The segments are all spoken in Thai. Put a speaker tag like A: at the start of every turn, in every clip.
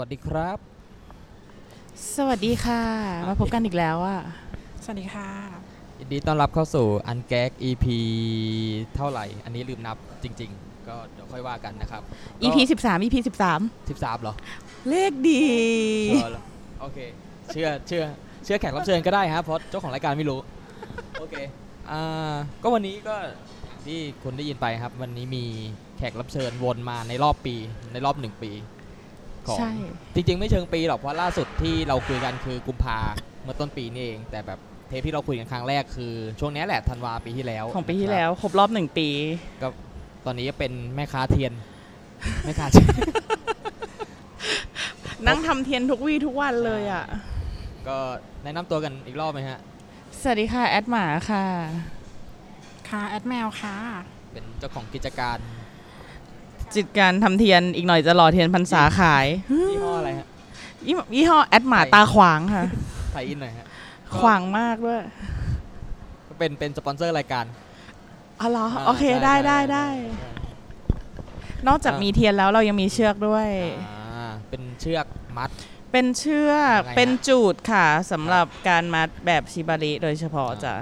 A: วัสดีครับ
B: สวัสดีค่ะ
A: ครับ
B: มาพบกันอีกแล้วอ่ะ
C: สวัสดีค่ะ
A: ยินดีต้อนรับเข้าสู่อันแก๊ก EP เท่าไหร่ อันนี้ลืมนับจริง ๆ ก็เดี๋ยวค่อยว่ากันนะครับก็
B: อีพีสิบสามอีพีสิบสาม
A: 13เหรอ
B: เลขดี
A: ชัวร์เหรอโอเค เชื่อเชื่อเชื่อแขกรับเชิญก็ได้ฮะเพราะเจ้าของรายการไม่รู้ โอเคอ่าก็วันนี้ก็อย่างที่คุณได้ยินไปครับ วันนี้มีแขกรับเชิญวนมาในรอบปีในรอบหนึ่งปี ของ
B: ใช่
A: จริงๆ ไม่เชิงปีหรอกเพราะล่าสุดที่เราคุยกันคือกุมภาเมื่อต้นปีนี่เอง แต่แบบเทปที่เราคุยกันครั้งแรกคือ ช่วงนี้แหละธันวาปีที่แล้ว
B: ของปีที่
A: นะครับ
B: แล้วครบรอบหนึ่งปี
A: ก็ตอนนี้ก็เป็นแม่ค้าเทียน แม่ค้าเทียน
B: นั่งทำเทียนทุกวี่ทุกวันเลยอ่ะ
A: ก็แนะนำตัวกันอีกรอบไหมฮะ
B: สวัสดีค่ะ แอดหมาค่ะ
C: ค่ะ แอดแมวค่ะ
A: เป็นเจ้าของกิจการ
B: จิตการทำเทียนอีกหน่อยจะหล่อเทียนพรรษาขาย
A: ยี่ห้ออะไรฮะ
B: ยี่ยี่ห้อแอดหมา
A: ใช่
B: ตาขวางค่ะ
A: ไทยอินหน่อยฮะ
B: ขวางมากด้วย
A: ก็เป็นเป็นสปอนเซอร์รายการ
B: อ๋อเหรอ
A: อ่า
B: โอเค
A: ใช่
B: ได้
A: ใช่
B: ได้ได้ นอกจากมีเทียนแล้วเรายังมีเชือกด้วย
A: ใช่อ่าเป็นเชือกมัด
B: เป็นเชือก
A: ยังไงฮะ
B: เป็นจูดค่ะสำหรับการมัดแบบชิบาริโดยเฉพาะจ้ะ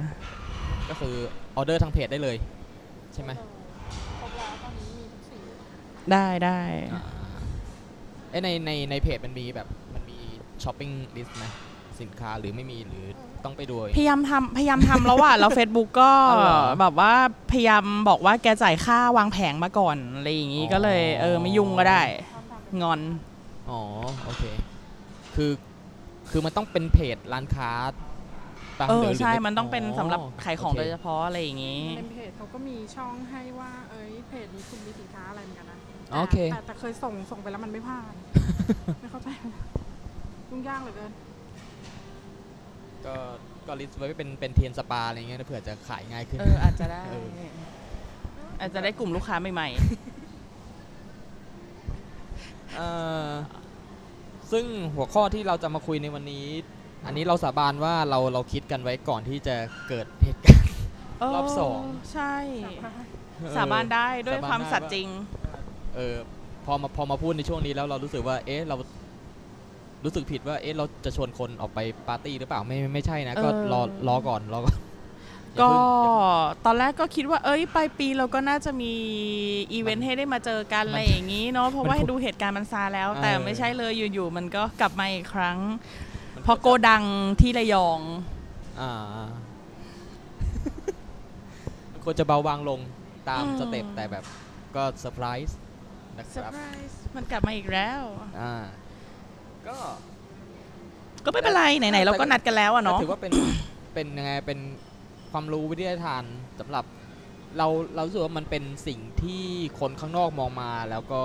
A: ก็คือออเดอร์ทางเพจได้เลย ใช่ไหม
B: ได้ได้
A: อ่าเอ้ยในในในเพจมันมีแบบมันมีช้อปปิ้งลิสต์ไหมสินค้าหรือไม่มีหรือต้องไปดูเอง
B: พยายามทำพยายามทำแล้วอ่ะ แล้ว Facebook ก็
A: เอาเหรอ
B: แบบว่าพยายามบอกว่าแกจ่ายค่าวางแผงมาก่อนอะไรอย่างงี้
A: อ๋อ
B: ก็เลยเออไม่ยุ่งก็ได้ งอน
A: อ๋อ โอเค คือคือมันต้องเป็นเพจร้านค้าปะ
B: เอ
A: ห
B: อ
A: รืหรื
B: ใช่มันต้องเป็นสำหรับขายของ
A: โ
B: โดยเฉพาะอะไรอย่างงี้
C: เป็นเพจเขาก็มีช่องให้ว่า เอ้ย เพจนี้คุณมีสินค้าอะไรเหมือนกันนะ
A: โอเค
C: แต่แต่เคยส่งส่งไปแล้วมันไม่ผ่าน ไม่เข้าใจยุ่งยากเหลือเกิน
A: ก็ก็ลิสต์ไว้เป็นเป็นเทียนสปาอะไรเงี้ยนะเผื่อจะขายง่ายขึ้น
B: เอออาจจะได้
A: เออ
B: อาจจะได้กลุ่มลูกค้าใหม่
A: เอ่อซึ่งหัวข้อที่เราจะมาคุยในวันนี้ อันนี้เราสาบานว่าเราเราคิดกันไว้ก่อนที่จะเกิดเหตุการณ์
B: ๆเ
A: รอบสอง
B: ใช่ สาบานได้ด้วย
A: สบน
B: ความ
A: ได้
B: สัตย์
A: ว่
B: จริง
A: เออพอมาพอมาพูดในช่วงนี้แล้วเรารู้สึกว่า เอ๊ะเรารู้สึกผิดว่าเอ๊ะเราจะชวนคนออกไปปาร์ตี้หรือเปล่าไม่ไม่ใช่นะ ก็
B: เออ
A: รอรอก่อนรอก่อน
B: ก็
A: อย่าเพิ่งอย่าเพิ่ง
B: ตอนแรกก็คิดว่าเอ้ยปลายปีเราก็น่าจะมีอีเวน
A: มัน
B: ต์ให้ได้มาเจอกัน
A: มัน
B: อะไรอย่างนี้เนาะเพราะว่า
A: มัน
B: ดูเหตุการณ์มันซาแล้ว
A: เออ
B: แต่ไม่ใช่เลยอยู่ๆมันก็กลับมาอีกครั้ง
A: มัน
B: เพราะโกดังที่ระยอง
A: อ่า มันควรจะเบาบางลงตาม
B: อืม
A: สเต็ปแต่แบบก็เซอร์ไพรส์นะครับ
C: surprise
B: มันกลับมาอีกแล้ว
A: อ่าก็
B: ก็ไม่เป็นไรไหนๆเราก็นัดกันแล้วอะ
A: ก็
B: เนาะ
A: ถือว่าเป็น เป็นยังไงเป็นความรู้วิทยาทานสำหรับเราเรารู้สึกว่ามันเป็นสิ่งที่คนข้างนอกมองมาแล้วก็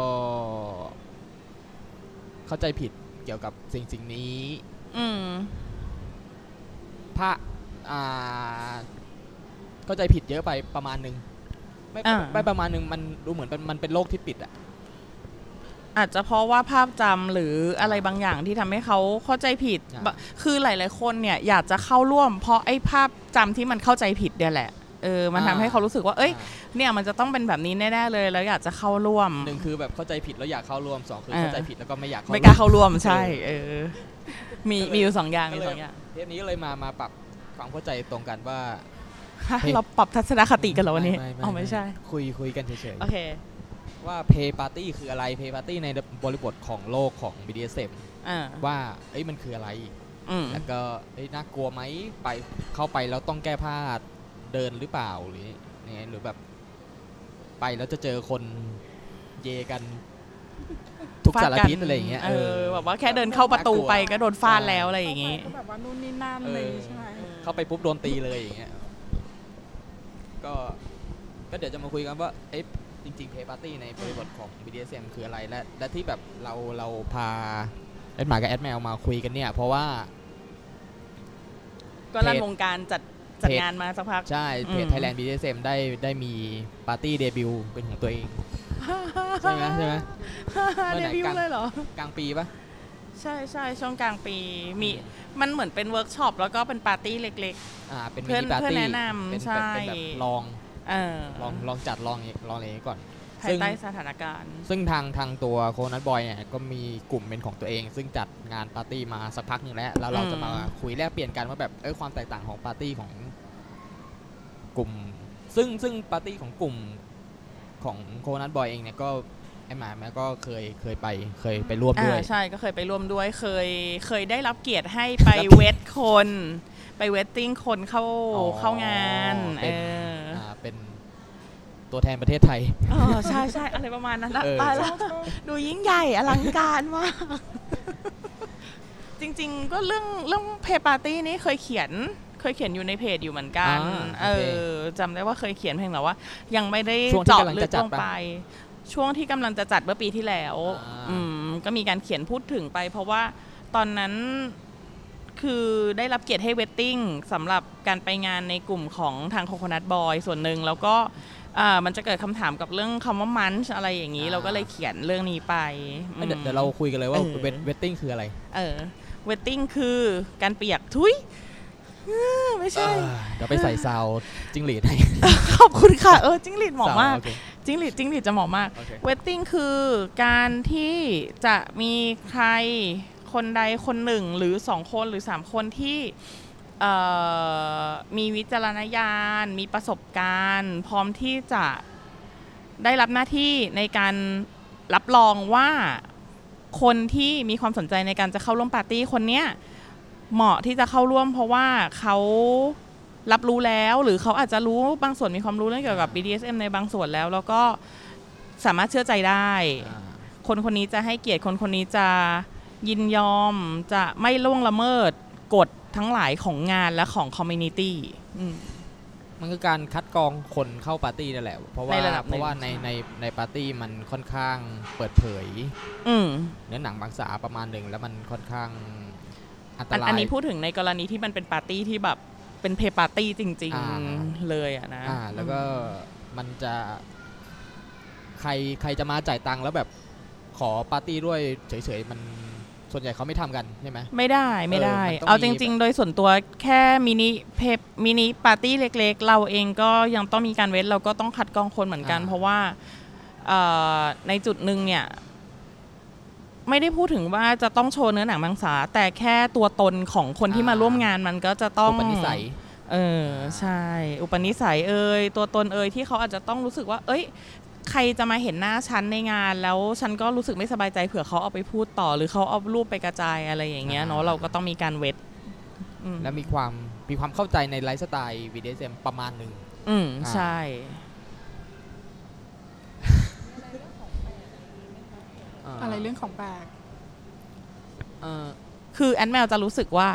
A: เข้าใจผิดเกี่ยวกับสิ่งสิ่งนี้
B: อืม
A: พระอ่าเข้าใจผิดเยอะไปประมาณหนึ่งไม่
B: อ่า
A: ไม่ประมาณหนึ่งมันดูเหมือนเป็นมันเป็นโรคที่ปิดอะ
B: อาจจะเพราะว่าภาพจำหรืออะไรบางอย่างที่ทำให้เขาเข้าใจผิดบะคือหลาย ๆ คนเนี่ยอยากจะเข้าร่วม เพราะไอ้ภาพจำที่มันเข้าใจผิดเนี่ยแหละเออมันทำให้เขารู้สึกว่าเอ้ย
A: อ่า
B: เนี่ยมันจะต้องเป็นแบบนี้แน่ๆเลยแล้วอยากจะเข้าร่วม
A: หนึ่งคือแบบเข้าใจผิดแล้วอยากเข้าร่วมสองคือ
B: เออ
A: เข้าใจผิดแล้วก็ไม่อยากเข้า
B: ไม่ก
A: ร่
B: ล้า
A: ว
B: เข้าร่วมใช่
A: เออ
B: เออ มี
A: ก็เลย
B: มีอยู่สองอย่างมีสองอย่าง
A: มเทปนี้ก็เลยมามาปรับความเข้าใจตรงกันว่า
B: ฮะ
A: เฮ้ย
B: เราปรับทัศนคติกันเหรอวันนี้อ๋อไม่ใช่
A: คุยคุยกันเฉยๆ
B: โอเค
A: ว่าเพย์ปาร์ตี้คืออะไรเพย์ปาร์ตี้ในบริบทของโลกของ BDSM
B: อ่า
A: ว่า เอ้ยมันคืออะไร
B: อืม
A: แล้วก็เอ้ยน่ากลัวไหมไปเข้าไปแล้วต้องแก้ผ้าเดินหรือเปล่าหรือยังไงหรือแบบ ไปแล้วจะเจอคนเยกัน ทุกสารทิศอะไรอย่างเงี้ย
B: เออแบบว่าแค่เดินเข้าประตูไปก็โดนฟาดแล้วอะไรอย่าง
C: งี้
B: งี้
C: ก็แบบว่านู่นนี่นั่นเลยใช่ไหม
A: เข้าไปปุ๊บโดนตีเลยอย่างเงี้ยก็ก็เดี๋ยวจะมาคุยกันว่าเอ้ยจริงๆเพย์ปาร์ตี้ในบริบทของ BDSM คืออะไรและและที่แบบเราเราพาแอดหมากับแอดแมวมาคุยกันเนี่ย เพราะว่า
B: ก็ลั่นวงการจัดจัดงานมาสักพัก
A: ใช่เพจ
B: อืม
A: Thailand BDSM ได้ได้มีปาร์ตี้เดบิวต์เป็นของตัวเอง ใช่ไหมใช่ไหม เมื่อไห
B: เด
A: น
B: บิว
A: กัน
B: ต์เลยเห รอ
A: กลางปีปะ
B: ใช่ใช่ช่วงกลางปีมีมันเหมือนเป็นเวิร์กช็อปแล้วก็เป็นปาร์ตี้เล็ก
A: อ่าเป็นมิ
B: เพื่อน
A: นิปาร์
B: เพื่อน
A: ตี้
B: แนะนำ
A: เป็น
B: ใช่
A: แบบเป็นแบบลอง
B: ๆเออ
A: ลองลองจัดลองเองลองอะไรอย่างงี้ก่อน
B: ภาย
A: ซึ่ง
B: ใต้สถานการณ์
A: ซึ่งทางทางตัวโคนัทบอยเนี่ยก็มีกลุ่มเป็นของตัวเอง ซึ่งจัดงานปาร์ตี้มาสักพักหนึ่งแล้วแล้วเรา
B: อืม
A: จะมาคุยแลกเปลี่ยนกันว่าแบบเออความแตกต่างของปาร์ตี้ของกลุ่ม ซึ่งซึ่งปาร์ตี้ของกลุ่มของโคนัทบอยเองเนี่ยก็ไอหมาแม่ก็เคยเคยไปเคยไปร่วมด้วย
B: อ่าใช่ก็เคยไปร่วมด้วยเคยเคยได้รับเกียรติให้ไปเวทคน ไปเวทติ้งคนเข้า
A: อ๋อ
B: เข้างานเอ
A: เป็น
B: ออา
A: เป็นตัวแทนประเทศไทย
B: เออใช่ใช่อะไรประมาณนั้นนะ
A: เออ
B: ตายแล้วดูยิ่งใหญ่อลังการมากจริงๆ ก็เรื่องเรื่องเพปาร์ตี้นี่เคยเขียนเคยเขียนอยู่ในเพจอยู่เหมือนกัน
A: อ่าโอ
B: เอ
A: เค
B: อจำได้ว่าเคยเขียนเพียงแต่ว่า ยังไม่ได้
A: ช่วงที่
B: เจาะ
A: กำลัง
B: ลึ
A: จะ
B: ก
A: จัด
B: ลง
A: ปะ
B: ไป ช่วงที่กำลังจะจัดเมื่อปีที่แล้ว
A: อ่า
B: อืมก็มีการเขียนพูดถึงไปเพราะว่า ตอนนั้นคือได้รับเกียรติให้เวทติ้งสำหรับการไปงานในกลุ่มของทางโคโคนัทบอยส่วนหนึ่งแล้วก็อ่ามันจะเกิดคำถามกับเรื่องคำว่ามันช์อะไรอย่างนี้
A: อ่า
B: เราก็เลยเขียนเรื่องนี้ไปอืม
A: เดี๋ยวเดี๋ยวเราคุยกันเลยว่า
B: เออ
A: เวทเวทติ้งคืออะไร
B: เออเวทติ้งคือการเปียกทุยเออไม่ใช่
A: เออเดี๋ยวไปใส่ซาวด์จิ้งหรีดให้
B: ขอบคุณค่ะ เออจิ้งหรีดเหมาะ
A: ซวด์
B: มาก
A: โเค
B: จิ้งหรีดจิ้งหรีดจะเหมาะมาก
A: โอเค
B: เวทติ้งคือการที่จะมีใครคนใดคนหนึ่งหรือสองคนหรือสามคนที่เอ่อมีวิจารณญาณ มีประสบการณ์ พร้อมที่จะได้รับหน้าที่ในการรับรองว่าคนที่มีความสนใจในการจะเข้าร่วมปาร์ตี้คนเนี้ยเหมาะที่จะเข้าร่วม เพราะว่าเขารับรู้แล้วหรือเขาอาจจะรู้บางส่วนมีความรู้เรื่องเกี่ยวกับ BDSM ในบางส่วนแล้ว แล้วก็ สามารถเชื่อใจได้ คนคนนี้จะให้เกียรติ คนคนนี้จะยินยอม จะไม่ล่วงละเมิดกฎทั้งหลายของงานและของคอมมูนิตี้อืม
A: มันคือการคัดกรองคนเข้าปาร์ตี้นั่นแหละ เพราะว่า
B: ในระดับหนึ่
A: เพ
B: ง
A: ราะว่าในในในปาร์ตี้มันค่อนข้างเปิดเผย
B: อืม
A: เนื้อหนังบางสาประมาณหนึ่งแล้วมันค่อนข้างอันต
B: อัน
A: ราย
B: อันนี้พูดถึงในกรณีที่มันเป็นปาร์ตี้ที่แบบเป็นเพปาร์ตี้จริง
A: อ่า
B: ๆ เลยอะนะ
A: อ่าแล้วก็มันจะ ใครใครจะมาจ่ายตังค์แล้วแบบขอปาร์ตี้ด้วยเฉยๆมันส่วนใหญ่เขาไม่ทำกันใช่ไหม
B: ไม่ได้ไม่ได้
A: เออมันต้อง
B: เอาจ
A: มี
B: ริง
A: แบบ
B: ๆ โดยส่วนตัวแค่มินิเพปมินิปาร์ตี้เล็ก ๆ เราเองก็ยังต้องมีการเว้นเราก็ต้องคัดกรองคนเหมือนกัน
A: อ่า
B: เพราะว่าเอ่อในจุดหนึ่งเนี่ย ไม่ได้พูดถึงว่าจะต้องโชว์เนื้อหนังมังสา แต่แค่ตัวตนของคนที่มาร่วมงานมันก็จะต้อง
A: อุปนิสัย
B: เออใช่ อุปนิสัยเอ่ยตัวตนเอ่ยที่เขาอาจจะต้องรู้สึกว่า เอ้ย ใครจะมาเห็นหน้าฉันในงาน แล้วฉันก็รู้สึกไม่สบายใจเผื่อเขาเอาไปพูดต่อ หรือเขาเอารูปไปกระจายอะไรอย่างเงี้ยเนาะ
A: อ่า
B: เราก็ต้องมีการเวทอืม
A: และมีความมีความเข้าใจในไลฟ์สไตล์วีดีเซมประมาณหนึ่ง
B: อืม
A: อ่า
B: ใช่
C: อะไรเรื่องของแปลก
A: เออ
B: คือแอนแมวจะรู้สึกว่า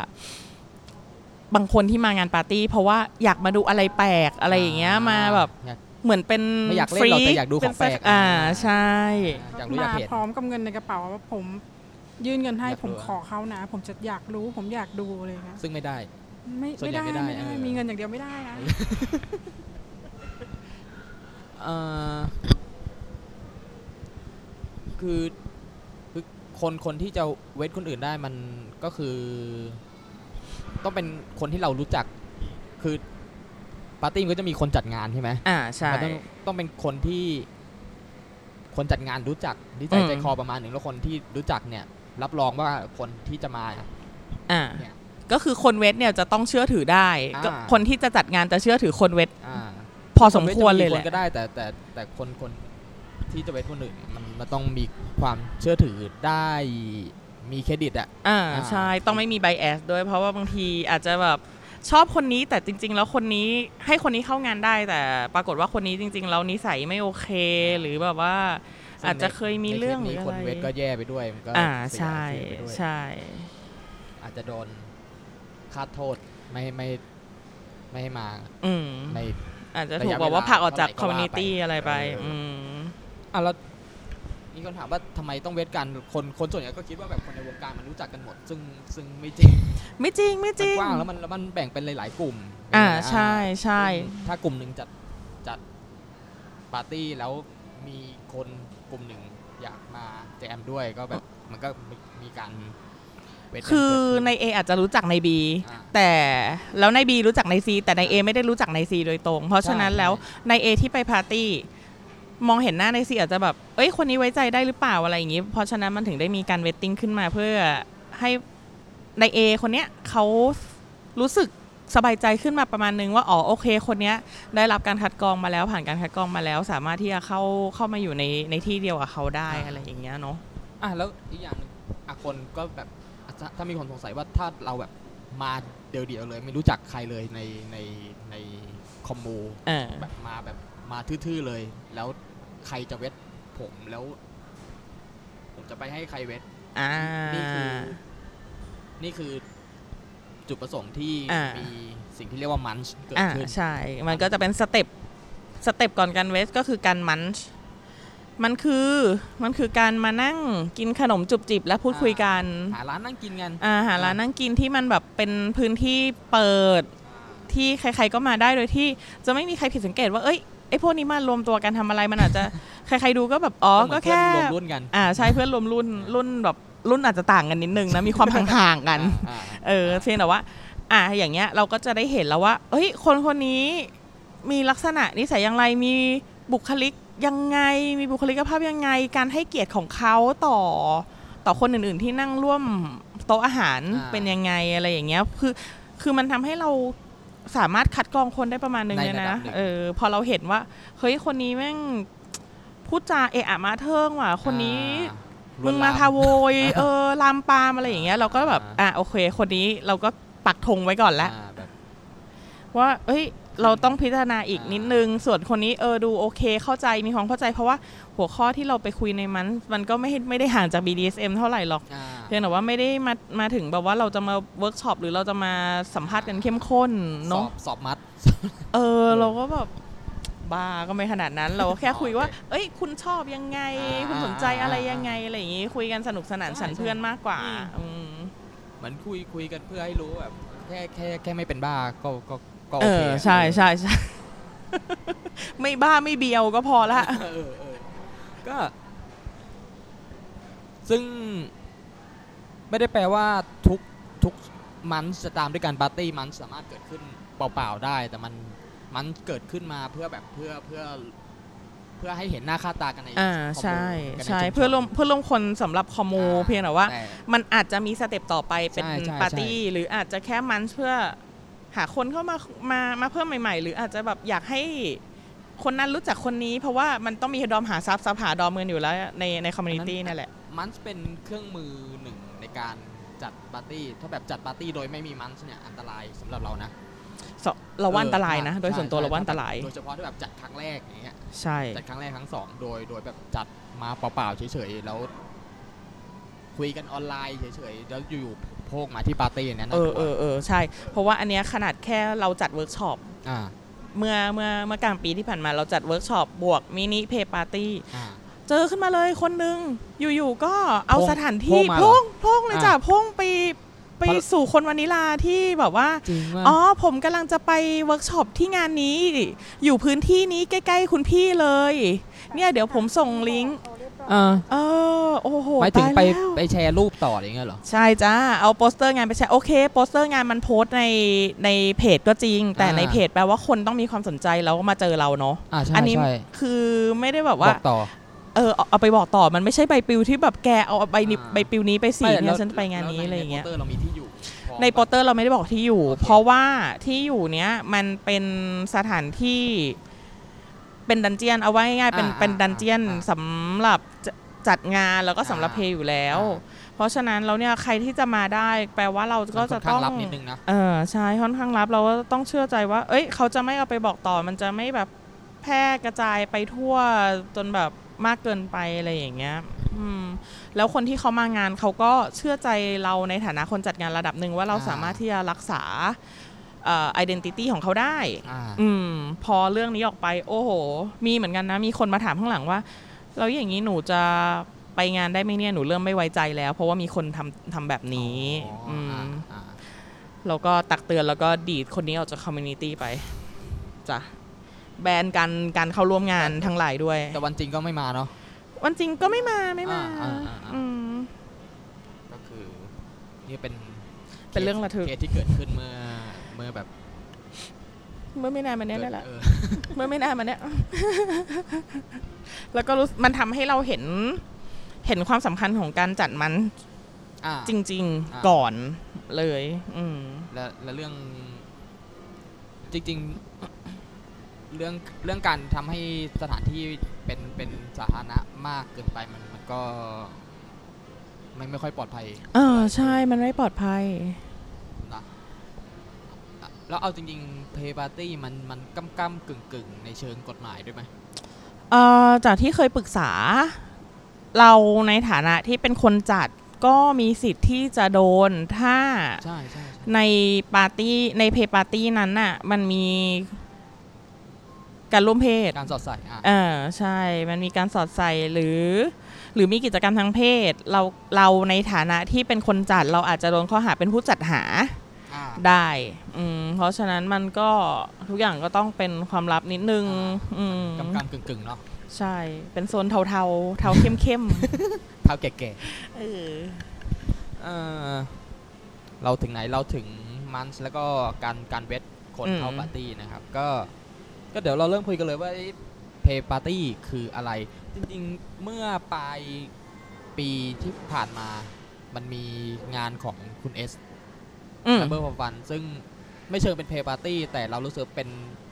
B: บางคนที่มางานปาร์ตี้ เพราะว่าอยากมาดูอะไรแปลกอะไรอย่างเงี้ยมาแบบ
A: อยาก
B: เหมือนเป็น
A: ไม่อยากเล่นหรอกแต่อยากดูของแปลก
B: เนอ่าใช่
A: อยากรู้อยากเห็น
C: พร้อมกับเงินในกระเป๋าว่าผมยื่นเงินให้
A: อยาก
C: ผม
A: รู้
C: ขอเขานะ ผมจะอยากรู้ผมอยากดูอะไรอย่างเลยนะ
A: ซึ่งไม่ได้
C: ไม่
A: ส่วน
C: ไม่
A: ใหญ่
C: ได้
A: ไม่
C: ไม่
A: ได้
C: ได้
A: เออ
C: มีเงินอย่างเดียวไม่ได้นะ
A: เอ่อคือคือคนคนที่จะเวทคนอื่นได้มันก็คือ ต้องเป็นคนที่เรารู้จัก คือปาร์ตี้มันก็จะมีคนจัดงานใช่ไหม
B: อ่าใช่
A: มันต้องต้องเป็นคนที่คนจัดงานรู้จักนิสัยใจคอประมาณหนึ่งแล้วคนที่รู้จักเนี่ย รับรองว่าคนที่จะมา
B: อ่า
A: เนี่ย
B: ก็คือคนเวทเนี่ยจะต้องเชื่อถือได้ก็
A: อ่า
B: คนที่จะจัดงานจะเชื่อถือคนเวท
A: อ่า
B: พอสมควรเลยแห
A: ค
B: ละ
A: นก็ได้แต่แต่แต่คนคนที่จะเป็นคนอื่นเนี่ยมันมันต้องมีความเชื่อถือได้มีเครดิตอะ
B: อ่า
A: อ่า
B: ใช่ต้องไม่มีไบแอสด้วยเพราะว่าบางทีอาจจะแบบชอบคนนี้แต่จริง ๆ แล้วคนนี้ให้คนนี้เข้างานได้ แต่ปรากฏว่าคนนี้จริง ๆ แล้วนิสัยไม่โอเค หรือแบบว่า อาจจะเคยมีเรื่องห
A: ใน
B: รือ
A: คสนี้คน
B: อะไร
A: เวทก็แย่ไปด้วยมันก็
B: อ่า
A: เสีย
B: ใช่
A: เสียไปด้วย
B: ใช่
A: อาจจะโดนคาดโทษไม่ไม่ไม่ให้มา
B: อืม
A: ใน
B: อาจจะถูกบอกว่าผลักออกจากคอมมูนิตี้อะไรไป
A: เอออื
B: อืม
A: อ่ะแล้วมีคนถามว่าทำไมต้องเวทกันคนคนส่วนใหญ่ก็คิดว่าแบบคนในวงการมันรู้จักกันหมด ซึ่งซึ่งไม่จริง
B: ไม่จริงไม่จ
A: มัน
B: ริง
A: กว้างแล้วมันแล้วมันแบ่งเป็นหลาย ๆ กลุ่ม
B: อ่า
A: อ่า
B: ใช่ใช่
A: ถ้ากลุ่มหนึ่งจัดจัดปาร์ตี้แล้วมีคนกลุ่มหนึ่งอยากมาแจมด้วยก็แบบมันก็มีการเวทกัน
B: คือ
A: เกิดขึ้น
B: ใน A อาจจะรู้จักใน B
A: อ่า
B: แต่แล้วใน B รู้จักใน C แต่ใน A ไม่ได้รู้จักใน C โดยตรง เพราะฉะนั้น
A: ใช่
B: แล้วใน A ที่ไปปาร์ตี้ มองเห็นหน้าในซีอาจจะแบบ เอ้ย คนนี้ไว้ใจได้หรือเปล่าอะไรอย่างนี้ เพราะฉะนั้นมันถึงได้มีการเวทติ้งขึ้นมาเพื่อให้ในเอคนเนี้ยเขารู้สึกสบายใจขึ้นมาประมาณนึงว่าอ๋อโอเค คนเนี้ยได้รับการคัดกรองมาแล้วผ่านการคัดกรองมาแล้ว สามารถที่จะเข้าเข้ามาอยู่ในในที่เดียวกับเขาได้อะไรอย่างเงี้ยเนาะ
A: อ่ะแล้วอีกอย่างหนึงอ่ะคนก็แบบอ่ะถ้าถ้ามีคนสงสัยว่าถ้าเราแบบมาเดียวเดียวๆเลย ไม่รู้จักใครเลยในในในคอมมู
B: เออ
A: แบบมาแบบมาทื่อๆเลย แล้วใครจะเวทผมแล้ว ผมจะไปให้ใครเวท
B: อ่า
A: นี่คือ นี่คือจุดประสงค์ที่
B: อ่ามี
A: มีสิ่งที่เรียกว่ามันช์เกิด
B: อ่า
A: ขึ้น
B: ใช่ มันก็จะเป็นสเต็ปสเต็ปก่อนการเวสก็คือการมันช์มันคือมันคือการมานั่งกินขนมจุบจิบและพูด
A: อ่า
B: คุยกัน
A: หาร้านนั่งกินกัน
B: อาหารร้านนั่งกินที่มันแบบเป็นพื้นที่เปิดที่ใครๆก็มาได้โดยที่จะไม่มีใครผิดสังเกตว่าเอ้ยไอ้พวกนี้มารวมตัวกันทำอะไรมันอาจจะ ใครๆดูก็แบบอ๋อก็แค่
A: เหมือนเพื่อนรวมรุ่นกัน
B: อ่าใช่เพื่อนรวมรุ่นรุ่นแบบรุ่นอาจจะต่างกันนิดนึงนะมีความห่างๆกัน
A: อ่าา
B: เออเพียงแต่ว่า อ่ะอย่างเงี้ยเราก็จะได้เห็นแล้วว่า เฮ้ย คนคนนี้มีลักษณะนิสัยอย่างไร มีบุคลิกยังไง มีบุคลิกภาพยังไง การให้เกียรติของเขาต่อ ต่อคนอื่นๆที่นั่งร่วมโต๊ะอาหาร
A: อ่า
B: เป็นยังไงอะไรอย่างเงี้ย คือ คือมันทำให้เราสามารถคัดกรองคนได้ประมาณนึง
A: ใน
B: เลย
A: ระดั
B: นะ
A: บหนึ่ง
B: เออ พอเราเห็นว่า เฮ้ย คนนี้แม่งพูดจาเอะอะมาเทิงว่ะ คนนี้
A: อ่า
B: มึงมา
A: ลวนล
B: พาโวย เออ ลามปามอะไรอย่างเงี้ยเราก็แบบ
A: อ่า
B: อ่ะโอเค คนนี้เราก็ปักธงไว้ก่อนแล้ว
A: อ่าแบบ
B: ว่า เอ้ย เราต้องพิจารณาอีก
A: อ่านิ
B: นิดนึง ส่วนคนนี้เออดูโอเค เข้าใจมีความเข้าใจเพราะว่าหัวข้อที่เราไปคุยในมัน มันก็ไม่ไม่ได้ห่างจาก BDSM เท่าไหร่หรอก
A: อ่า
B: เพียงแต่ว่าไม่ได้มามาถึงแบบว่าเราจะมาเวิร์กช็อปหรือเราจะมาสัมภาษณ์กันเข้มข้น
A: สอ
B: เนาะ
A: บสอบมัด
B: เออ
A: เออ
B: เราก็แบบบ้าก็ไม่ขนาดนั้น เราก็แค่คุยว่า
A: โอเค
B: เอ้ย คุณชอบยังไง
A: อ่า
B: คุณสนใจอะไร
A: อ่าอ่า
B: ยังไงอะไรอย่างงี้คุยกันสนุกสนาน
A: ใช่
B: ฉัน
A: ใช่
B: เพื่อนมากกว่า
A: อืม
B: อืม
A: เหมือนคุยคุยกันเพื่อให้รู้แบบแค่แค่แค่ไม่เป็นบ้าก็ก็ก็โอ
B: เอ
A: เค
B: อใช่ใช่ใช่ ไม่บ้าไม่เบียวก็พอละ
A: เออเออก็ ซึ่งไม่ได้แปลว่าทุกทุกมันจะตามด้วยการปาร์ตี้มันสามารถเกิดขึ้นเปล่าๆได้ แต่มันมันเกิดขึ้นมาเพื่อแบบเพื่อเพื่อ เพื่อให้เห็นหน้าค่าตากันใน
B: อ่า
A: คมมู
B: ใช่
A: กันน
B: ใช่
A: ชุชน
B: เพื่อร่วมเพื่อร่วมคนสำหรับคอมมู
A: อ่า
B: เพียงแต่ว่า
A: ต่
B: มันอาจจะมีสเต็ปต่อไปเป็น
A: ใช่ใช่
B: ปาร์ตี้หรืออาจจะแค่มันเพื่อหาคนเข้ามามามาเพิ่มใหม่ ๆ หรืออาจจะแบบอยากให้คนนั้นรู้จักคนนี้ เพราะว่ามันต้องมีดอมหาซับซับหาดอมเงินอยู่แล้วในในคอมมูนิตี้
A: อันนั้น
B: นั่นแหละ
A: มันส์เป็นเครื่องมือหนึ่งในการจัดปาร์ตี้ ถ้าแบบจัดปาร์ตี้โดยไม่มีมันส์เนี่ยอันตรายสำหรับเรานะ
B: สเราว่าอันตรายนะ
A: เออ
B: โดยส่วนตัว
A: ใช่
B: เราว่าอันตราย
A: โดยเฉพาะที่แบบจัดครั้งแรกอย่างเงี้ย
B: ใช่
A: จัดครั้งแรกครั้งสองโดยโดยแบบจัดมาเปล่าๆเฉยๆแล้ว คุยกันออนไลน์เฉยๆแล้วอยู่ๆโพกมาที่ปาร์ตี้อย่างนั้น
B: เอ
A: น่า
B: อก เอ
A: ลัว
B: อเออใช่ เพราะว่าอันเนี้ยขนาดแค่เราจัดเวิร์กช็อป
A: อ่า
B: เมื่อเมื่อเมื่อกลางปีที่ผ่านมาเราจัดเวิร์กช็อปบวกมินิเพย์ปาร์ตี้
A: อ่า
B: เจอขึ้นมาเลยคนหนึงอยู่ๆก็เอา
A: โพง
B: สถาน
A: โพ
B: ที่
A: งมาเหรอ
B: โพงโพงเลยจ้ะ
A: อ่ะ
B: โพงไปไป
A: พอ
B: สู่คนวานิลาที่แบบว่า
A: จริงว่า
B: อ๋อ ผมกำลังจะไปเวิร์กช็อปที่งานนี้ อยู่พื้นที่นี้ใกล้ ๆ คุณพี่เลย เนี่ยเดี๋ยวผมส่งลิงก์
A: เออ
B: เออโอ้โห
A: หมายถึง
B: ตาย
A: ไป
B: แล้ว
A: ไปแชร์รูปต่ออย่างเงี้ยเหรอ
B: ใช่จ้า เอาโปสเตอร์งานไปแชร์โอเคโปสเตอร์งานมันโพสต์ในในเพจก็จริง แต่
A: อ่า
B: ในเพจแปลว่าคนต้องมีความสนใจแล้วมาเจอเราเนาะ
A: อ่าใช่
B: อันนี้
A: ใช่
B: คือไม่ได้แบบ
A: บ
B: ว่า
A: อกต่อ
B: เออเอาเอาไปบอกต่อมันไม่ใช่ใบปลิวที่แบบแกเอาใบนี้
A: อ่า
B: ใบปลิวนี้ไปสี
A: ม่
B: เนี่
A: แล้
B: ยว ฉันจะไปงานนี้
A: แล้ว
B: อะไรอย่างเงี้ย
A: ในโปสเตอร์เรามีที่อยู่พอ
B: ในโปสเตอร์เราไม่ได้บอกที่อยู่ เพราะว่าที่อยู่เนี้ยมันเป็นสถานที่เป็นดันเจียนเอาไว้ง่ายๆเป็น
A: อ่า
B: เป็นดันเจียน
A: อ่า
B: สำหรับจะจัดงานแล้วก็สำหรับ
A: อ่า
B: เพลย์อยู่แล้ว
A: อ่
B: เพราะฉะนั้นแล้วเนี่ยใครที่จะมาได้ แปลว่าเรา
A: มัน
B: ก็
A: ค่
B: จะ
A: นข้า
B: ต้อง
A: รับนิดนึงนะ
B: เออใช่ค่อนข้างรับเราก็ต้องเชื่อใจว่า เอ้ย เขาจะไม่เอาไปบอกต่อ มันจะไม่แบบแพร่กระจายไปทั่วจนแบบมากเกินไปอะไรอย่างเงี้ย อืม แล้วคนที่เขามางานเขาก็เชื่อใจเราในฐานะคนจัดงานระดับหนึ่งว่าเรา
A: อ่า
B: สามารถที่จะรักษาเอ่อ identity ของเขาได้
A: อ่า
B: อืม พอเรื่องนี้ออกไป โอ้โห มีเหมือนกันนะ มีคนมาถามข้างหลังว่า แล้วอย่างนี้หนูจะไปงานได้ไหมเนี่ย หนูเริ่มไม่ไว้ใจแล้ว เพราะว่ามีคนทำทำแบบนี้ อืม
A: อ่า
B: แล้วก็ตักเตือนแล้วก็ดีดคนนี้ออกจากคอมมูนิตี้ไปจ้ะแบนการการเข้าร่วมงานทั้งหลายด้วย
A: แต่วันจริงก็ไม่มาเนาะ
B: วันจริงก็ไม่มาไม่มา
A: อ่าอ่าอ่า
B: อืม
A: ก็คือนี่เป็น
B: เป็นเรื่องระทึก
A: เคสที่เกิดขึ้นเมื่อเมื่อแบบ
B: เมื่อไม่นานมาเนี้ยนั่นแหละ
A: เออ
B: เมื่อไม่นานมาเนี้ย แล้วก็รู้สึกมันทำให้เราเห็นเห็นความสำคัญของการจัดมัน
A: อ่า
B: จริง
A: อ่า
B: ๆ ก่อนเลย อืม
A: และและเรื่องจริงๆ เรื่องเรื่องการทำให้สถานที่เป็นเป็นสาธารณะมากเกินไปมันมันก็ไม่ไม่ค่อยปลอดภัย
B: เออใช่มันไม่ปลอดภัย
A: นะแล้วเอาจริงๆเพย์ปาร์ตี้มันมันก้ำก้ำกึ่งกึ่งๆ ในเชิงกฎหมายด้วยไหม
B: เอ่อจากที่เคยปรึกษา เราในฐานะที่เป็นคนจัดก็มีสิทธิ์ที่จะโดนถ้า
A: ใช่ใช่ใช่
B: ในปาร์ตี้ในเพย์ปาร์ตี้นั้นน่ะมันมีการร่วมเพศ
A: การสอดใส่อ่ะ
B: เออใช่ มันมีการสอดใส่หรือ หรือมีกิจกรรมทางเพศ เราเราในฐานะที่เป็นคนจัด เราอาจจะโดนข้อหาเป็นผู้จัดหา
A: อ่า
B: ได้อืมเพราะฉะนั้นมันก็ทุกอย่างก็ต้องเป็นความลับนิดนึง
A: อ่า
B: อืม
A: ก้ำก้ำกึ่งกึ่งๆเนาะ
B: ใช่ เป็นโซนเทาเทาๆเทาเข้มเข้ม
A: เท่าแก่ๆ
B: ๆเออ
A: เอ่อเราถึงไหนเราถึงมันส์แล้วก็การการเวทคนเข้าปาร์ตี้นะครับ ก็ก็เดี๋ยวเราเริ่มคุยกันเลยว่าเพย์ปาร์ตี้คืออะไร จริงๆ เมื่อปลายปีที่ผ่านมา มันมีงานของคุณเอส
B: อืม
A: นัมเบอร์ฟันซึ่งไม่เชิงเป็นเพย์ปาร์ตี้แต่เรารู้สึกเป็น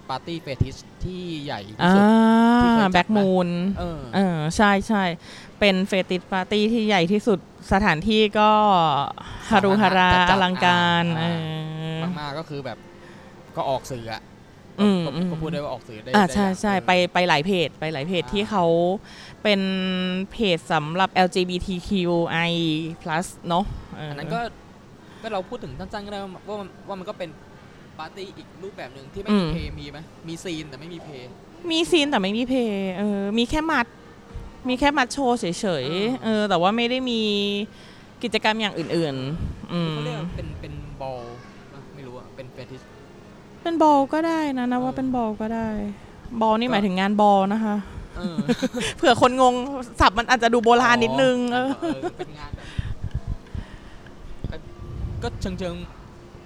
A: ปาร์ตี้เฟติชที่ใหญ่ที่
B: อ่า
A: สุด ที่เคยจัดมา
B: แบ็กมูน
A: เออ
B: เออใช่ใช่เป็นเฟติสปาร์ตี้ที่ใหญ่ที่สุดสถานที่ก็ฮารุฮาราอลังการเออ
A: มากๆก็คือแบบก็ออกสื่ออะ
B: อืม
A: ก็
B: อืม
A: ก็พูดได้ว่าออกสื่อได้
B: อ่า
A: ได้
B: ใช่
A: อย่าง
B: ใช่
A: เออ
B: ไปไปหลายเพจไปหลายเพจ
A: อ่า
B: ที่เขาเป็นเพจสำหรับ LGBTQI+ เนอะเ
A: อันนั้นก็ก็เราพูดถึงสั้นๆก็ได้ว่าว่ามันว่ามันก็เป็นปาร์ตี้อีกรูปแบบหนึ่งที่ไม่
B: อื
A: มี
B: ม
A: เพย์มีไหมมีซีนแต่ไม่มีเพย์
B: มีซีนแต่ไม่มีเพจเออมีแค่มัด มีแค่มัดโชว์เฉยๆ
A: อ่า
B: เออแต่ว่าไม่ได้มีกิจกรรมอย่างอื่นๆอืม
A: เขาเรียกว่าเป็นเป็นบอลไม่รู้อะเป็นเฟติช
B: เป็นบอลก็ได้นะนะว่าเป็นบอลก็ได้ บอลนี่
A: ก็
B: หมายถึงงานบอลนะคะ
A: เออ
B: เผื่อคนงงศัพท์มันอาจจะดูโบราณนิดนึงเออ
A: เออเป็นงานแบบก็ก็เชิงเชิง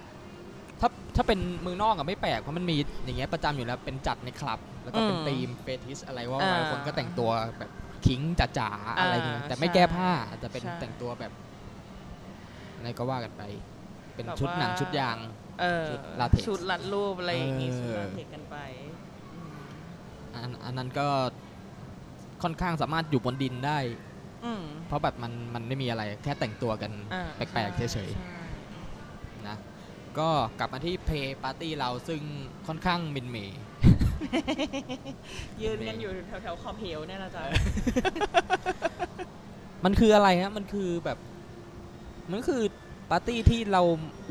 A: ๆถ้าถ้าเป็นเมืองนอกอะไม่แปลกเพราะมันมีอย่างเงี้ยประจำอยู่แล้วเป็นจัดในคลับ แล้วก็เป็นธีมเฟติชอะไรว่าไปคนก็แต่งตัวแบบคิงจ๋าๆอะไรเงี้ยแต่ไม่แก้ผ้าแต่เป็นแต่งตัวแบบอะไรก็ว่ากันไป เป็นชุดหนังชุดยาง
B: เออ
A: ชุดลาเท็กซ์
B: ชุดรัดรูปอะไรอย่างงี้ชุด
A: เออ
B: ลาเท็กซ์กันไป
A: อันอันนั้นก็ค่อนข้างสามารถอยู่บนดินได้
B: อืม
A: เพราะแบบมันมันไม่มีอะไรแค่แต่งตัวกัน
B: อ่า
A: แปลกๆ
B: ใช่
A: เฉยๆนะก็กลับมาที่เพย์ปาร์ตี้เราซึ่งค่อนข้างมินเมย์
B: ๆยืนกันอยู่แถวๆขอบเหวเนี่ยนะจ๊ะ
A: มันคืออะไรฮะ มันคือแบบ มันคือปาร์ตี้ที่เรา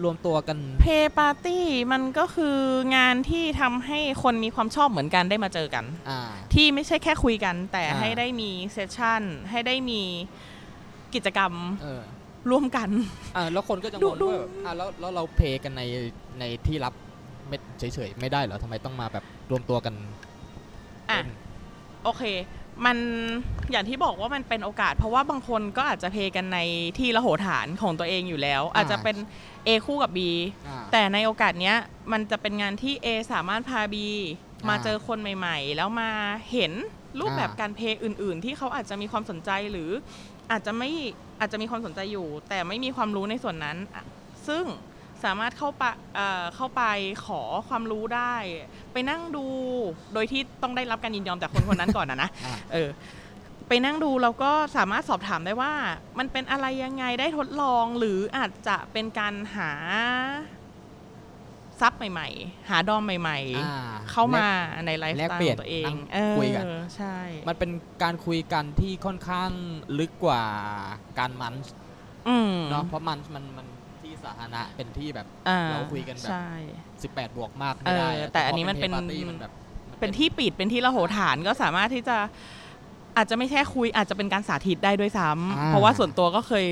A: รวมตัวกัน
B: เพย์ปาร์ตี้มันก็คืองานที่ทำให้คนมีความชอบเหมือนกันได้มาเจอกัน
A: อ่า
B: ที่ไม่ใช่แค่คุยกัน แต่
A: อ่า
B: ให้ได้มีเซสชั่น ให้ได้มีกิจกรรม
A: เออ
B: ร่วมกัน
A: อ่าแล้วคนก็จะง
B: ดู
A: ง
B: ดู
A: ว่าแบบอ่าแล้วแล้วเราเพย์กันในในที่รับไม่เฉยๆไม่ได้เหรอทำไมต้องมาแบบรวมตัวกัน
B: อ่ะ
A: เล่น
B: โอเค มันอย่างที่บอกว่ามันเป็นโอกาส เพราะว่าบางคนก็อาจจะเพย์กันในที่ละโหฐานของตัวเองอยู่แล้ว อาจจะเป็น A คู่กับ B
A: อ่า
B: แต่ในโอกาสเนี้ยมันจะเป็นงานที่ A สามารถพา B
A: อ่าม
B: มาเจอคนใหม่ ๆ แล้วมาเห็นรูปแบบ
A: อ่า
B: การเพลย์อื่น ๆ ที่เขาอาจจะมีความสนใจหรืออาจจะไม่อาจจะมีความสนใจอยู่ แต่ไม่มีความรู้ในส่วนนั้นอ่ะซึ่งสามารถเข้าไปเอ่อเข้าไปขอความรู้ได้ ไปนั่งดูโดยที่ต้องได้รับการยินยอมจากคนคนนั้นก่อนนะนะ
A: อ่า
B: เออไปนั่งดูเราก็สามารถสอบถามได้ว่า มันเป็นอะไรยังไงได้ทดลองหรืออาจจะเป็นการหาซับใหม่ ๆ หาดอมใหม่
A: อ่า
B: ๆ เข้ามาในไลฟ์ส
A: แลก
B: ไตล์
A: เปลี่
B: ข
A: ยน
B: องตัวเอ
A: นั่
B: ง
A: ง
B: เออ
A: คุยกัน
B: ใช่
A: มันเป็นการคุยกันที่ค่อนข้างลึกกว่าการมันส์
B: อืม
A: เนาะเพราะมันส์มันมันที่สาธารณะเป็นที่แบบ
B: อ่
A: เราคุยกันแบบ
B: ใช่
A: 18 บวกมากไม่ได้
B: เออะ แต่อันนี้มันเป็น
A: พอเพย์ปาร์ตี้มันแบบมั
B: เป็นที่ปิดเป็นที่ละโหฐานก็สามารถที่จะอาจจะไม่แค่คุยอาจจะเป็นการสาธิตได้ด้วยซ้
A: า
B: ำเพราะว่าส่วนตัวก็เคย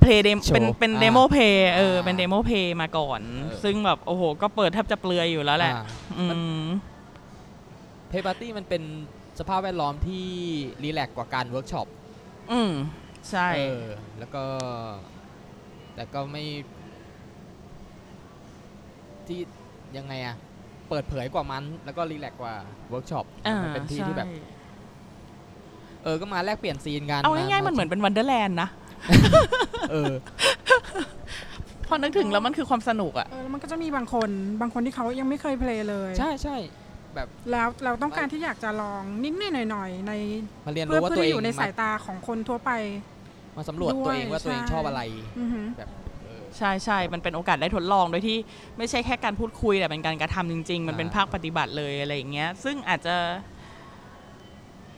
B: เพลย์เดม
A: โชว์
B: เป็นเป็น
A: อ่า
B: เดโมเพลย์เอออา เป็นเดโมเพลย์มาก่อน
A: เออ
B: ซึ่งแบบโอ้โห ก็เปิดแทบจะเปลือยอยู่แล้วแหละ
A: อ่า
B: อืม
A: เพย์ปาร์ตี้มันเป็นสภาพแวดล้อมที่รีแลกซ์กว่าการเวิร์กช็อป
B: อืม ใช่
A: เออแล้วก็ แต่ก็ไม่ ที่ยังไงอะเปิดเผยกว่ามัน แล้วก็รีแลกซ์กว่าเวิร์กช็อป
B: อ่า
A: มัเป็นที่ที่แบบ เออก็มาแลกเปลี่ยนซีนกัน
B: เอาง่ายๆมันเหมือนเป็นวันเดอร์แลนด์นะ
A: เออ
B: พอนึกถึงแล้วมันคือความสนุกอะ
C: เออแล้วมันก็จะมีบางคนบางคนที่เขายังไม่เคยเพลงเลย
A: ใช่ใช่
C: แล้วเราต้องการที่อยากจะลองนิดๆหน่อยๆใน
A: มาเรียน
C: เพื่อ
A: รู้ว่า
C: เพื่อ
A: ตัวเอ
C: ที่
A: ง
C: อยู่ในสาย
A: มา
C: ตาของคนทั่วไป
A: มาสำรวจ
C: ด้วย
A: ตัวเองว่าตัวเอง
C: ใช่
A: ชอบอะไร
C: อือหือ
A: แบบเออ
B: ใช่ใช่มันเป็นโอกาสได้ทดลองโดยที่ไม่ใช่แค่การพูดคุยแต่เป็นการกระทำจริง ๆ มันเป็น
A: อ่า
B: ภาคปฏิบัติเลยอะไรอย่างเงี้ย ซึ่งอาจจะ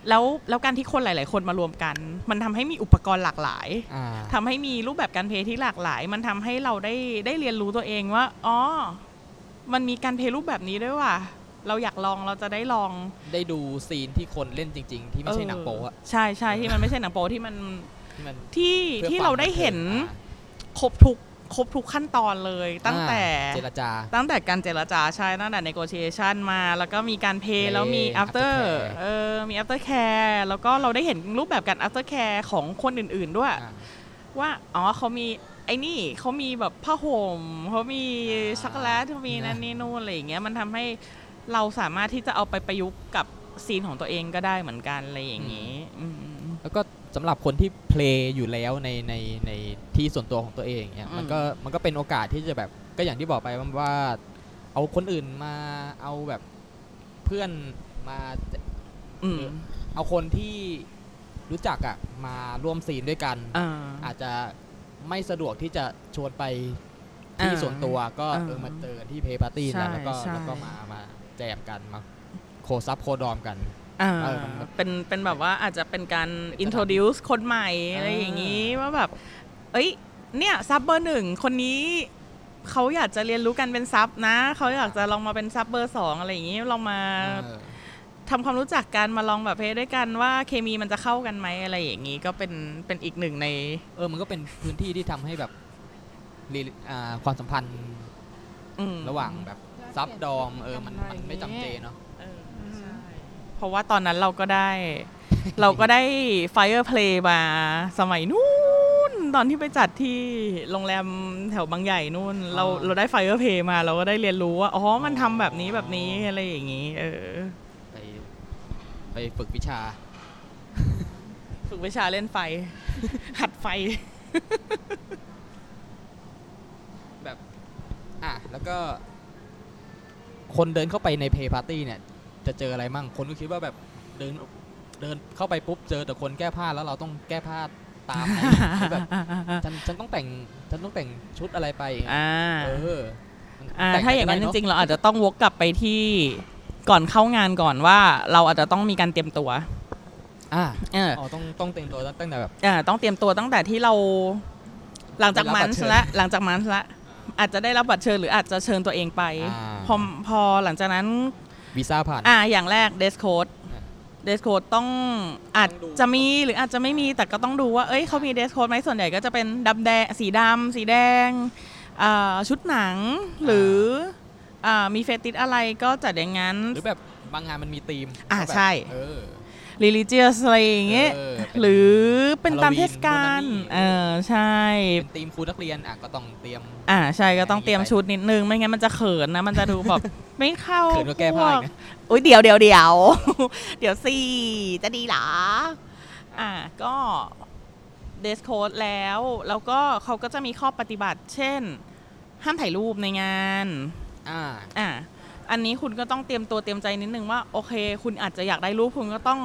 B: แล้วแล้วการที่คนหลาย ๆ คนมารวมกัน มันทำให้มีอุปกรณ์หลากหลาย
A: อ่า
B: ทำให้มีรูปแบบการเพลย์ที่หลากหลาย มันทำให้เราได้ได้เรียนรู้ตัวเองว่า อ๋อ มันมีการเพลย์รูปแบบนี้ด้วยว่ะ เราอยากลองเราจะได้ลอง
A: ได้ดูซีนที่คนเล่นจริง ๆ ที่ไม่ใช่หนังโป๊อะ
B: ใช่ใช่ที่มันไม่ใช่หนังโป๊ที่มัน
A: ที่มัน
B: ที่
A: พื่อ
B: ที่
A: ควม
B: เราได้เห็น
A: บังอิญ
B: ครบทุกครบทุกขั้นตอนเลย
A: อ่า
B: ตั้งแต่
A: เจรจา
B: ตั้งแต่การเจรจาใช่ตั้งแต่ negotiation มา แล้วก็มีการเพย์
A: Play
B: แล้วมี after
A: aftercare
B: เออมี after care แล้วก็เราได้เห็นรูปแบบการ after care ของคนอื่น ๆด้วย
A: อ่า
B: ว่า อ๋อเขามีไอ้นี่เขามีแบบผ้าห่มเขามีช็อกโกแลตเขามี
A: นะ
B: นั่นนี่นู่นอะไรอย่างเงี้ยมันทำให้เราสามารถที่จะเอาไปประยุกต์กับซีนของตัวเองก็ได้เหมือนกันอะไรอย่างงี้อืม
A: แล้วก็สำหรับคนที่เพลย์อยู่แล้วในในในที่ส่วนตัวของตัวเองเนี่ย
B: อืม
A: มันก็มันก็เป็นโอกาสที่จะแบบก็อย่างที่บอกไปว่าว่า เอาคนอื่นมาเอาแบบเพื่อนมา
B: อืม
A: เอาคนที่รู้จักอะมาร่วมซีนด้วยกัน
B: อ่า
A: อาจจะไม่สะดวกที่จะชวนไปที่
B: อ่า
A: ส่วนตัวก็
B: อ่า
A: เออมาเจอกันที่เพย์ปาร์ตี้
B: ใช่
A: นะแล้วก็
B: ใช่
A: แล้วก็มามาแจมกันมาโคซับโคดอมกัน
B: อ่า
A: เออมัน
B: เป็นเป็นแบบว่าอาจจะเป็นการ
A: เป็นสถาน
B: introduce คนใหม่อะไรอย่างงี้ว่าแบบ เอ้ยเนี่ยซับเบอร์หนึ่งคนนี้เขาอยากจะเรียนรู้กันเป็นซับนะเขาอยากจะลองมาเป็นซับเบอร์สองอะไรอย่างงี้ลองมา
A: เออ
B: ทำความรู้จักกันมาลองแบบเพลย์ด้วยกันว่าเคมีมันจะเข้ากันไหมอะไรอย่างนี้ก็เป็นเป็นอีกหนึ่งใน
A: เออ มันก็เป็นพื้นที่ที่ทำให้แบบ re- อ่าความสัมพันธ์
B: อืม
A: ระหว่างแบบซับดอม เออ มันมันไม่จำเจเนาะ
B: เออ
C: ใช่
B: เพราะว่าตอนนั้นเราก็ได้ เราก็ได้ Fire Play มาสมัยนู้นตอนที่ไปจัดที่โรงแรมแถวบางใหญ่นู่น เรา
A: อ๋อ
B: เราได้ Fire Play มาเราก็ได้เรียนรู้ว่า อ๋อ มัน
A: อ๋อ
B: ทำแบบนี้แบบนี้อะไรอย่างนี้ เออ
A: ไปไปฝึกวิชา
B: ฝึกวิชาเล่นไฟ หัดไฟ
A: แบบ อ่ะ แล้วก็ คนเดินเข้าไปในเพย์พาร์ตี้เนี่ย จะเจออะไรมั่ง คนก็คิดว่าแบบเดินเดินเข้าไปปุ๊บ เจอแต่คนแก้ผ้าแล้วเราต้องแก้ผ้า ตามไหมคือแบบฉันฉันต้องแต่งฉันต้องแต่งชุดอะไรไป
B: อ่า
A: เออมัน
B: อ่า
A: แต่
B: ถ้าอย่างนั้นจ
A: ะไะ
B: ริงๆ เราอาจจะต้องวกกลับไปที่ก่อนเข้างานก่อนว่า เราอาจจะต้องมีการเตรียมตัว
A: อ่า
B: เออ
A: อ๋อต้องต้องเตรียมตัวตั้งแต่แบบ
B: อ่าต้องเตรียมตัวตั้งแต่ที่เราหลังจากมัน
A: ได้รับบัตรเชิญ
B: ละหลังจากมันละอาจจะได้รับบัตรเชิญหรืออาจจะเชิญตัวเองไป
A: อ่า
B: พอพอหลังจากนั้น
A: วีซ่าผ่าน
B: อ่าอย่างแรกเดสโคด
A: อ่า
B: เดสโคดต้องอาจ
A: ต้องดู
B: จะมีหรืออาจจะไม่มีแต่ก็ต้องดูว่า เอ้ยเขามีเดสโคดไหมส่วนใหญ่ก็จะเป็นดำแดงสีดำสีแดงอ่าชุดหนังหรืออ่ามีเฟติสอะไรก็จัดอย่างนั้น
A: หรือแบบบางงานมันมีธีม
B: อ่า
A: ว่าแบบ
B: ใช่
A: เออ
B: r e l i g i o u s อะไรอย่างเงี้ย
A: เออ
B: หรือเป็นตาม
A: Halloween
B: เทศกาล
A: นู่นนั่นนี่
B: เออใช่
A: เป็นธีมครูนักเรียนอ่ะก็ต้องเตรียม
B: อ่าใช่ก็ต้อง
A: อย่างนี้
B: เตรียมชุดนิดนึง ไม่งั้นมันจะเขินนะ มันจะดู แบบ ไม่เข้า
A: เขินก็แก้ผ้าอีกนะ
B: พวกอุ้ยเดี๋ยวเดี๋ยวเดี๋ยว เดี๋ยวสิจะดีเหรออ่าก็เดสโคดแล้ว แล้วก็เขาก็จะมีข้อปฏิบัติ เช่น ห้ามถ่ายรูปในงาน
A: อ่า
B: อ่ะอันนี้คุณก็ต้องเตรียมตัวเตรียมใจนิดนึงว่า โอเค คุณอาจจะอยากได้รูปคุณก็ต้อง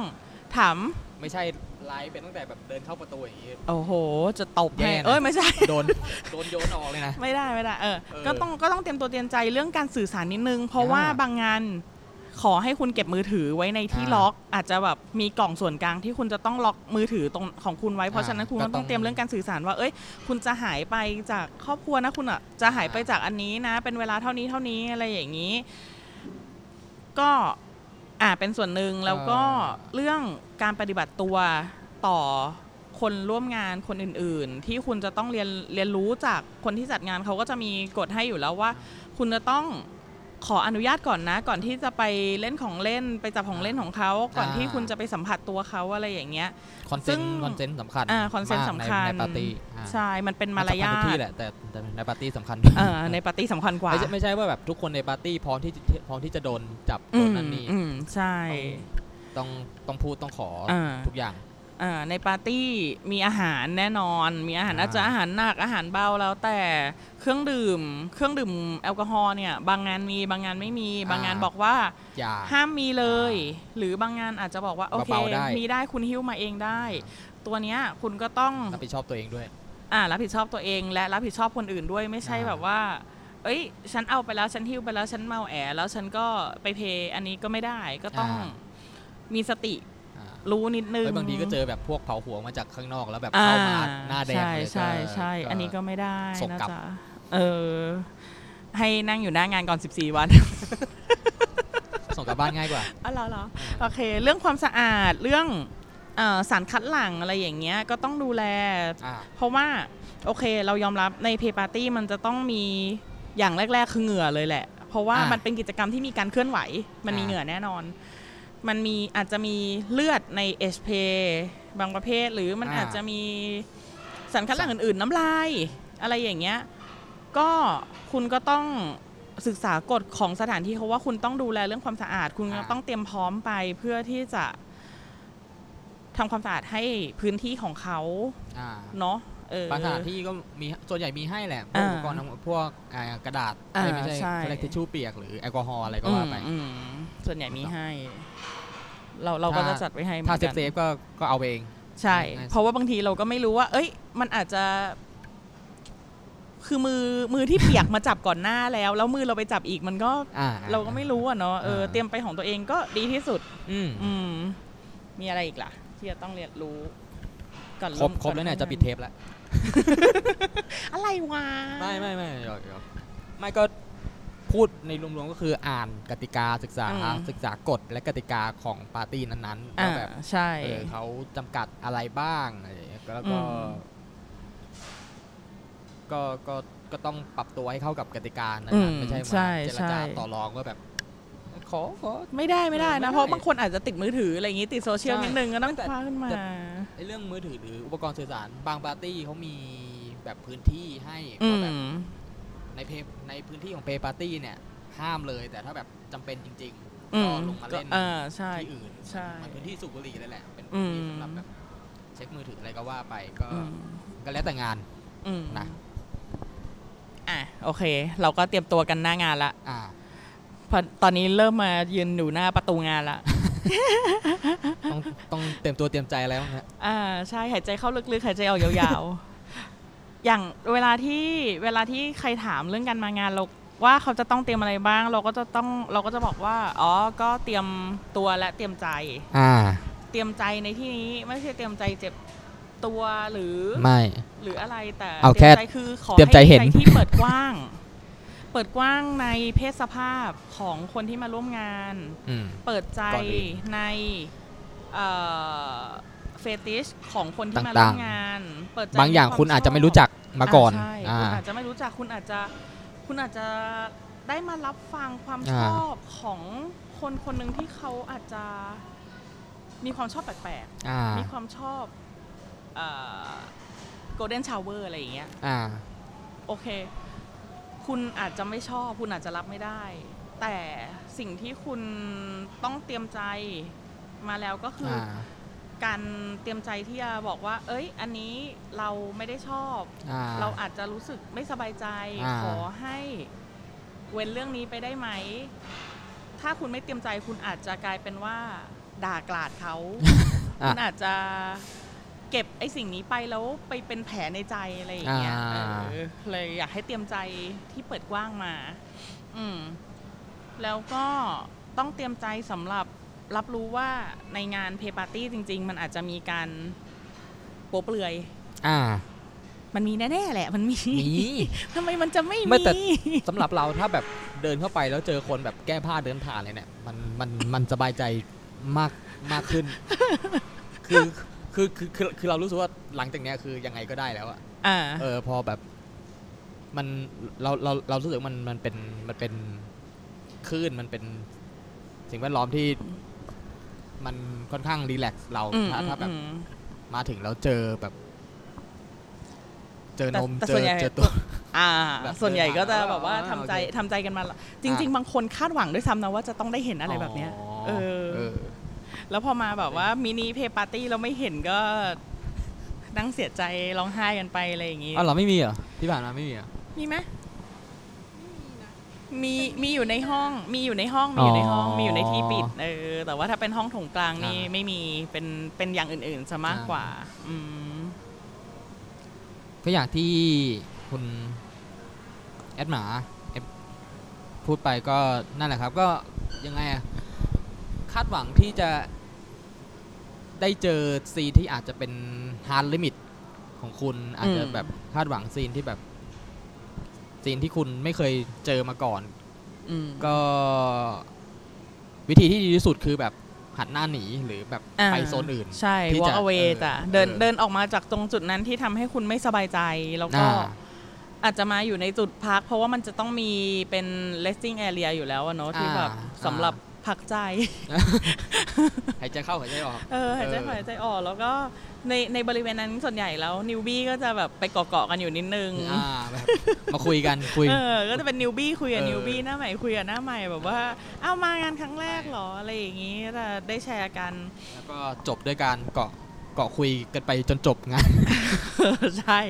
B: ถาม
A: ไม่ใช่ไลฟ์เป็นตั้งแต่แบบเดินเข้าประตูอย่างงี้
B: โอ้โห จะตบ
A: แย่
B: ให้
A: นะ
B: เอ้ย ไม่ใช่
A: โดน โดนโยนออกเลยนะ
B: ไม่ได้ไม่ได้ เออ
A: เออ
B: ก็ต้องก็ต้องเตรียมตัวเตรียมใจเรื่องการสื่อสารนิดนึง เพราะว่า
A: อ่า
B: บางงานขอให้คุณเก็บมือถือไว้ในที่
A: อ่า
B: ล็อก อาจจะแบบมีกล่องส่วนกลางที่คุณจะต้องล็อกมือถือตรงของคุณไว้ เพราะ
A: อ่า
B: ฉะนั้นคุณ
A: ก็
B: ก็
A: ต้
B: ต้
A: อ
B: อง งเตรียมเรื่องการสื่อสารว่า เอ้ย คุณจะหายไปจากครอบครัวนะคุณอ่ะ จะหายไป
A: อ่า
B: จากอันนี้นะ เป็นเวลาเท่านี้เท่านี้อะไรอย่างนี้ ก็อ่าเป็นส่วนหนึ่งแล้วก็เรื่องการปฏิบัติตัวต่อคนร่วมงานคนอื่น ๆ ที่คุณจะต้องเรียนเรียนรู้จากคนที่จัดงานเขาก็จะมีกฎให้อยู่แล้วว่า คุณจะต้องขออนุญาตก่อนนะ ก่อนที่จะไปเล่นของเล่นไปจับของเล่นของเขาก่อน
A: อ่า
B: ที่คุณจะไปสัมผัสตัวเขาอะไรอย่างเงี้ย
A: คอนเซ
B: ซึ่
A: น
B: ง
A: ต์คอนเซนต์สำคัญ
B: อ่า consent
A: มาก
B: สำคัญ
A: ในในปาร์ตี้อ่า
B: ใช่มันเป็นมารยา
A: สำคัญทุก
B: ท
A: ที่แหละแต่แต่ในปาร์ตี้สำคัญ
B: เออในปาร์ตี้สำคัญกว่า
A: ไม่ใช่ไม่ใช่ว่าแบบทุกคนในปาร์ตี้พร้อมที่จะพร้อมที่จะโดนจับโด
B: อื
A: น
B: ม
A: นั่นนี่
B: อืมใช่
A: ต้องต้องต้องพูดต้องขออา ทุกอย่าง
B: เอ่อในปาร์ตี้มีอาหารแน่นอน มีอาหาร
A: อ่า
B: อาจจะอาหารหนักอาหารเบาแล้วแต่เครื่องดื่ม เครื่องดื่มแอลกอฮอล์เนี่ยบางงานมีบางงานไม่มี บางงานบอกว่า
A: อย่า
B: ห้ามมีเลย หรือบางงานอาจจะบอกว่าโอเค
A: เบาๆได้
B: มีได้คุณหิ้วมาเองได้ ตัวเนี้ยคุณก็ต้อง
A: รับผิดชอบตัวเองด้วย
B: อ่ารับผิดชอบตัวเองและรับผิดชอบคนอื่นด้วยไม่ใช่
A: อ่า
B: แบบว่า เอ้ย ฉันเอาไปแล้วฉันหิ้วไปแล้วฉันเมาแอแล้วฉันก็ไปเพย์อันนี้ก็ไม่ได้ก็ต้องมีสติ
A: อ่า
B: รู้นิดนึง
A: เฮ้ยบางทีก็เจอแบบพวกเผาหัวมาจากข้างนอกแล้วแบบเข้ามาหน้าแดง
B: ใช่
A: เลยก็
B: ใช่ใช่อันนี้ก็ไม่ได้นะจ๊ะเออ ให้นั่งอยู่หน้างานก่อน 14 วัน
A: ส่งกลับบ้านง่ายกว่า
B: อ๋อเหรอเหรอโอเค เรื่องความสะอาดเรื่องเอ่อสารคัดหลั่งอะไรอย่างเงี้ยก็ต้องดูแล
A: อ่า
B: เพราะว่าโอเคเรายอมรับในเพย์ปาร์ตี้มันจะต้องมีอย่างแรก ๆ คือเหงื่อเลยแหละ เพราะว่า
A: อ่ะ
B: มันเป็นกิจกรรมที่มีการเคลื่อนไหว มันมี
A: อ่ะ
B: เหงื่อแน่นอน มันมีอาจจะมีเลือดในเอชเพบางประเภท หรือมันอาจจะมีสารคัดหลั่งอื่น ๆ น้ำลาย อะไรอย่างเงี้ยก็คุณก็ต้องศึกษากฎของสถานที่เขาว่าคุณต้องดูแลเรื่องความสะอาด คุณก็ต้องเตรียมพร้อมไปเพื่อที่จะทำความสะอาดให้พื้นที่ของเขา
A: อ่า
B: เนาะเออ
A: บางสถานที่ก็มีส่วนใหญ่มีให้แหละพวก
B: อ่า
A: อุปกรณ์ทั้งหมดพวกอ่ากระดาษ
B: อ่า
A: ไม่ใช่
B: ใช่
A: เขาเรียกทิชชู่เปียกหรือแอลกอฮอล์อะไรก็
B: อืม
A: ว่าไป
B: อืมส่วนใหญ่มีให้ เราเราก็
A: ถ้า
B: จะจัดไว้ให้หมือน
A: ถ้า
B: กัน
A: เซฟๆก็ก็เอาไปเอง
B: ใช่ เพราะว่าบางทีเราก็ไม่รู้ว่า เอ้ย มันอาจจะ คือมือมือที่เปียก มาจับก่อนหน้าแล้ว แล้วมือเราไปจับอีกมันก็
A: อ่า
B: เราก็ไม่รู้อะเนาะเออ
A: อ่า
B: เตรียมไปของตัวเองก็ดีที่สุด
A: อืม
B: อืม มีอะไรอีกล่ะ ที่จะต้องเรียนรู้ ก่อน
A: ครบ
B: ม
A: ครบแล้วเนี่ยจะปิดเทปแล้ว
B: อะไรวะ
A: ไม่ไม่ไม่หยอกหยอกไม่ก็พูดในรวมๆก็คืออ่านกติกาศึกษาศึกษากฎและกติกาของปาร์ตี้นั้นๆ
B: อ่า
A: ว่าแบบ
B: ใช่
A: เออเขาจำกัดอะไรบ้างอะไรอย่างเงี้ยแล้วก็
B: อืม
A: ก็ก็ก็ต้องปรับตัวให้เข้ากับกติกานั้
B: อื
A: น
B: ม
A: ๆไม่ใช่มา
B: ใช่
A: เจร
B: ใช่
A: จาต่อรองว่าแบบ ขอขอ
B: ไม่ได้ไม่ได้
A: เออไม่ได้
B: นะ เพราะบางคนอาจจะติดมือถืออะไรอย่างนี้ติดโซเชียล
A: ใช่
B: นิดนึงก็ต้อง
A: แต่
B: คว้าขึ้นมา
A: ไอ้เรื่องมือถือหรืออุปกรณ์สื่อสารบางปาร์ตี้เขามีแบบพื้นที่ให้
B: อื
A: ว่าม แบบในเพย์ในพื้นที่ของเพย์ปาร์ตี้เนี่ย ห้ามเลยแต่ถ้าแบบจำเป็นจริง ๆ
B: อื
A: ก็
B: ม
A: ลงมา
B: ก็
A: เล่น
B: เออใช่
A: ที่อื่น
B: ใช่
A: มันพื้นที่สูบบุหรี่เลยแหละ เป็นพื้นที่
B: อืม
A: สำหรับแบบเช็คมือถืออะไรก็ว่าไปก็
B: อืม
A: ก็แล้วแต่งาน
B: อืม
A: นะ
B: อ่ะโอเค เราก็เตรียมตัวกันหน้างานละ
A: อ่า
B: พอตอนนี้เริ่มมายืนอยู่หน้าประตูงาน ละ
A: ต้องต้องเตรียมตัวเตรียมใจอะไรบ้างฮะ
B: อ่าใช่หายใจเข้าลึกๆหายใจออกยาวๆ อย่างเวลาที่เวลาที่ใครถามเรื่องการมางานเราว่าเขาจะต้องเตรียมอะไรบ้าง เราก็จะต้องเราก็จะบอกว่าอ๋อก็เตรียมตัวและเตรียมใจ
A: อ่า
B: เตรียมใจในที่นี้ไม่ใช่เตรียมใจเจ็บตัวหรือ
A: ไม่
B: หรืออะไรแต่
A: เอา
B: ตรียม
A: แค่
B: ใจคือขอ
A: เตรียมใจเห็น
B: ห้ที่เปิดกว้าง เปิดกว้างในเพศสภาพของคนที่มาร่วมงาน
A: อืม
B: เปิดใจ
A: ก่อนอื่น
B: ในเฟติชของคนที่มา
A: ต่างๆ
B: ร่วมงานเปิดใจ
A: บางอย่าง
B: ในว
A: คุณอาจจะไม่รู้
B: ชบ
A: จักมาก่อน
B: ใช่
A: อ่า
B: คุณอาจจะไม่รู้จักคุณอาจจะคุณอาจจะได้มารับฟังความช
A: อ่า
B: อบของคนคนหนึ่งที่เขาอาจจะมีความชอบแปลกๆ
A: อ่า
B: มีความชอบโกลเด้นชาวเวอร์อะไรอย่างเงี้ย
A: อ่า
B: โอเค คุณอาจจะไม่ชอบ คุณอาจจะรับไม่ได้ แต่สิ่งที่คุณต้องเตรียมใจมาแล้วก็คือ
A: อ่า
B: อการเตรียมใจที่จะบอกว่า เอ้ย อันนี้เราไม่ได้ชอบ
A: อ่า
B: เราอาจจะรู้สึกไม่สบายใจ
A: อ่า
B: ขอให้เว้นเรื่องนี้ไปได้ไหม ถ้าคุณไม่เตรียมใจคุณอาจจะกลายเป็นว่า ด่ากลาด เขา
A: อ่า
B: คุณอาจจะเก็บไอ้สิ่งนี้ไปแล้วไปเป็นแผลในใจอะไรอย่างเงี้ย
A: อ่า
B: เออเลยอยากให้เตรียมใจที่เปิดกว้างมา อืม แล้วก็ต้องเตรียมใจสำหรับรับรู้ว่าในงานเพย์ปาร์ตี้จริง ๆ มันอาจจะมีการโป๊เปลือย
A: อ่า
B: มันมีแน่ๆแหละ มันมี
A: มี
B: ทำไมมันจะไม่
A: ไม่
B: มี
A: แต่ สำหรับเราถ้าแบบเดินเข้าไปแล้วเจอคนแบบแก้ผ้าเดินผ่านเลยเนี่ย มันมันมันสบายใจมากมาก ขึ้น คือคือคือคือคือเรารู้สึกว่าหลังจากเนี้ยคือยังไงก็ได้แล้วอะ
B: อ่า
A: เออพอแบบมันเราเราเรารู้สึกมันมันเป็นมันเป็นคลื่นมันเป็นสิ่งแวดล้อมที่มันค่อนข้างรีแลกซ์เรา
B: อืม
A: ถ้าถ้าแบบ
B: อืม
A: มาถึงแล้วเจอแบบ เจอ
B: แต่
A: นม
B: แต่
A: เจอ
B: ส่วนใหญ่
A: เจอตัว
B: อ่า
A: แบบ
B: ส่วนใหญ่ก็จะ
A: เดินผ่าน
B: แบบว่า
A: แล้วก็
B: ทำใจ
A: โอเค
B: ทำใจกันมาละจริง
A: อ่ะ
B: ๆ บางคนคาดหวังด้วยซ้ำนะว่าจะต้องได้เห็นอะไรแบบเนี้ย เออ
A: เออ
B: แล้วพอมาแบบว่ามินิเพย์ปาร์ตี้เราไม่เห็นก็นั่งเสียใจร้องไห้กันไปอะไรอย่างงี้
A: อ๋อเหรอไม่มีเหรอที่ผ่านมาไม่มีเหรอ
B: มีไหมมีมีอยู่ในห้องมีอยู่ในห้องมีอยู่ในห้อง
A: อ๋อ
B: มีอยู่ในที่ปิดเออแต่ว่าถ้าเป็นห้องโถงกลางนี่
A: อ่า
B: ไม่มีเป็นเป็นอย่างอื่นๆซะมาก
A: อ่า
B: กว่า อืม
A: ก็อย่างที่คุณแอดหมาแอดพูดไปก็นั่นแหละครับ ก็ยังไงอะคาดหวังที่จะได้เจอซีนที่อาจจะเป็นฮาร์ดลิมิตของคุณอาจจะแบบคาดหวังซีนที่แบบซีนที่คุณไม่เคยเจอมาก่อน
B: อืม
A: ก็วิธีที่ดีที่สุดคือแบบหันหน้าหนีหรือแบบ
B: อ่า
A: ไปโซนอื่น
B: ใช่
A: ที่จะ
B: walk away
A: เออ
B: จ้ะเดิน
A: เออ
B: เดินออกมาจากตรงจุดนั้นที่ทำให้คุณไม่สบายใจ แล้วก็
A: อ่า
B: อาจจะมาอยู่ในจุดพัก เพราะว่ามันจะต้องมีเป็น resting area อยู่แล้วอะเนาะที่
A: อ่า
B: แบบสำหรับพักใจ
A: หายใจเข้าหายใจออก
B: เออหายใจ
A: เออ
B: หายใจออกแล้วก็ในในบริเวณนั้นส่วนใหญ่แล้วนิวบี้ก็จะแบบไปเกาะๆกันอยู่นิดนึง
A: อ่าแบบมาคุยกันคุย
B: เออ ก็จะเป็นนิวบี้คุยกับ
A: เออ
B: นิวบี้หน้าใหม่คุยกับหน้าใหม่แบบว่า เอ้ามางานครั้งแรกเหรออะไรอย่างนี้แต่ได้แชร์กัน
A: แล้วก็จบด้วยการเกาะเกาะคุยกันไปจนจบงาน
B: เออใช่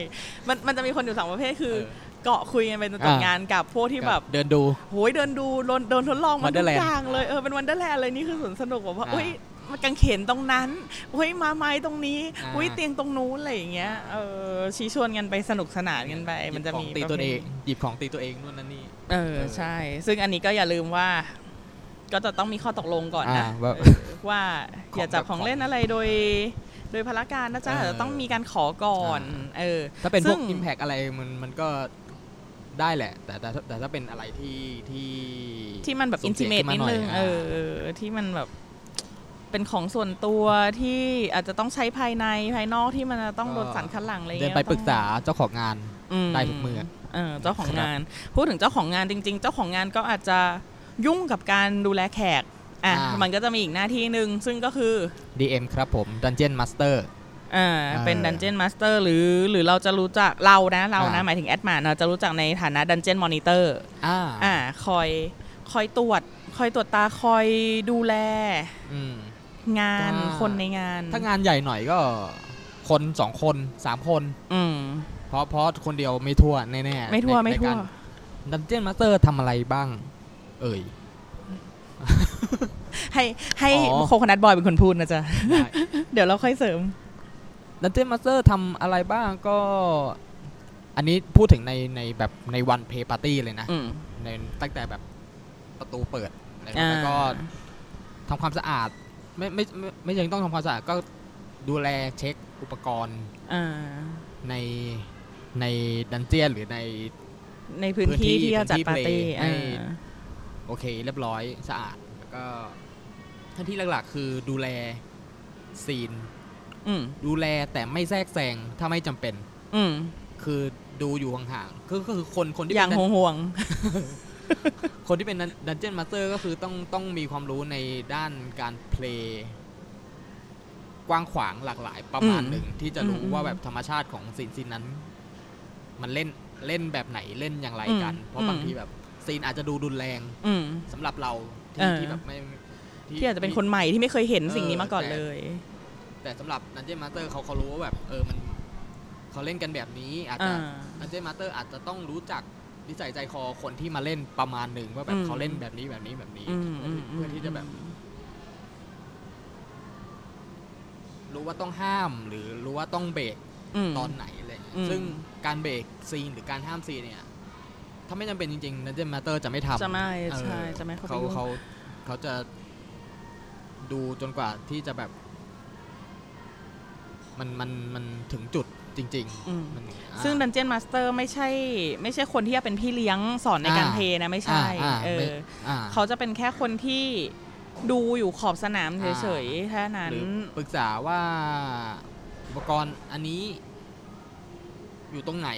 B: มันมันจะมีคนอยู่สองประเภทคือ
A: เออ
B: เกาะคุยกันไปจนจบ
A: อ่าง
B: งานกับพวกที่แบบ
A: เดินดู
B: โหยเดินดูโดนโดนทดลองมันทุก
A: Wonderland
B: อย่างเลยเออเป็นวันเดอร์แลนด์เลยนี่คือสวนสนุกแบบว่า
A: อ่า
B: เอ้ยมากางเขนตรงนั้นเฮ้ยมาไม้ตรงนี้
A: อ่า
B: เฮ้ยเตียงตรงนู้นอะไรอย่างเงี้ยเออชี้ชวนกันไปสนุกสนานกันไป มันจะมี
A: หยิบของตีตัวเองหยิบของตีตัวเองนู่นนั่นนี่
B: เออ
A: เออ
B: ใช่ ซึ่งอันนี้ก็อย่าลืมว่า ก็จะต้องมีข้อตกลงก่อน
A: อ่า
B: นะ
A: ว่า
B: เออว่าอย่าจับของเล่นอะไรโดย โดยพละการนะจ๊ะ
A: เออ
B: จะต้องมีการขอก่อน
A: อ่า
B: เออ
A: ถ้าเป็นพ
B: ซึ่
A: วก
B: ง
A: อิมแพกอะไรมันมันก็ได้แหละ แต่แต่แต่ถ้าเป็นอะไรที่ที่
B: ที่มันแบบ
A: สุ่
B: อินทิ
A: สี่ยง
B: เมต
A: ขึ้า
B: นิด
A: ห
B: นึง
A: ยะ
B: เออ ที่มันแบบเป็นของส่วนตัวที่อาจจะต้องใช้ภายในภายนอกที่มันจะต้อง
A: ก็
B: โดนสันคัดหลังอะไร
A: เดิ
B: เงี้
A: น
B: ย
A: ไป
B: ต้อง
A: ปรึกษาเจ้าของงาน
B: ม
A: ได้ทุกเมื่อ
B: เออเจ้าของ
A: ครับ
B: งาน พูดถึงเจ้าของงานจริง ๆ เจ้าของงานก็อาจจะยุ่งกับการดูแลแขกอ่ะมันก็จะมีอีกหน้าที่หนึ่งซึ่งก็คือ
A: DM ครับผม Dungeon Master
B: อ่า
A: อ่า
B: เป็นดันเจียนมาสเตอร์หรือหรือเราจะรู้จักเรานะเรานะ
A: อ่า
B: หมายถึงแอดมาเราจะรู้จักในฐานะดันเจียนมอนิเตอร์
A: อ่า
B: อ่าคอยคอยตรวจ คอยตรวจตาคอยดูแล
A: อืม
B: งาน
A: อ่า
B: คนในงาน
A: ถ้างานใหญ่หน่อยก็คนสองคนสามคน
B: อืม
A: เพราะเพราะคนเดียวไม่ทั่วแน่ๆ
B: ไม่ทั่วไม่ทั่ว
A: ดันเจียนมาสเตอร์ทำอะไรบ้าง เอ่ย
B: ให้ให้
A: อ๋อ
B: โคโคนัทบอยเป็นคนพูดนะ จ๊ะ เดี๋ยวเราค่อยเสริม
A: ดันเจียนมาสเตอร์ทำอะไรบ้างก็ อันนี้พูดถึงในในแบบในวันเพย์ปาร์ตี้เลยนะ
B: อืม
A: ในตั้งแต่แบบประตูเปิดอะไร
B: อ่า
A: แล้วก็ทำความสะอาด ไม่ไม่ไม่ไม่ยังต้องทำความสะอาดก็ดูแลเช็คอุปกรณ์
B: อ่า
A: ในในดันเจียนหรือใน
B: ในพื้น
A: พื้นที่
B: ที่ที่เราจัด
A: พื้
B: ปาน ร์
A: ที่
B: ตี้
A: play ให้ โอเค เรียบร้อยสะอาด แล้วก็หน้าที่หลักๆ คือดูแลซีน
B: อืม
A: ดูแลแต่ไม่แทรกแซงถ้าไม่จำเป็น
B: อืม
A: คือดูอยู่ห่างๆก็ก็คือคนคนที่
B: อ
A: เป็
B: ย่าง
A: นดัน
B: ห่วงห่วง
A: คนที่เป็นดันเจียนมาสเตอร์ก็คือต้องต้องมีความรู้ในด้านการเพลย์กว้างขวางหลากหลายประมาณหนึ่งที่จะรู้ว่าแบบธรรมชาติของซีนซีนนั้น มันเล่นเล่นแบบไหนเล่นอย่างไรกัน เพราะบางทีแบบซีนอาจจะดูรุนแรง
B: อืม
A: สำหรับเรา
B: เอ
A: ที่
B: อ
A: ที่แบบไม่
B: ที่อาจจะเป็นคนใหม่ที่ไม่เคยเห็นสิ่งนี้มาก่อนเลย
A: แต่สำหรับ d ันเจี n นมาสเตอร์เขาเขารู้ว่าแบบ เออมันเขาเล่นกันแบบนี้ อาจจะ
B: อ่า
A: d ันเจี n นมาสเตอร์อาจจะต้องรู้จักนิสัยใจคอคนที่มาเล่นประมาณหนึ่งว่าแบ
B: อื
A: บ
B: ม
A: เขาเล่นแบบนี้แบบนี้แบบนี้
B: อืมอืม
A: เพื่อที่จะแบบ รู้ว่าต้องห้ามหรือรู้ว่าต้องเบรก
B: ม
A: ตอนไหนอะไรอย่างเงี้ย
B: อืม
A: ซึ่งการเบรกซีนหรือการห้ามซีนเนี่ย ถ้าไม่จำเป็นจริงๆ d ันเจี n นมาสเตอร์จะไม่ทำ
B: จะไม่
A: เออ
B: ใช่จะไม่เข้าไป
A: เขา
B: ยุ่ง
A: เขาเขาจะดูจนกว่าที่จะแบบ มันมันมันถึงจุดจริง ๆ
B: อืม
A: มันอย่างเงี้ย
B: ซึ่ง
A: อ่า
B: ดันเจียนมาสเตอร์ไม่ใช่ ไม่ใช่คนที่จะเป็นพี่เลี้ยงสอนในการ
A: อ่า
B: เพลย์นะ ไม่ใช่
A: อ่า
B: เอ
A: ไม่
B: อ
A: อ่
B: เขาจะเป็นแค่คนที่ดูอยู่ขอบสนามเฉยๆแค่นั้น
A: หรือปรึกษาว่าอุปกรณ์อันนี้อยู่ตรงไหน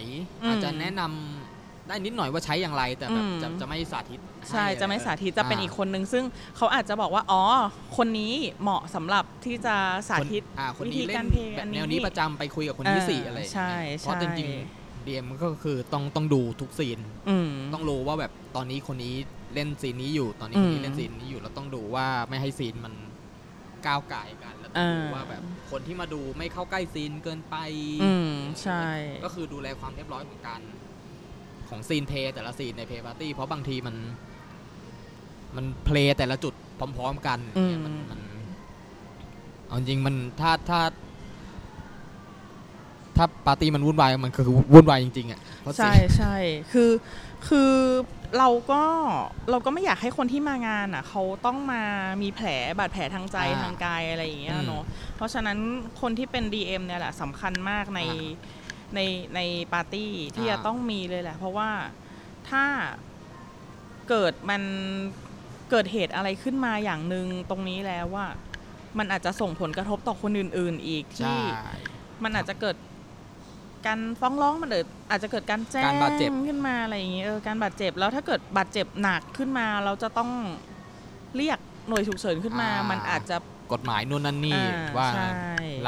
B: อืม
A: อาจจะแนะนำได้นิดหน่อยว่าใช้อย่างไร แต่แบบ
B: อืม
A: จะจะไม่สาธิตห้
B: ใช่จะไม่สาธิตจะเป็นอีก
A: า
B: คนนึง ซึ่งเขาอาจจะบอกว่า อ๋อ คนนี้เหมาะสำหรับที่จะสาธิต
A: คนอ่าคน
B: วิธี
A: นี้เล่
B: การ
A: น
B: เพลง
A: แบบ
B: อันนี้
A: แนวนี้ประจำไปคุยกับคนที่
B: อ่า
A: สี่อะไรอย่างเงี้ย
B: ใช่
A: เพราะ
B: ใช่
A: จริงๆเดียมก็คือต้องต้องดูทุกซีน
B: อืม
A: ต้องรู้ว่าแบบตอนนี้คนนี้เล่นซีนนี้อยู่ ตอนนี้คน
B: อื
A: นี้
B: ม
A: เล่นซีนนี้อยู่แล้วต้องดูว่าไม่ให้ซีนมัน ก้าวไก่ายกันแล้วก็
B: อ่า
A: ดูว่าแบบคนที่มาดูไม่เข้าใกล้ซีนเกินไป
B: อืมใช่
A: ก็คือดูแลความเรียบร้อยของการของซีนเพลย์แต่ละซีนในเพลย์ปาร์ตี้ เพราะบางทีมัน มันเพลย์แต่ละจุดพร้อมๆกัน
B: อืม
A: เนี่ยมันมันเอาจริงๆมันถ้าถ้า ถ้าปาร์ตี้มันวุ่นวาย มันคือวุ่นวายจริงๆอ่ะเพราะ
B: ใช่
A: สิ่ง
B: ใช่คือคือเราก็เราก็ไม่อยากให้คนที่มางานอ่ะเขาต้องมามีแผลบาดแผลทางใจทางกายอะไรอย่างเงี้ยเนาะเพราะฉะนั้นคนที่เป็น DM เนี่ยแหละสำคัญมากในในในปาร์ตี้ที่จะต้องมีเลยแหละ เพราะว่าถ้าเกิดมันเกิดเหตุอะไรขึ้นมาอย่างหนึ่งตรงนี้แล้วว่า มันอาจจะส่งผลกระทบต่อคนอื่น ๆ อีก
A: ใช่
B: ที่ มันอาจจะเกิดการฟ้องร้องมันหรืออาจจะเกิดการแจ้ง
A: การบาดเจ็บ
B: ขึ้นมาอะไรอย่างนี้เออการบาดเจ็บแล้วถ้าเกิดบาดเจ็บหนักขึ้นมา เราจะต้องเรียกหน่วยฉุกเฉินขึ้นมา มันอาจจะ
A: กฎหมายนู่นนั่นนี่
B: อ่า
A: ว่า
B: ใช่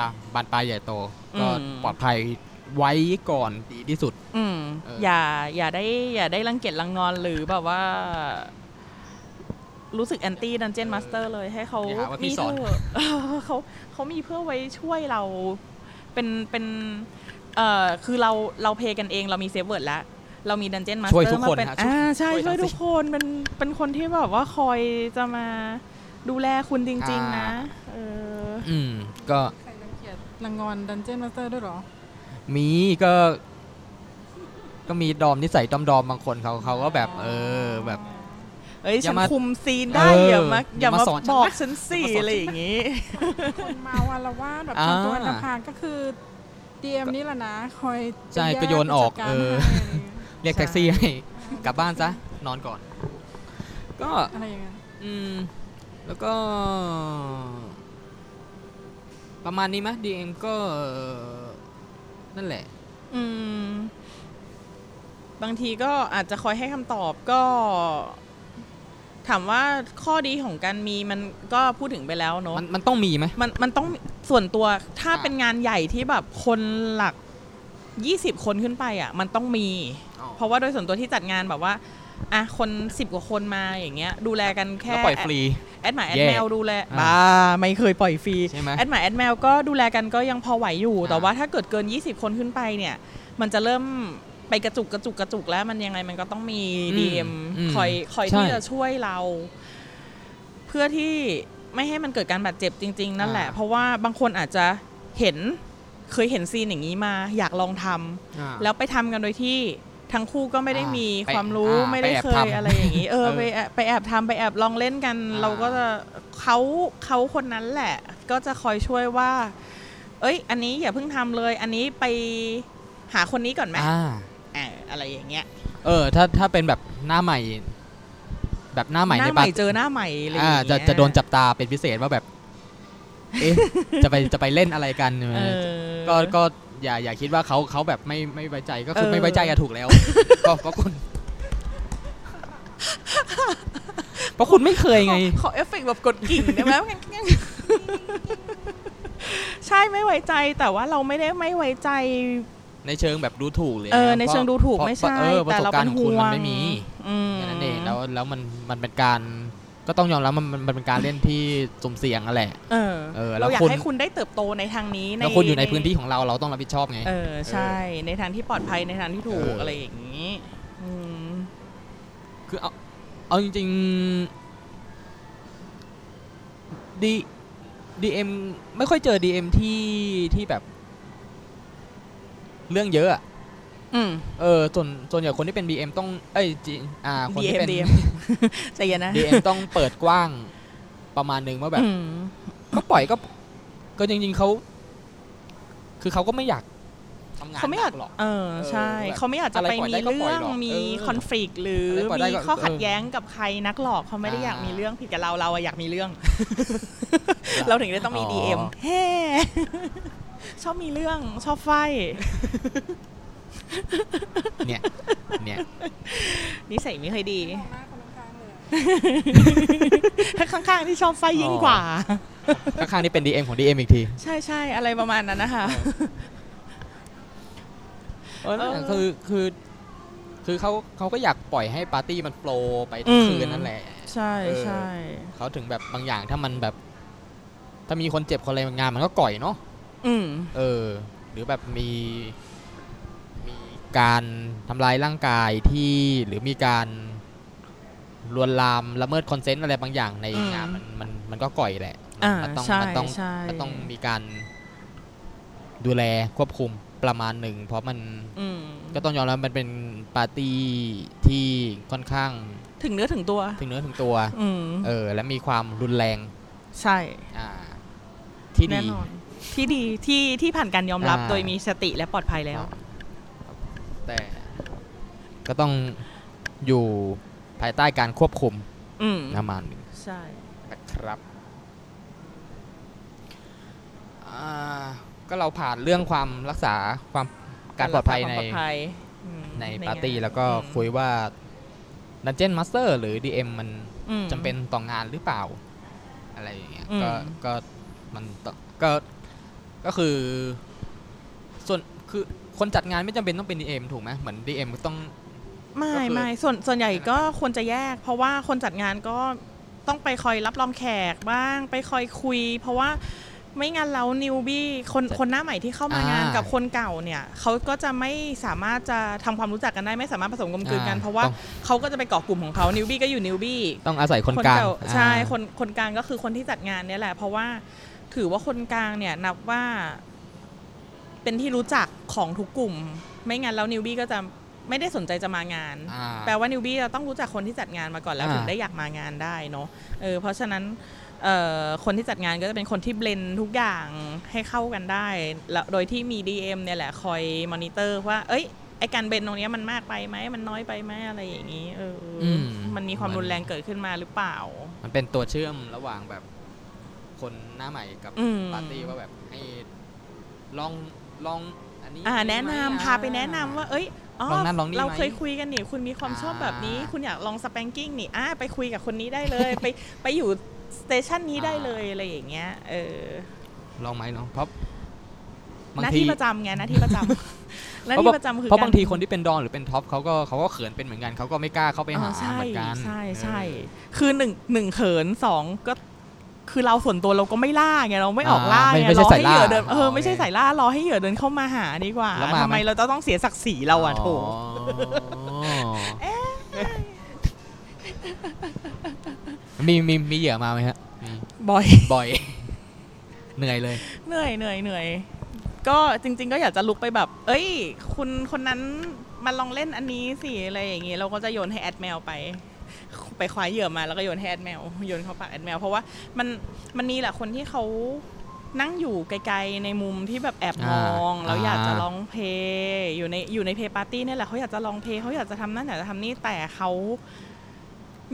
A: ละบานปลายใหญ่โต ก็
B: อืม
A: ปลอดภัยไว้ก่อนดีที่สุด
B: อืม
A: เอออ
B: อย่าอย่าได้อย่าได้รังเกียจรังงอนหรือแบบว่า รู้สึกแอนตี้ดันเจียนมาสเตอร์เลยให้เขา
A: อย่าหาว่าพี่
B: มี
A: สอน
B: เพื่อ เขาเขามีเพื่อไว้ช่วยเราเป็นเป็นเอ่อคือเราเราเพลย์กันเองเรามีเซฟเวิร์ดแล้ว เรามีดันเจียนมาส
A: ช่วย
B: เตอ
A: ทุก
B: ร์มา
A: คน
B: เป็น
A: ฮะช่วย
B: อ่าใช่
A: ช่
B: ช่
A: ว
B: วย ย
A: ทั้ง
B: ทุก
A: สิบ
B: คนเป็นเป็นคนที่แบบว่าคอยจะมาดูแลคุณจริง ๆ
A: อ่า
B: นะ เออ
A: อืม ก็
C: ใครรังเกียจรังงอนดันเจี้ยนมาสเตอร์ด้วยเหรอ
A: มีก็ก็มีดอมนิสัยดอมดอมๆบางคนเขาเขาก็แบบ เออแบบ
B: เอ้ย
A: อย่า
B: ฉัน
A: มา
B: คุมซีนได้
A: เออ
B: อย่ามา
A: อ
B: อย่
A: า
B: ย่า
A: มา
B: มา
A: สอนฉัน
B: บอก
A: นะ
B: ฉันสิ
A: อย่ามาสอนฉัน
B: อะไรอย่างงี้
C: คนเมาอาละวาดแบบ
A: อ่า
C: ทำตัวอันธพาลก็คือเตรียมนี่แหละนะ คอย
A: ใช่
C: จะแ
A: ก็โยนออก
C: จัดาร
A: เออ
C: ให้ะไรอย่างเงี้ย
A: เรียก
B: ใช่
A: แท็กซี่ให้ กลับบ้านซะ นอนก่อน ก็
C: อะไรอย่างเงี้ย
A: อืม แล้วก็ ประมาณนี้ไหมดีเอ็มก็ นั่นแหละ
B: อืม บางทีก็อาจจะคอยให้คำตอบก็ ถามว่าข้อดีของการมีมันก็พูดถึงไปแล้วเนอะ
A: มันมันต้องมีไหม
B: มันมันต้องส่วนตัวถ้า
A: อ่ะ
B: เป็นงานใหญ่ที่แบบคนหลัก 20 คนขึ้นไปอ่ะ มันต้องมี
A: อ๋อ
B: เพราะว่าโดยส่วนตัวที่จัดงานแบบว่าอ่ะคน 10 กว่าคนมาอย่างเงี้ย ดูแลกันแค่
A: แล้วปล่อยฟรี
B: แอดหมายแอ
A: แย
B: ด
A: ก
B: แมวดูแล
A: อ่า
B: บ้าไม่เคยปล่อยฟรี
A: ใช่ไหม
B: แอดหมายแอดแมวก็ดูแลกันก็ยังพอไหวอยู่
A: อ่า
B: แต่ว่าถ้าเกิดเกิน 20 คนขึ้นไปเนี่ย มันจะเริ่มไปกระจุกกระจุกกระจุกแล้วมันยังไงมันก็ต้องมี
A: อืม
B: DM
A: อืม
B: คอยคอย
A: ใช่
B: ที่จะช่วยเรา เพื่อที่ไม่ให้มันเกิดการบาดเจ็บจริง ๆ นั่นแหละ
A: อ่า
B: เพราะว่าบางคนอาจจะเห็นเคยเห็นซีนอย่างนี้มา อยากลองทำ
A: อ่า
B: แล้วไปทำกันโดยที่ทั้งคู่ก็ไม่ได้
A: อ่ามี
B: มี
A: ไป
B: ความรู้
A: อ่า
B: ไม่ได้
A: ไปแอบ
B: เค
A: ทำ
B: ยอะไรอย่าง นี้ เออ
A: เออ
B: ไปแอบไปแอบทำไปแอบลองเล่นกัน
A: อ่า
B: เราก็จะเขาเขาคนนั้นแหละ ก็จะคอยช่วยว่า เอ้ย อันนี้อย่าเพิ่งทำเลย อันนี้ไปหาคนนี้ก่อนไหม
A: อ่า
B: อ่าอะไรอย่างเงี้ย
A: เออ ถ้าถ้าเป็นแบบหน้าใหม่ แบบหน้าใหม่
B: หน้า
A: ใน
B: ใหม่
A: ปาร์
B: เจอหน้าใหม่อะไรอย่าง
A: อ่า
B: เงี้ย
A: จะจะโดนจับตาเป็นพิเศษว่าแบบ เอ๊ะ จะไปจะไปเล่นอะไรกันเออ
B: เออ
A: ก็ก็อย่าอย่าคิดว่าเขาเขาแบบไม่ไม่ไว้ใจก็คือ
B: เออ
A: ไม่ไว้ใจอะถูกแล้ว ก็เพราะคุณเพราะคุณไม่เคยไง
B: ขอขอเอฟเฟกต์แบบกดกิ่งได้ไหม งั้นงั้นใช่ไม่ไว้ใจแต่ว่าเราไม่ได้ไม่ไว้ใจ
A: ในเชิงแบบดูถูกเลย
B: เออ
A: นะ
B: ในเชิงดูถูก
A: เพราะ
B: ไม่ใช่
A: เออประ
B: แต่
A: สบ
B: เรา
A: การ
B: เป็
A: ณ์
B: น
A: ของ
B: ห่
A: คุณ
B: ว
A: มัน
B: ง
A: ไม่มี
B: อืม
A: แค่นั้นเองแล้วแล้วมันมันเป็นการ ก็ต้องยอมรับมันมันมันเป็นการเล่นที่สุ่มเสี่ยงนั่นแหละ
B: เออ
A: เออแล้ว
B: เราอยา
A: คุ
B: ก
A: ณ
B: ให้คุณได้เติบโตในทางนี้
A: แล้วคุณอยู่ในพื้นที่ของเราเราต้องรับผิดชอบไง
B: เออใช่ ในทางที่ปลอดภัยในทางที่ถู
A: เอก ออ
B: อะไรอย่างนี้อืม
A: คือเอาเอาจริงๆดีดีเอ็มไม่ค่อยเจอดีเอ็มที่ที่แบบ เรื่องเยอะอะ
B: อืม
A: เออส่วนส่วนใหญ่คนที่เป็น BM ต้องเอ้ยจีอ่าคนที่
B: DM
A: เป็น
B: DM ใจเย็นนะ
A: DM ต้องเปิดกว้างประมาณหนึงว่าแบบ
B: อืม
A: ก็ปล่อยก็ ก็จริง ๆเขาคือเขาก็ไม่อยากทำงาน
B: เขาไม่อยาก
A: หนัหรอก
B: เออใช่
A: เออแบบ
B: เขาไม่อยากจะ
A: อะไร
B: ไป
A: ปล่อย
B: มี
A: ได้ก็ปล่อย
B: เรื่อง
A: หรอก
B: มี
A: เออ
B: คอนฟ lict หรืออะไร
A: ปล่อยได้
B: มี
A: ก็
B: ข้อ
A: เออ
B: ขัดแย้งกับใครนักหรอกเขาไม่ได้อยาก
A: อ่ามี
B: มีเรื่องผิดกับเราเราอะอยากมีเรื่อง เราถึงได้ต้องมี
A: อ๋อ
B: DM เฮ้ ชอบมีเรื่องชอบไฟ
A: เนี่ย เนี่ย
B: นิสัยไม่ ค่อยดี
C: มองหน้าคนข้างๆเลยอะ
B: ถ้าข้างๆที่ชอบไฟยิ่งกว่า
A: ข้างๆนี่เป็น DM ของ DM อีกที
B: ใช่ใช่อะไรประมาณนั้นนะคะ
A: เออนั่นแหละ
B: เออ
A: คือคือคือเขาเขาก็อยากปล่อยให้ปาร์ตี้มันโฟลว์ไปทั้ง
B: อืม
A: คืนนั่นแหละ
B: ใช่ใช่
A: เขาถึงแบบบางอย่างถ้ามันแบบ ถ้ามีคนเจ็บคนอะไรงานมันก็ก่อยเนาะ
B: อืม
A: เออ หรือแบบมีมีการทำลายร่างกายที่หรือมีการลวนลามละเมิดคอนเซนต์อะไรบางอย่างใน
B: อืม
A: งานมันมันมันก็ก่อยแหละ
B: อ่ามั
A: มัต้อง
B: ใช่
A: มัต้อง
B: ใช่
A: มันต้องมีการดูแลควบคุมประมาณหนึ่ง เพราะมัน
B: อืม
A: ก็ต้องยอมรับมันเป็นปาร์ตี้ที่ค่อนข้าง
B: ถึงเนื้อถึงตัว
A: ถึงเนื้อถึงตัว
B: อืม
A: เออ และมีความรุนแรง
B: ใช่
A: อ่า ที่
C: แน่
A: ดี
C: นอน
B: ที่ดีที่ที่ผ่านการยอมรับ
A: อ่า
B: โดยมีสติและปลอดภัยแล้ว
A: แต่ก็ต้องอยู่ภายใต้การควบคุม
B: อืม
A: ประมาณหนึง
B: ใช่
A: นะครับอ่าก็เราผ่านเรื่องความรักษาความการปลอดภัยใน
B: กาปลอดภัยอืม
A: ใน
B: งน
A: ปาร์ตี้แล้วก็
B: อืม
A: คุยว่า Dungeon Master หรือ DM มัน
B: อืม
A: จำเป็นต่องานหรือเปล่า อะไรอย่างเงี้ย
B: อืม
A: ก็ก็มันต้องก็ก็คือ ส่วนคือคนจัดงานไม่จำเป็นต้องเป็น DM ถูกไหมเหมือน DM ต้อง ก็
B: ไม่
A: คือ
B: ไม่ส่วนส่วนใหญ่ก็ควรจะแยก เพราะว่าคนจัดงานก็ต้องไปคอยรับรองแขกบ้างไปคอยคุย เพราะว่าไม่งั้นแล้วนิวบี้คน
A: จะ
B: คนหน้าใหม่ที่เข้ามางาน
A: อ่า
B: กับคนเก่าเนี่ยเขาก็จะไม่สามารถจะทำความรู้จักกันได้ไม่สามารถผสมกลมกลืนกัน
A: อ่
B: เพราะว่า
A: ต้อง
B: เขาก็จะไปเกาะกลุ่มของเขานิวบี้ก็อยู่นิวบี้
A: ต้องอาศัยคนกลาง
B: เใช่
A: อ่า
B: คนคนกลางก็คือคนที่จัดงานเนี่ยแหละ เพราะว่าถือว่าคนกลางเนี่ยนับว่าเป็นที่รู้จักของทุกกลุ่ม ไม่งั้นแล้วนิวบี้ก็จะไม่ได้สนใจจะมางาน
A: อ่า
B: แปลว่านิวบี้จะต้องรู้จักคนที่จัดงานมาก่อนแล้ว
A: อ่า
B: ถึงได้อยากมางานได้เนาะเออเพราะฉะนั้นเอ่อคนที่จัดงานก็จะเป็นคนที่เบลนทุกอย่างให้เข้ากันได้แล้วโดยที่มี DM เนี่ยแหละคอยมอนิเตอร์ว่า เอ้ยไอการเบลนตรงเนี้ยมันมากไปไหมมันน้อยไปไหมอะไรอย่างนี้เอออ
A: ม
B: มันมีความรุนแรงเกิดขึ้นมาหรือเปล่า
A: มันเป็นตัวเชื่อมระหว่างแบบคนหน้าใหม่กับ
B: อืม
A: ปาร์ตี้ว่าแบบให้ลองลองอันนี้
B: อ่า
A: ดีไหม
B: แนะนำ
A: อ่
B: พาไปแนะนำว่า เอ้ยอ๋อ
A: ลองนั่นลองนี่
B: เรา
A: ไหม
B: เคยคุยกันนี่คุณมีความชอบแบบนี้
A: อ่า
B: คุณอยากลองสแปงกิ้งนี่อ่าไปคุยกับคนนี้ได้เลย ไปไปอยู่สเตชันนี้ได้
A: อ่า
B: เลยอะไรอย่างเงี้ยเออ
A: ลองไหมเนาะเพราะบาง
B: หน้า
A: ที
B: ที่ประจำไงหน้าที่ประจ ำหน้า
A: เพราะ
B: ที่ประจำคือ
A: เพราะบาง
B: ก
A: ทีคนที่เป็นดอนหรือเป็นท็อปเขาก็เขาก็เขินเป็นเหมือนกันเขาก็ไม่กล้าเข้าไป
B: อ๋
A: หา
B: อใช่
A: เหมือนกัน
B: ใช่ใช่
A: เออ
B: คือหนึ่งหนึ่งเขินสองก็คือเราส่วนตัวเราก็ไม่ล่าไงเราไม่ออก
A: อ่า
B: ล่า
A: ไม่
B: ไง
A: ไม่ใช่
B: รอ
A: สา
B: ให้
A: ย
B: เห
A: ล่า
B: ยื่อเดินเออ
A: โอเค
B: ไม่ใช่สายล่ารอให้เหยื่อเดินเข้ามาหาดีกว่า
A: แล้วมา
B: ทำไม
A: ไหม
B: เราจะต้องเสียศักดิ์ศรีเราอ่ะโถูก
A: อ๋อมีมีมีเหยื่อมาไหมฮะมี
B: บ่อย
A: บ่อย เหนื่อยเลย
B: เหนื่อยเหนื่อยเหนื่อยก็จริง ๆ ก็อยากจะลุกไปแบบ เอ้ย คุณคนนั้นมาลองเล่นอันนี้สิอะไรอย่างงี้เราก็จะโยนให้แอดแมวไป ไปคว้าเหยื่อมาแล้วก็โยนให้แอดแมวโยนเข้าปากแอดแมวเพราะว่ามันมันมีแหละคนที่เขานั่งอยู่ไกลๆในมุมที่แบบแอบมอง
A: อ่า
B: แล้วอยากจะ
A: อ่า
B: ร้องเพลงอยู่ในอยู่ในเพลย์ปาร์ตี้เนี่ยแหละเขาอยากจะร้องเพลงเขาอยากจะทำนั่นอยากจะทำนี่แต่เขา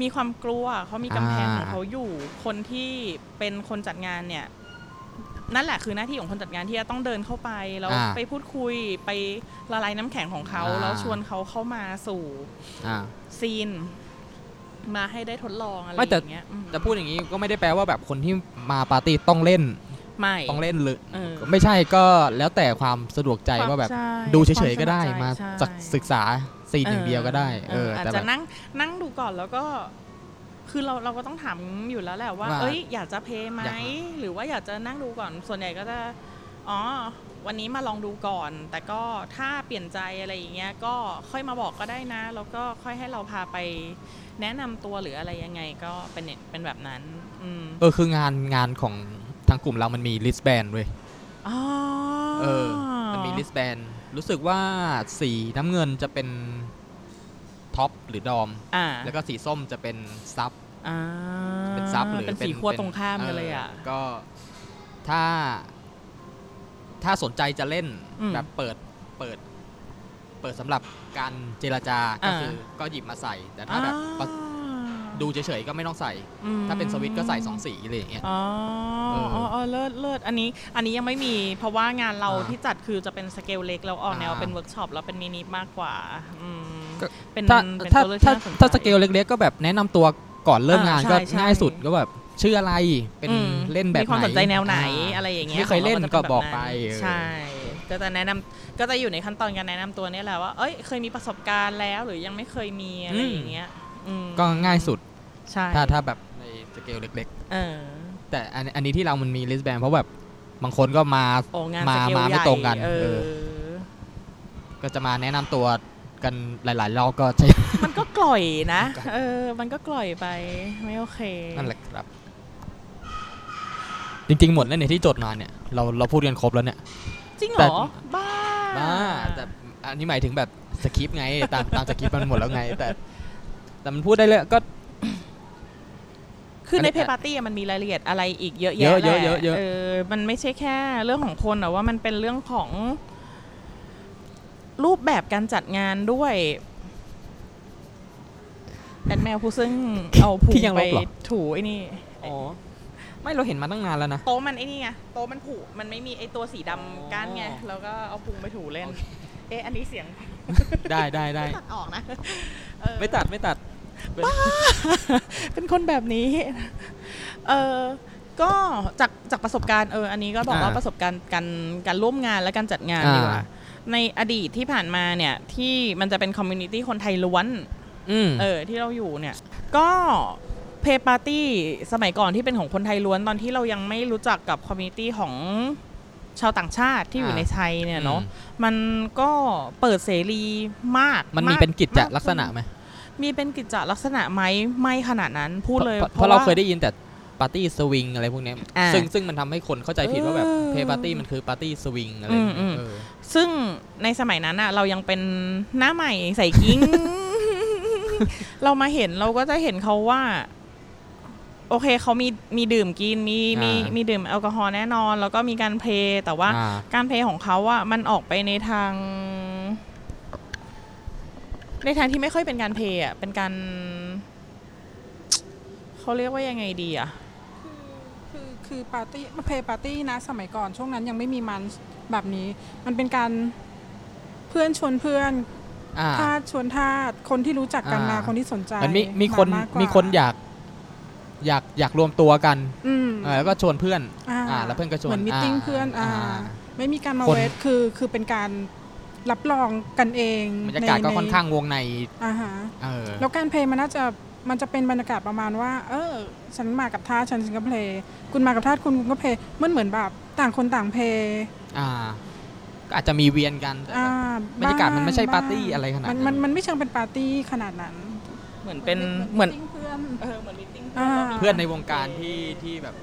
B: มีความกลัวเขามีกำแพงของเขาอยู่ คนที่เป็นคนจัดงานเนี่ย นั่นแหละคือหน้าที่ของคนจัดงานที่จะต้องเดินเข้าไปแล้ว
A: อ่า
B: ไปพูดคุยไปละลายน้ำแข็งของเขา
A: อ่า
B: แล้วชวนเขาเข้ามาสู่
A: อ่า
B: ซีน มาให้ได้ทดลองอะไร
A: ไม่
B: อ
A: แต่
B: ย่างเงี้ยอืม
A: จะพูดอย่างนี้ก็ไม่ได้แปลว่าแบบคนที่มาปาร์ตี้ต้องเล่น
B: ไม่
A: ต้องเล่นเลย
B: เออ
A: ไม่ใช่ก็แล้วแต่ความสะดวกใจว่าแบบ
B: ใช่
A: ดูเฉยๆก็ได้
B: คว
A: มา
B: สนใจ
A: จัก
B: ใช่
A: ศึกษาซีนอย่างเดียวก็ได้ เออ
B: อาจ
A: แต่แบ
B: จะ
A: บ
B: นั่งนั่งดูก่อนแล้วก็ คือเราเราก็ต้องถามอยู่แล้วแหละว่า
A: ว่า
B: เอ้ย อยากจะเพลย์ไหม
A: อยาก
B: หรือว่าอยากจะนั่งดูก่อนส่วนใหญ่ก็จะอ๋อ วันนี้มาลองดูก่อน แต่ก็ถ้าเปลี่ยนใจอะไรอย่างเงี้ยก็ค่อยมาบอกก็ได้นะ แล้วก็ค่อยให้เราพาไปแนะนำตัวหรืออะไรยังไงก็เป็นเป็นแบบนั้น อืม
A: เออคืองานงานของทางกลุ่มเรามันมีลิสแบนด้วย
B: อ๋อ
A: เออ มันมีลิสแบนรู้สึกว่าสีน้ำเงินจะเป็นท็อปหรือดอม
B: อ่า
A: แล้วก็สีส้มจะเป็นซับ
B: อ่า
A: เป็นซับหรือ
B: เป็นสีขั้วตรงข้ามกันเลยอ่ะ
A: ก็ถ้า ถ้าสนใจจะเล่น
B: อืม
A: แบบเปิดเปิด เปิดสำหรับการเจรจาก็
B: อ่า
A: คือก็หยิบมาใส่ แต่ถ้าแบบ
B: อ่า
A: ดูเฉยๆก็ไม่ต้องใส่
B: อืม
A: ถ้าเป็นสวิตช์ก็ใส่สองสีอะไรอย่างเงี้ย
B: อ๋อ
A: เอออ๋
B: ออ๋อเลิศเลิศอันนี้ อันนี้ยังไม่มี เพราะว่างานเรา
A: อ่า
B: ที่จัดคือจะเป็นสเกลเล็กแล้วออกแนว
A: อ่า
B: เป็นเวิร์กช็อปแล้วเป็นมินิมากกว่าอืม
A: ก็
B: เป็น
A: ถ้า
B: เป็น
A: ถ้า
B: ตัวเลือก
A: ถ้า
B: ที่น่สนใจ
A: ถ้าสเกลเล็กๆ ก็แบบแนะนำตัวก่อนเริ่มา
B: อ่าง
A: น
B: ใช่
A: ก็
B: ใช่
A: ง่ายสุดก็แบบชื่ออะไรเป็น
B: อืม
A: เล่นแบบไหน
B: มีความสนใจแนวไหน
A: อ่า
B: อะไรอย่างเงี้ย
A: ไม่เคยเล่น
B: ของรา
A: ก็บอกไป
B: จะ
A: เออ
B: เนแบบนั้นใช่ ก็จะแนะนำก็จะอยู่ในขั้นตอนการแนะนำตัวเนี่ยแหละว่า เอ้ยเคยมีประสบการณ์แล้วหรือยังไม่เคยมีอะไรอย่างเงี้ยอืม
A: ก็ง่ายสุด
B: ใช่
A: ถ้าถ้าแบบในสเกลเล็ก
B: เออ
A: แต่อันอันนี้ที่เรามันมีลิสแบนเพราะแบบบางคนก็มา
B: โอ้งาน
A: มา
B: สเกล
A: มา
B: ให
A: ไม่
B: ญ่
A: ตรงกัน
B: เอ
A: เออ
B: อ
A: ก็จะมาแนะนำตัวกันหลายๆรอบก็ใช่
B: มันก็กล่อยนะ เออ มันก็กล่อยไปไม่โอเค
A: นั่นแหละครับ จริงๆ หมดแล้วเนี่ยที่จดมาเนี่ยเราเราพูดกันครบแล้วเนี่ย
B: จริงเห
A: แต่
B: รอ บ้า
A: บ้าแต่อันนี้หมายถึงแบบสคริปต์ไง ตามตามสคริปต์มันหมดแล้วไง แต่ แต่มันพูดได้เลยก็
B: คือ
A: อัน
B: ใน
A: นี้
B: เพย์ปาร์ตี้มันมีรายละเอียดอะไรอีกเยอะ
A: เย
B: แยะ
A: อะ
B: แหละ
A: เยอะเยอะเยอะ
B: เออ มันไม่ใช่แค่เรื่องของคนแต่ว่ามันเป็นเรื่องของรูปแบบการจัดงานด้วยแอดแมวผู้ซึ่งเอาผู
A: ที่ยังล
B: ไป
A: บเหรอ
B: ถูไอ้นี่
A: อ๋อไม่เราเห็นมาตั้งนานแล้วนะ
B: โต๊ะมันไอ้นี่ไงโต๊ะมันผุมันไม่มีไอ้ตัวสีดำก้านไง
A: อ๋อ
B: แล้วก็เอาพุงไปถูเล่น เอ๊ะอันนี้เสียง
A: ได้ได้ได้
B: ตัดออกนะ
A: ไม่ตัดไม่ตัด
B: เป็นคนแบบนี้ เออก็จากจากประสบการณ์เออ อันนี้ก็บอกว่า
A: อ่า
B: ประสบการณ์การการร่วมงานและการจัดงาน
A: อ่า
B: ดีกว่า ในอดีตที่ผ่านมาเนี่ย ที่มันจะเป็นคอมมูนิตี้คนไทยล้วน
A: อืม
B: เออ ที่เราอยู่เนี่ย ก็เพย์ปาร์ตี้สมัยก่อนที่เป็นของคนไทยล้วนตอนที่เรายังไม่รู้จักกับคอมมูนิตี้ของชาวต่างชาติที่อยู่
A: อ่า
B: ในไทยเนี่ยเนาะมันก็เปิดเสรีมาก
A: มันมีเป็นกิจจะ
B: มาก
A: ลักษณะไหม
B: มีเป็นกิจจะลักษณะไหมไม่ขนาดนั้นพูดเลย
A: เพราะเพราะเรา
B: ว่
A: เคยได้ยินแต่ปาร์ตี้สวิงอะไรพวกเนี้ย
B: อ่า
A: ซึ่งซึ่งมันทำให้คนเข้าใจผิดว่าแบบ
B: เออ
A: เพย์ปาร์ตี้มันคือปาร์ตี้สวิงอะไรอย่างเงี้ย
B: อืมอืม
A: เออ
B: ซึ่งในสมัยนั้นอะเรายังเป็นหน้าใหม่ใส่กิ้ง เรามาเห็นเราก็จะเห็นเขาว่า โอเคเขามีมีดื่มกินมีมี
A: อ่ามี
B: มีดื่มแอลกอฮอล์แน่นอน แล้วก็มีการเพลย์แต่ว่า
A: อ่า
B: การเพลย์ของเขาอะมันออกไปในทาง ในทางที่ไม่ค่อยเป็นการเพลย์อะเป็นการ เขาเรียกว่ายังไงดีอะ
C: คือคือปาร์ตี้เพย์ปาร์ตี้นะสมัยก่อนช่วงนั้นยังไม่มีมันแบบนี้ มันเป็นการเพื่อนชวนเพื่อน
A: อ่า
C: ทาสชวนทาสคนที่รู้จักกันมา
A: อ่า
C: คนที่สนใจ
A: มันมีมีคน
C: ากกว่
A: มีคนอยาก อยากอยากรวมตัวกัน
C: อืม
A: เออแล้วก็ชวนเพื่อน
C: อ่า
A: อ่าแล้วเพื่อนก็ชวน
C: เหมือนมิทติ้งเพื่อนอ่า
A: า
C: ไม่มีการมา
A: คน
C: เวทคือคือเป็นการรับรองกันเอง
A: บรรยากาศก็
C: ใน
A: ค่อนข้างวงใน
C: อ่าฮะ
A: เออ
C: แล้วการเพลงมันน่าจะมันจะเป็นบรรยากาศประมาณว่า เออ ฉันมากับท่าสฉันฉันก็เพลงคุณมากับท่าสคุณคุณก็เพลงมันเหมือนแบบต่างคนต่างเพลง
A: อ่า ก็อาจจะมีเวียนกันแต่
C: อ่า
A: บรรยากาศมันไม่ใช่
C: บ้ง
A: ปาร์ตี้อะไรขนาดนั้น
C: มัมันมันไม่เชิงเป็นปาร์ตี้ขนาดนั้น
B: เหมือนเป็นเหมือน
C: ติ้งเพื่อน
B: เออเหมือนมีติ้ง
C: อ่า
A: เพื่อนในวงการที่ที่แบบ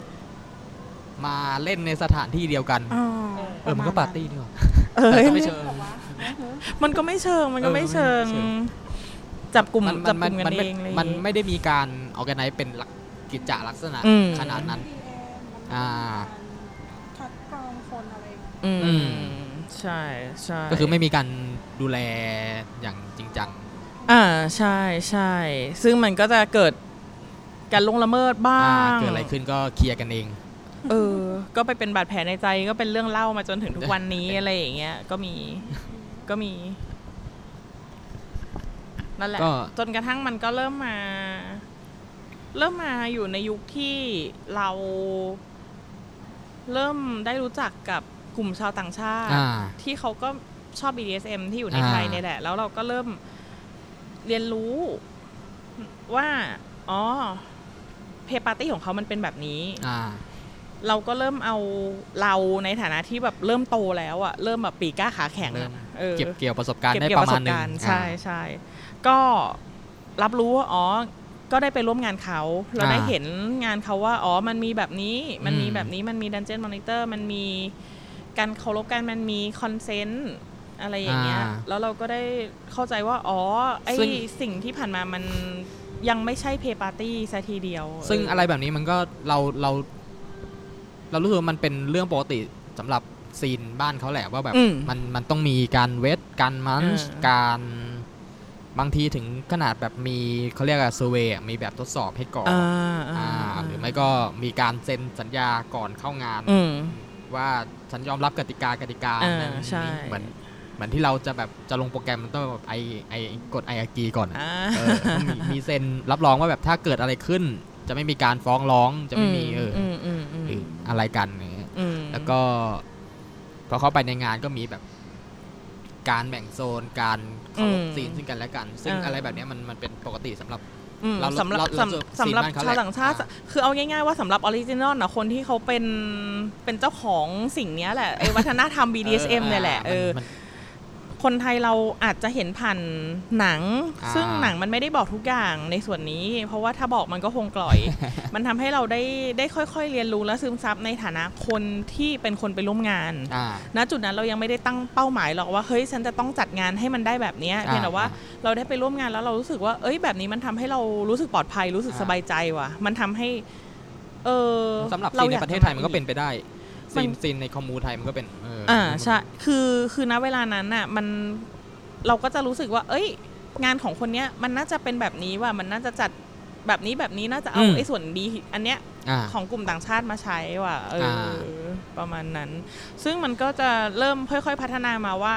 A: มาเล่นในสถานที่เดียวกัน
C: อ๋อ
A: เออมันก็ปาร์ตี้นี่หว่า
B: เอ
A: แต่
B: ย
A: ก็ไม่เชิง
B: มันก็ไม่เชิง มันก็ไม่เชิง
A: เออมันไม่เ
B: จับกลุ่ม
A: มัน
B: จั
A: มั
B: บ
A: น
B: ก
A: มั
B: ลุ่
A: นมัน
B: มกันเอ
A: ไม่
B: งอะไรอย่าง
A: มัน
B: งี้
A: ไม่ได้มีการออกไนเป็นลักกิจจลักษณะ
B: อืม
A: ขนาดนั้น อ่า
C: คัดกรองคนอะไรอย่า
B: อื
C: งเงี้ย
A: อื
B: ม
A: ม
B: ใช่ใช่
A: ก็คือไม่มีการดูแลอย่างจริงจัง
B: อ่าใช่ใช่ซึ่งมันก็จะเกิดการลวงละเมิดบ้า
A: อ่าง เกิดอะไรขึ้นก็เคลียร์กันเอง
B: เออ ก็ไปเป็นบาดแผลในใจก็เป็นเรื่องเล่ามาจนถึงทุกวัน นี้อะไรอย่างเงี้ยก็มีก็มี นั่นแหละ
A: ก็
B: จนกระทั่งมันก็เริ่มมา เริ่มมาอยู่ในยุคที่เราเริ่มได้รู้จักกับกลุ่มชาวต่างชาติ
A: อ่า
B: ที่เขาก็ชอบ BDSM ที่อยู่ใน
A: อ่า
B: ไทยเนี่ยแหละ แล้วเราก็เริ่มเรียนรู้ว่า อ๋อ เพปาร์ตี้ของเขามันเป็นแบบนี้
A: อ่า
B: เราก็เริ่มเอาเราในฐานะที่แบบเริ่มโตแล้วอะเริ่มแบบปีกล้าขาแข็ง
A: เริ่
B: อะ
A: ม
B: ออ
A: เก็บเกี่ยวประสบการณ์
B: เก็บ
A: ได้
B: เกี่ยว
A: ป
B: ประ ระส
A: มาณ
B: บ
A: หนึ่ง
B: การณ์
A: อ่า
B: ใช่ใช่ก็รับรู้ว่าอ๋อ ก็ได้ไปร่วมงานเขา เรา
A: อ่า
B: ได้เห็นงานเขาว่า อ๋อ มันมีแบบนี้ มันมี
A: อืม
B: แบบนี้มันมีดันเจียนมอนิเตอร์มันมีการเคารพกันมันมีคอนเซนต์อะไรอย่างเงี้ย แล้วเราก็ได้เข้าใจว่า อ๋อ ไอสิ่งที่ผ่านมามันยังไม่ใช่เพย์ปาร์ตี้ซะทีเดียว
A: ซึ่ง
B: เ
A: อะไรแบบนี้มันก็เราเรา เรารู้สึกว่ามันเป็นเรื่องปกติสำหรับซีนบ้านเขาแหละว่าแบบ
B: อืม
A: มันมันต้องมีการเวทการมันช์
B: เออ
A: การบางทีถึงขนาดแบบมีเขาเรียกอะไรเซเวยมีแบบทดสอบให้ก่อน
B: อ่า
A: อ่าหรือไม่ก็มีการเซ็นสัญญาก่อนเข้างาน
B: อืม
A: ว่าฉันยอมรับกติกากติกา
B: อ่า
A: นั้น
B: ใช่
A: นี้เหมือนเหมือนที่เราจะแบบจะลงโปรแกรมมันต้องแบบไอไอกดไออากีก่อนอะ
B: อ่า
A: เออต้องมีมีเซ็นรับรองว่าแบบถ้าเกิดอะไรขึ้น จะไม่มีการฟ้องร้องจะไม่มีเอออ
B: มอืมอืม
A: หรืออะไรกันอย่างเงี้ย
B: อืม
A: แล้วก็พอเข้าไปในงานก็มีแบบ การแบ่งโซนการเคารพ
B: อืม
A: ซีนซึ่งกันและกัน ซึ่ง
B: อ่า
A: อะไรแบบเนี้ยมันมันเป็นปกติสำหรับ
B: อืม
A: เรา
B: สำหรับ
A: เรา
B: สำสำหรับ
A: เราเจอ
B: ชาวต่างชาติ
A: อ่า
B: คือเอาง่ายๆว่าสำหรับออริจินอลนะคนที่เขาเป็นเป็นเจ้าของสิ่งเนี้ยแหละไอ้วัฒนธรรม BDSM เนี่ยแหละเออ
A: มัน
B: คนไทยเราอาจจะเห็นผ่านหนัง
A: อ่า
B: ซึ่งหนังมันไม่ได้บอกทุกอย่างในส่วนนี้ เพราะว่าถ้าบอกมันก็คงก ล่อย มันทำให้เราได้ได้ค่อยๆเรียนรู้และซึมซับในฐานะคนที่เป็นคนไปร่วมงาน
A: อ่า
B: ณจุดนั้นเรายังไม่ได้ตั้งเป้าหมายหรอกว่าเฮ้ยฉันจะต้องจัดงานให้มันได้แบบเนี้ย
A: อ่า
B: เพียงแต่ว่าเราได้ไปร่วมงานแล้วเรารู้สึกว่าเอ้ยแบบนี้มันทำให้เรารู้สึกปลอดภัยรู้สึก
A: อ่า
B: สบายใจว่ะ มันทำให้ เออ
A: สำหรับ
B: า
A: ซีน
B: อ
A: ใน
B: ยาก
A: ประเทศ
B: ทำ
A: ไทยมันก็
B: อี
A: เป็นไปได้
B: มั
A: ซีน
B: น
A: ซีนในคอมมูไทยมันก็เป็นเ
B: อ่าใช่คือคือณเวลานั้นน่ะมันเราก็จะรู้สึกว่า เอ้ย งานของคนเนี้ยมันน่าจะเป็นแบบนี้ว่ามันน่าจะจัดแบบนี้แบบนี้น่าจะเอา
A: อืม
B: ไอ้ส่วนดีอันเนี้ย
A: อ่า
B: ของกลุ่มต่างชาติมาใช้ว่ะเออ
A: อ่า
B: อประมาณนั้น ซึ่งมันก็จะเริ่มค่อยๆพัฒนามาว่า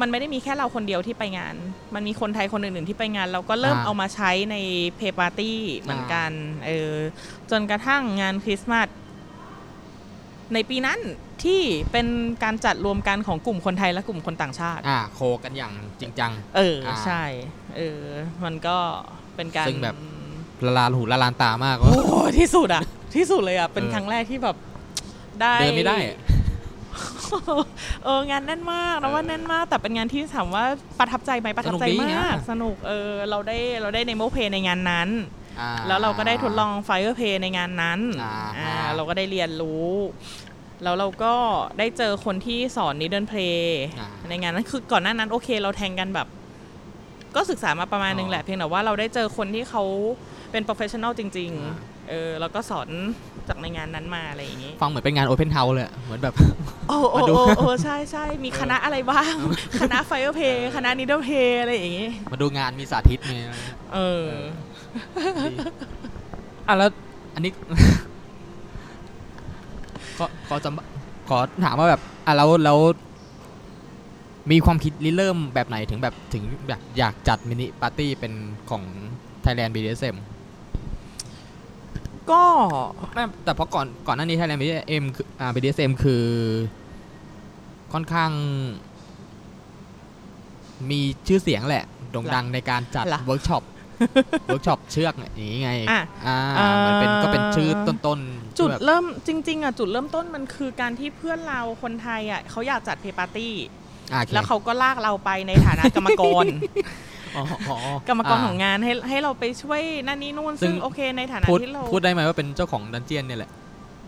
B: มันไม่ได้มีแค่เราคนเดียวที่ไปงาน มันมีคนไทยคนอื่นๆที่ไปงาน เราก็เริ่ม
A: อ่า
B: เอามาใช้ในเพปาร์ตี้เหมือนกันเออจนกระทั่งงานคริสต์มาสในปีนั้นที่เป็นการจัดรวมกันของกลุ่มคนไทยและกลุ่มคนต่างชาติ
A: ่าโคกันอย่างจริงจัง
B: เอออา ใช่เออมันก็เป็นการ
A: ซึ่งแบบ ละลานหูละลานตามากว่า
B: โอ้โหที่สุดอะที่สุดเลยอะเป็น
A: เออ
B: ครั้งแรกที่แบบได้
A: เดินไม่ได้อะ
B: เอองานแน่นมาก
A: เอ
B: นะ
A: อ
B: ว่าแน่นมากแต่เป็นงานที่ถามว่าประทับใจไหมประทับใจ
A: สนุกดี
B: มาก
A: นะ
B: สนุกเออเราได้เราได้ในโมเพในงานนั้น
A: อ่
B: แล้วเราก็ได้ทดลองไฟเออร์เพในงานนั้น
A: อ่าฮะ
B: อ่าเราก็ได้เรียนรู้ แล้วเราก็ได้เจอคนที่สอนนิเดิลเพลในงานนั้นคือก่อนหน้านั้นโอเค เราแทงกันแบบ ก็ศึกษามาประมาณนึงแหละเพียงแต่ว่าเราได้เจอคนที่เขาเป็นโปรเฟชชั่นอลจริง ๆ เออแล้วก็สอนจากในงานนั้นมาอะไรอย่างนี้
A: ฟังเหมือนเป็นงานโอเพนเฮาส์เลยอะเหมือนแบบ
B: โอ้โอ้
A: มาดู
B: โอ้โอ้ใช่ใช่มีคณะอะไรบ้าง คณะไฟเพย์คณะนิดเพย์อะไรอย่างงี้
A: มาดูงานมีสาธิตเนี่ย
B: เออ
A: อ่ะแล้วอันนี้ ขอขอจำขอถามว่าแบบอ่ะแล้วแล้วมีความคิดริเริ่มแบบไหนถึงแบบถึงอยากอยากจัดมินิปาร์ตี้เป็นของ Thailand BDSM
B: ก็
A: ไม่แต่เพราะก่อนก่อนหน้านี้ Thailand BDSM คืออ่า BDSM คือ ค่อนข้าง มีชื่อเสียงแหละโด่งดังในการจัด
B: ล่ะ
A: เวิร์กช็อป เวิร์กช็อปเชือกอย่างนี้ไง
B: อ่ะ
A: อ่ามันเป็น
B: เอ่อ
A: ก็เป็นชื่อต้นๆ
B: จุด
A: แบบ
B: เริ่มจริง ๆอ่ะจุดเริ่มต้นมันคือการที่เพื่อนเราคนไทยอ่ะเขาอยากจัดเพย์ปาร์ตี้
A: อ่าโอค
B: แล้วเขาก็ลากเราไปในฐานะกรรมก ร
A: อ๋ออ๋อ
B: กรรมกรของงานให้ให้เราไปช่วยนั่นนี่นู่น
A: ซึ่
B: ซึ่
A: ง
B: งโอเคในฐา
A: อ่า
B: นะ
A: พูด
B: ที่เรา
A: พูดได้ไหมว่าเป็นเจ้าของดันเจียนเนี่ยแหละ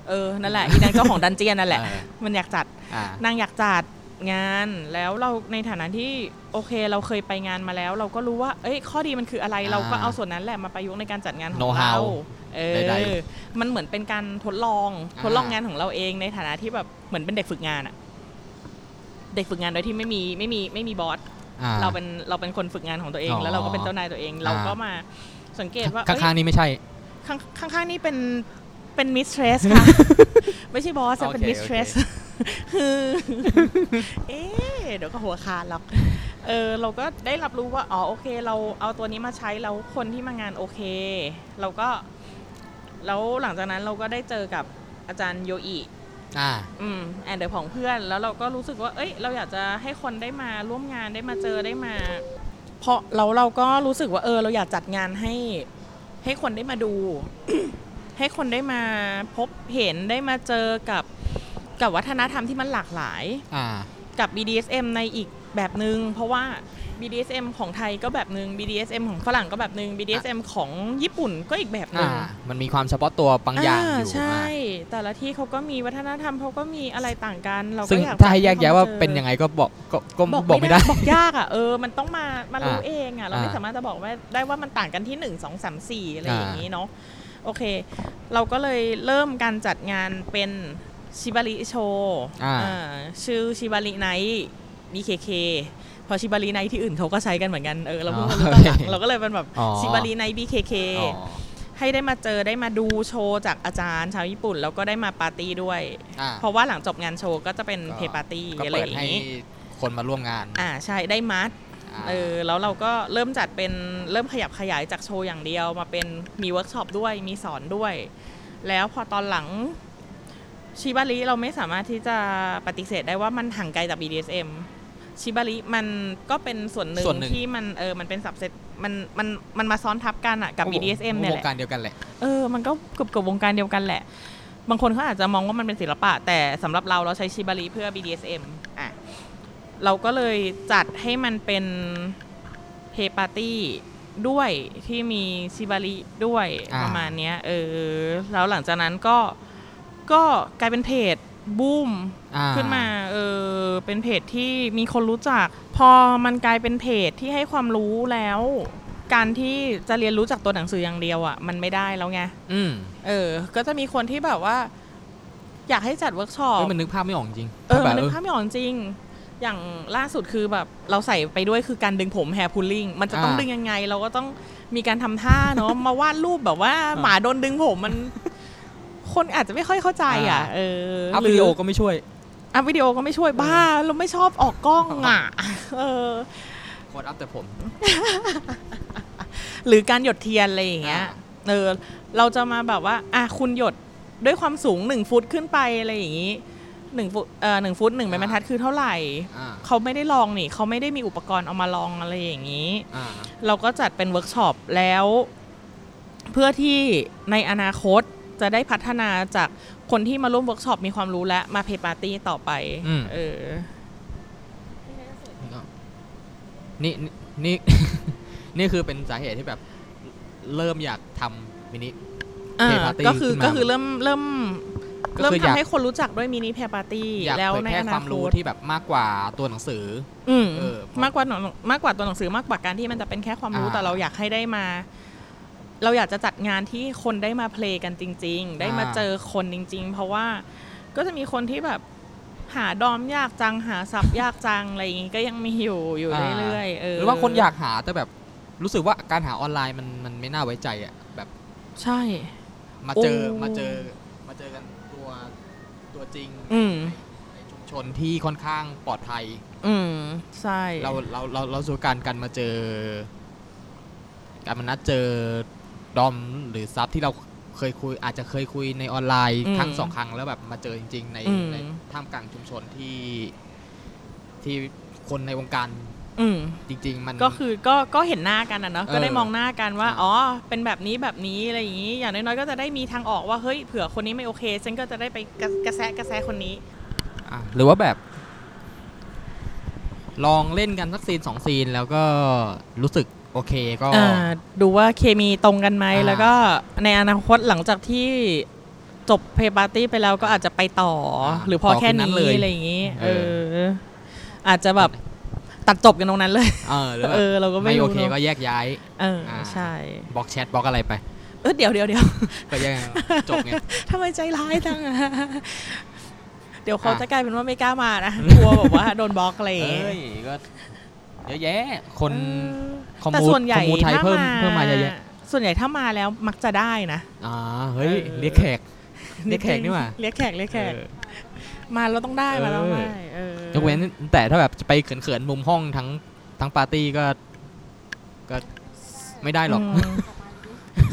B: เออนั่นแหละอีนางเจ้าของดันเจียนนั่นแหละ
A: เออ
B: มันอยากจัด
A: อ่าน
B: างอยากจัดงานแล้วเราในฐานะที่โอเคเราเคยไปงานมาแล้ว เราก็รู้ว่า เอ้ย ข้อดีมันคืออะไรเราก็เอาส่วนนั้นแหละมาประยุกต์ในการจัดงานของเราเอ
A: ใด
B: อมันเหมือนเป็นการทดลอง
A: า
B: ทดลองงานของเราเองในฐานะที่แบบเหมือนเป็นเด็กฝึกงานอะเด็กฝึกงานโดยที่ไม่มีไม่มีไม่มีบอส
A: อ่
B: เราเป็นเราเป็นคนฝึกงานของตัวเอง
A: อ๋อ
B: แล้วเราก็เป็นเจ้านายตัวเอง เราก็มาสังเกตว่าเอ้ย
A: ข้างๆนี่ไม่ใช่
B: ข้างข้างข้างนี่เป็นเป็นมิสเทรส ค่ะ ไม่ใช่บอสอะเป็น
A: โอเค
B: มิสเทรส
A: โอเค
B: คือ เอ๊ะเดี๋ยวก็หัวขาดหรอก เออ เราก็ได้รับรู้ว่า อ๋อ โอเค เราเอาตัวนี้มาใช้แล้วคนที่มางานโอเค เราก็ แล้วหลังจากนั้นเราก็ได้เจอกับอาจารย์โยอิ
A: อ่า
B: อืม แอนเดอร์ของเพื่อน แล้วเราก็รู้สึกว่า เอ้ย เราอยากจะให้คนได้มาร่วมงานได้มาเจอได้มา เพราะเราเราก็รู้สึกว่า เออ เราอยากจัดงานให้ ให้คนได้มาดู ให้คนได้มาพบเห็นได้มาเจอกับกับวัฒนธรรมที่มันหลากหลาย
A: อ่า
B: กับ BDSM ในอีกแบบหนึง่งเพราะว่า BDSM ของไทยก็แบบหนึง่ง BDSM ของฝรั่งก็แบบหนึง่ง BDSM ของญี่ปุ่นก็อีกแบบหนึ
A: อ่า
B: ง่ง
A: มันมีความเฉพาะตัวบางอย่างอยู่อ
B: ใช่
A: ่า
B: แต่ละที่เขาก็มีวัฒนธรรมเขาก็มีอะไรต่างกัน เรา
A: ซึ่
B: ก็
A: ง
B: อยาก
A: ถ้าให้แยกแยะว่าเป็นยัง
B: ไง
A: ไงก็บอกก็ก็บอกไม่ได้
B: บอกยากอ่ะเออมันต้องมามารู้
A: อ่า
B: เองอ่ะเราไม่
A: อ่า
B: สามารถจะบอกว่าได้ว่ามันต่างกันที่หนึ่งสองสามสี่อะไร
A: อ่า
B: อย่างนี้เนาะโอเค เราก็เลยเริ่มการจัดงานเป็นชิบาริโช
A: อ่า
B: อ่าชื่อชิบาริไนท์ BKK พอชิบาริไนท์ที่อื่นเขาก็ใช้กันเหมือนกันเออเราเพิ่งมารู้ตอนหลัง
A: อ๋อ
B: เราก็เลยเป็นแบบ
A: อ๋อ
B: ชิบาริไนท์ BKK
A: อ๋อ
B: ให้ได้มาเจอได้มาดูโชว์จากอาจารย์ชาวญี่ปุ่น แล้วก็ได้มาปาร์ตี้ด้วย
A: อ่า
B: เพราะว่าหลังจบงานโชว์ก็จะเป็น
A: ก็
B: เพปาร์ตี้
A: ก็
B: อะไร
A: เปิ
B: อ
A: ด
B: ย่าง
A: ให้
B: นี้
A: คนมาร่วมงาน
B: อ่าใช่ได้มัด
A: า
B: เออแล้วเราก็เริ่มจัดเป็นเริ่มขยับขยายจากโชว์อย่างเดียวมาเป็นมีเวิร์กช็อปด้วยมีสอนด้วย แล้วพอตอนหลังชิบาริเราไม่สามารถที่จะปฏิเสธได้ว่ามันห่างไกลจาก BDSM ชิบาริมันก็เป็นส่วนหนึ่ง
A: ส่วนหนึ่ง
B: ที่มันเออมันเป็นสับเซต มันมันมันมาซ้อนทับกันอะกับ BDSM เนี่ยแห
A: ว
B: ละ
A: งการเดียวกันแหละ
B: เออ มันก็เกือบเกือบวงการเดียวกันแหละ บางคนเขาอาจจะมองว่ามันเป็นศิลปะ แต่สำหรับเราเราใช้ชิบาริเพื่อ BDSM อ่ะ เราก็เลยจัดให้มันเป็นเพปาร์ตี้ด้วยที่มีชิบาริด้วย
A: อ่า
B: ประมาณเนี้ยเออ แล้วหลังจากนั้นก็ก็กลายเป็นเพจบูม
A: อ่
B: ขึ้นมาเออเป็นเพจที่มีคนรู้จัก พอมันกลายเป็นเพจที่ให้ความรู้แล้ว การที่จะเรียนรู้จากตัวหนังสืออย่างเดียวอะ่ะมันไม่ได้แล้วไง
A: อืม
B: เออ ก็จะมีคนที่แบบว่า อยากให้จัดเวิร์กช็อ
A: เอ
B: ป
A: อมันนึกภาพไม่ออกจริง
B: เออ
A: แบบ
B: มันนึก
A: เออ
B: ภาพไม่ออกจริง อย่างล่าสุดคือแบบ เราใส่ไปด้วยคือการดึงผมแฮร์พูลลิงมันจะต้อง
A: อ่า
B: ดึงยังไง เราก็ต้องมีการทำท่าเนาะ มาวาดรูปแบบว่าหมาโดนดึงผมมัน คนอาจจะไม่ค่อยเข้าใจอ่ะ
A: อ่า
B: เออ
A: อัพ
B: หรื
A: วิดีโอก็ไม่ช่วย
B: อัพวิดีโอก็ไม่ช่วยบ้า เราไม่ชอบออกกล้องอ่ะ เออ
A: โคตรอัพแต่ผม
B: หรือการหยดเทียนอะไรอย่างเงี้ย
A: อ่า
B: เออ เราจะมาแบบว่าอ่ะคุณหยดด้วยความสูงหนึ่งฟุตขึ้นไปอะไรอย่างงี้หนึ่งฟุตเอ่อหนึ่งฟุตหนึ่งไม้บรรทัดคือเท่าไหร่
A: อ่า
B: เขาไม่ได้ลองนี่ เขาไม่ได้มีอุปกรณ์เอามาลองอะไรอย่างนี้
A: อ่า
B: เราก็จัดเป็นเวิร์กช็อปแล้ว เพื่อที่ในอนาคตจะได้พัฒนาจากคนที่มาร่วมเวิร์กช็อปมีความรู้และมาเพจปาร์ตี้ต่อไปเออ
A: นี่ก็นี่นี่ นี่คือเป็นสาเหตุที่แบบเริ่มอยากทำมินิ
B: อ่า
A: Pay Party
B: ก็คือ
A: ขึ้นมา
B: ก็คือเริ่มเริ่ม
A: ก็
B: เริ่ม
A: คืออยาก
B: ทำให้คนรู้จักด้วยมินิเพปาร์ตี้
A: อยาก
B: แล้ว
A: เผย
B: ใน
A: แพร่ค
B: อาว
A: นาม
B: ค
A: รู้
B: ต
A: ที่แบบมากกว่าตัวหนังสือ
B: อืม
A: เออเพราะ
B: มากกว่าหนังมากกว่าตัวหนังสือมากกว่าการที่มันจะเป็นแค่ความรู้
A: อ่า
B: แต่เราอยากให้ได้มา เราอยากจะจัดงานที่คนได้มาเพลย์กันจริง ๆ ได้มา
A: อ่า
B: เจอคนจริง ๆ เพราะว่าก็จะมีคนที่แบบหาดอมยากจังหาซับยากจังอะไรอย่างงี้ก็ยังมีอยู่อยู่เรื่อยๆเออ
A: หรือว่าคนอยากหาแต่แบบรู้สึกว่าการหาออนไลน์มันมันไม่น่าไว้ใจอ่ะแบบ
B: ใช่
A: มาเจอ
B: โอ้
A: มาเจอมาเจอกันตัวตัวจริง
B: อืม
A: ในชุมชนที่ค่อนข้างปลอดภัย
B: อืมใช่
A: เราเราเราเราสู่การการมาเจอ การมานัดเจอดอมหรือซับที่เราเคยคุย อาจจะเคยคุยในออนไลน์
B: อืม
A: ครั้งสองครั้งแล้วแบบมาเจอจริง ๆ ใน
B: อืม
A: ในท่ามกลางชุมชนที่ที่คนในวงการ
B: อืม
A: จริง ๆ มัน
B: ก็คือก็ก็เห็นหน้ากันนะเนาะ
A: เออ
B: ก็ได้มองหน้ากันว่า
A: ใช่
B: อ๋อเป็นแบบนี้แบบนี้อะไรอย่างนี้ อย่างน้อยๆก็จะได้มีทางออกว่าเฮ้ยเผื่อคนนี้ไม่โอเคฉันก็จะได้ไปกระกระแซะกระแซะคนนี้
A: อ่ะหรือว่าแบบ ลองเล่นกันสักซีนสองซีนแล้วก็รู้สึกโอเคก็
B: อ่าดูว่าเคมีตรงกันไหม
A: อ่า
B: แล้วก็ในอนาคตหลังจากที่จบเพย์ปาร์ตี้ไปแล้วก็อาจจะไปต่ออา หรือพอแค่
A: ต่อคืนนั้นเล
B: นี้
A: ย
B: อะไรอย่างนี้
A: เอ
B: เอ
A: อ
B: อ อาจจะแบบตัดจบกันตรงนั้นเลย
A: เออหรือแบ
B: เอบ อ เราก็ไม่
A: ไม่โอ
B: รู้
A: เคก็
B: เนอะ
A: แยกย้าย
B: เอออา ใช่
A: บล็อกแชทบล็อกอะไรไป
B: เออเดี๋ยวเดี๋ยวเดี๋ยว
A: ก็แยกจบไง
B: ทำไมใจร้ายจังอะเดี๋ยวเขา
A: อ่ะ
B: จะกลายเป็นว่าไม่กล้ามานะ กลัวแบบว่าโดนบล็อกอะไรอย่างเงี้ย
A: เอ้ยก็เยอะแยะ คน
B: เออ
A: คอมมู
B: แต่ส่วนใหญ่
A: คอมมูไทย
B: ถ้า
A: เพิ่มเพิ่มมาเยอะแยะ
B: ส่วนใหญ่ถ้ามาแล้วมักจะได้นะ
A: อ่าเฮ้ย
B: เออ
A: เรียกแขก เรียกแขกนี่หว่า
B: เรียกแขกเรียกแขก
A: เออ
B: มาเราต้องได้มาเราต้องได้เออย
A: กเว้นแต่ถ้าแบบจะไปเขินๆ มุมห้องทั้งทั้งปาร์ตี้ก็ ก็ไม่ได้หรอก
B: ม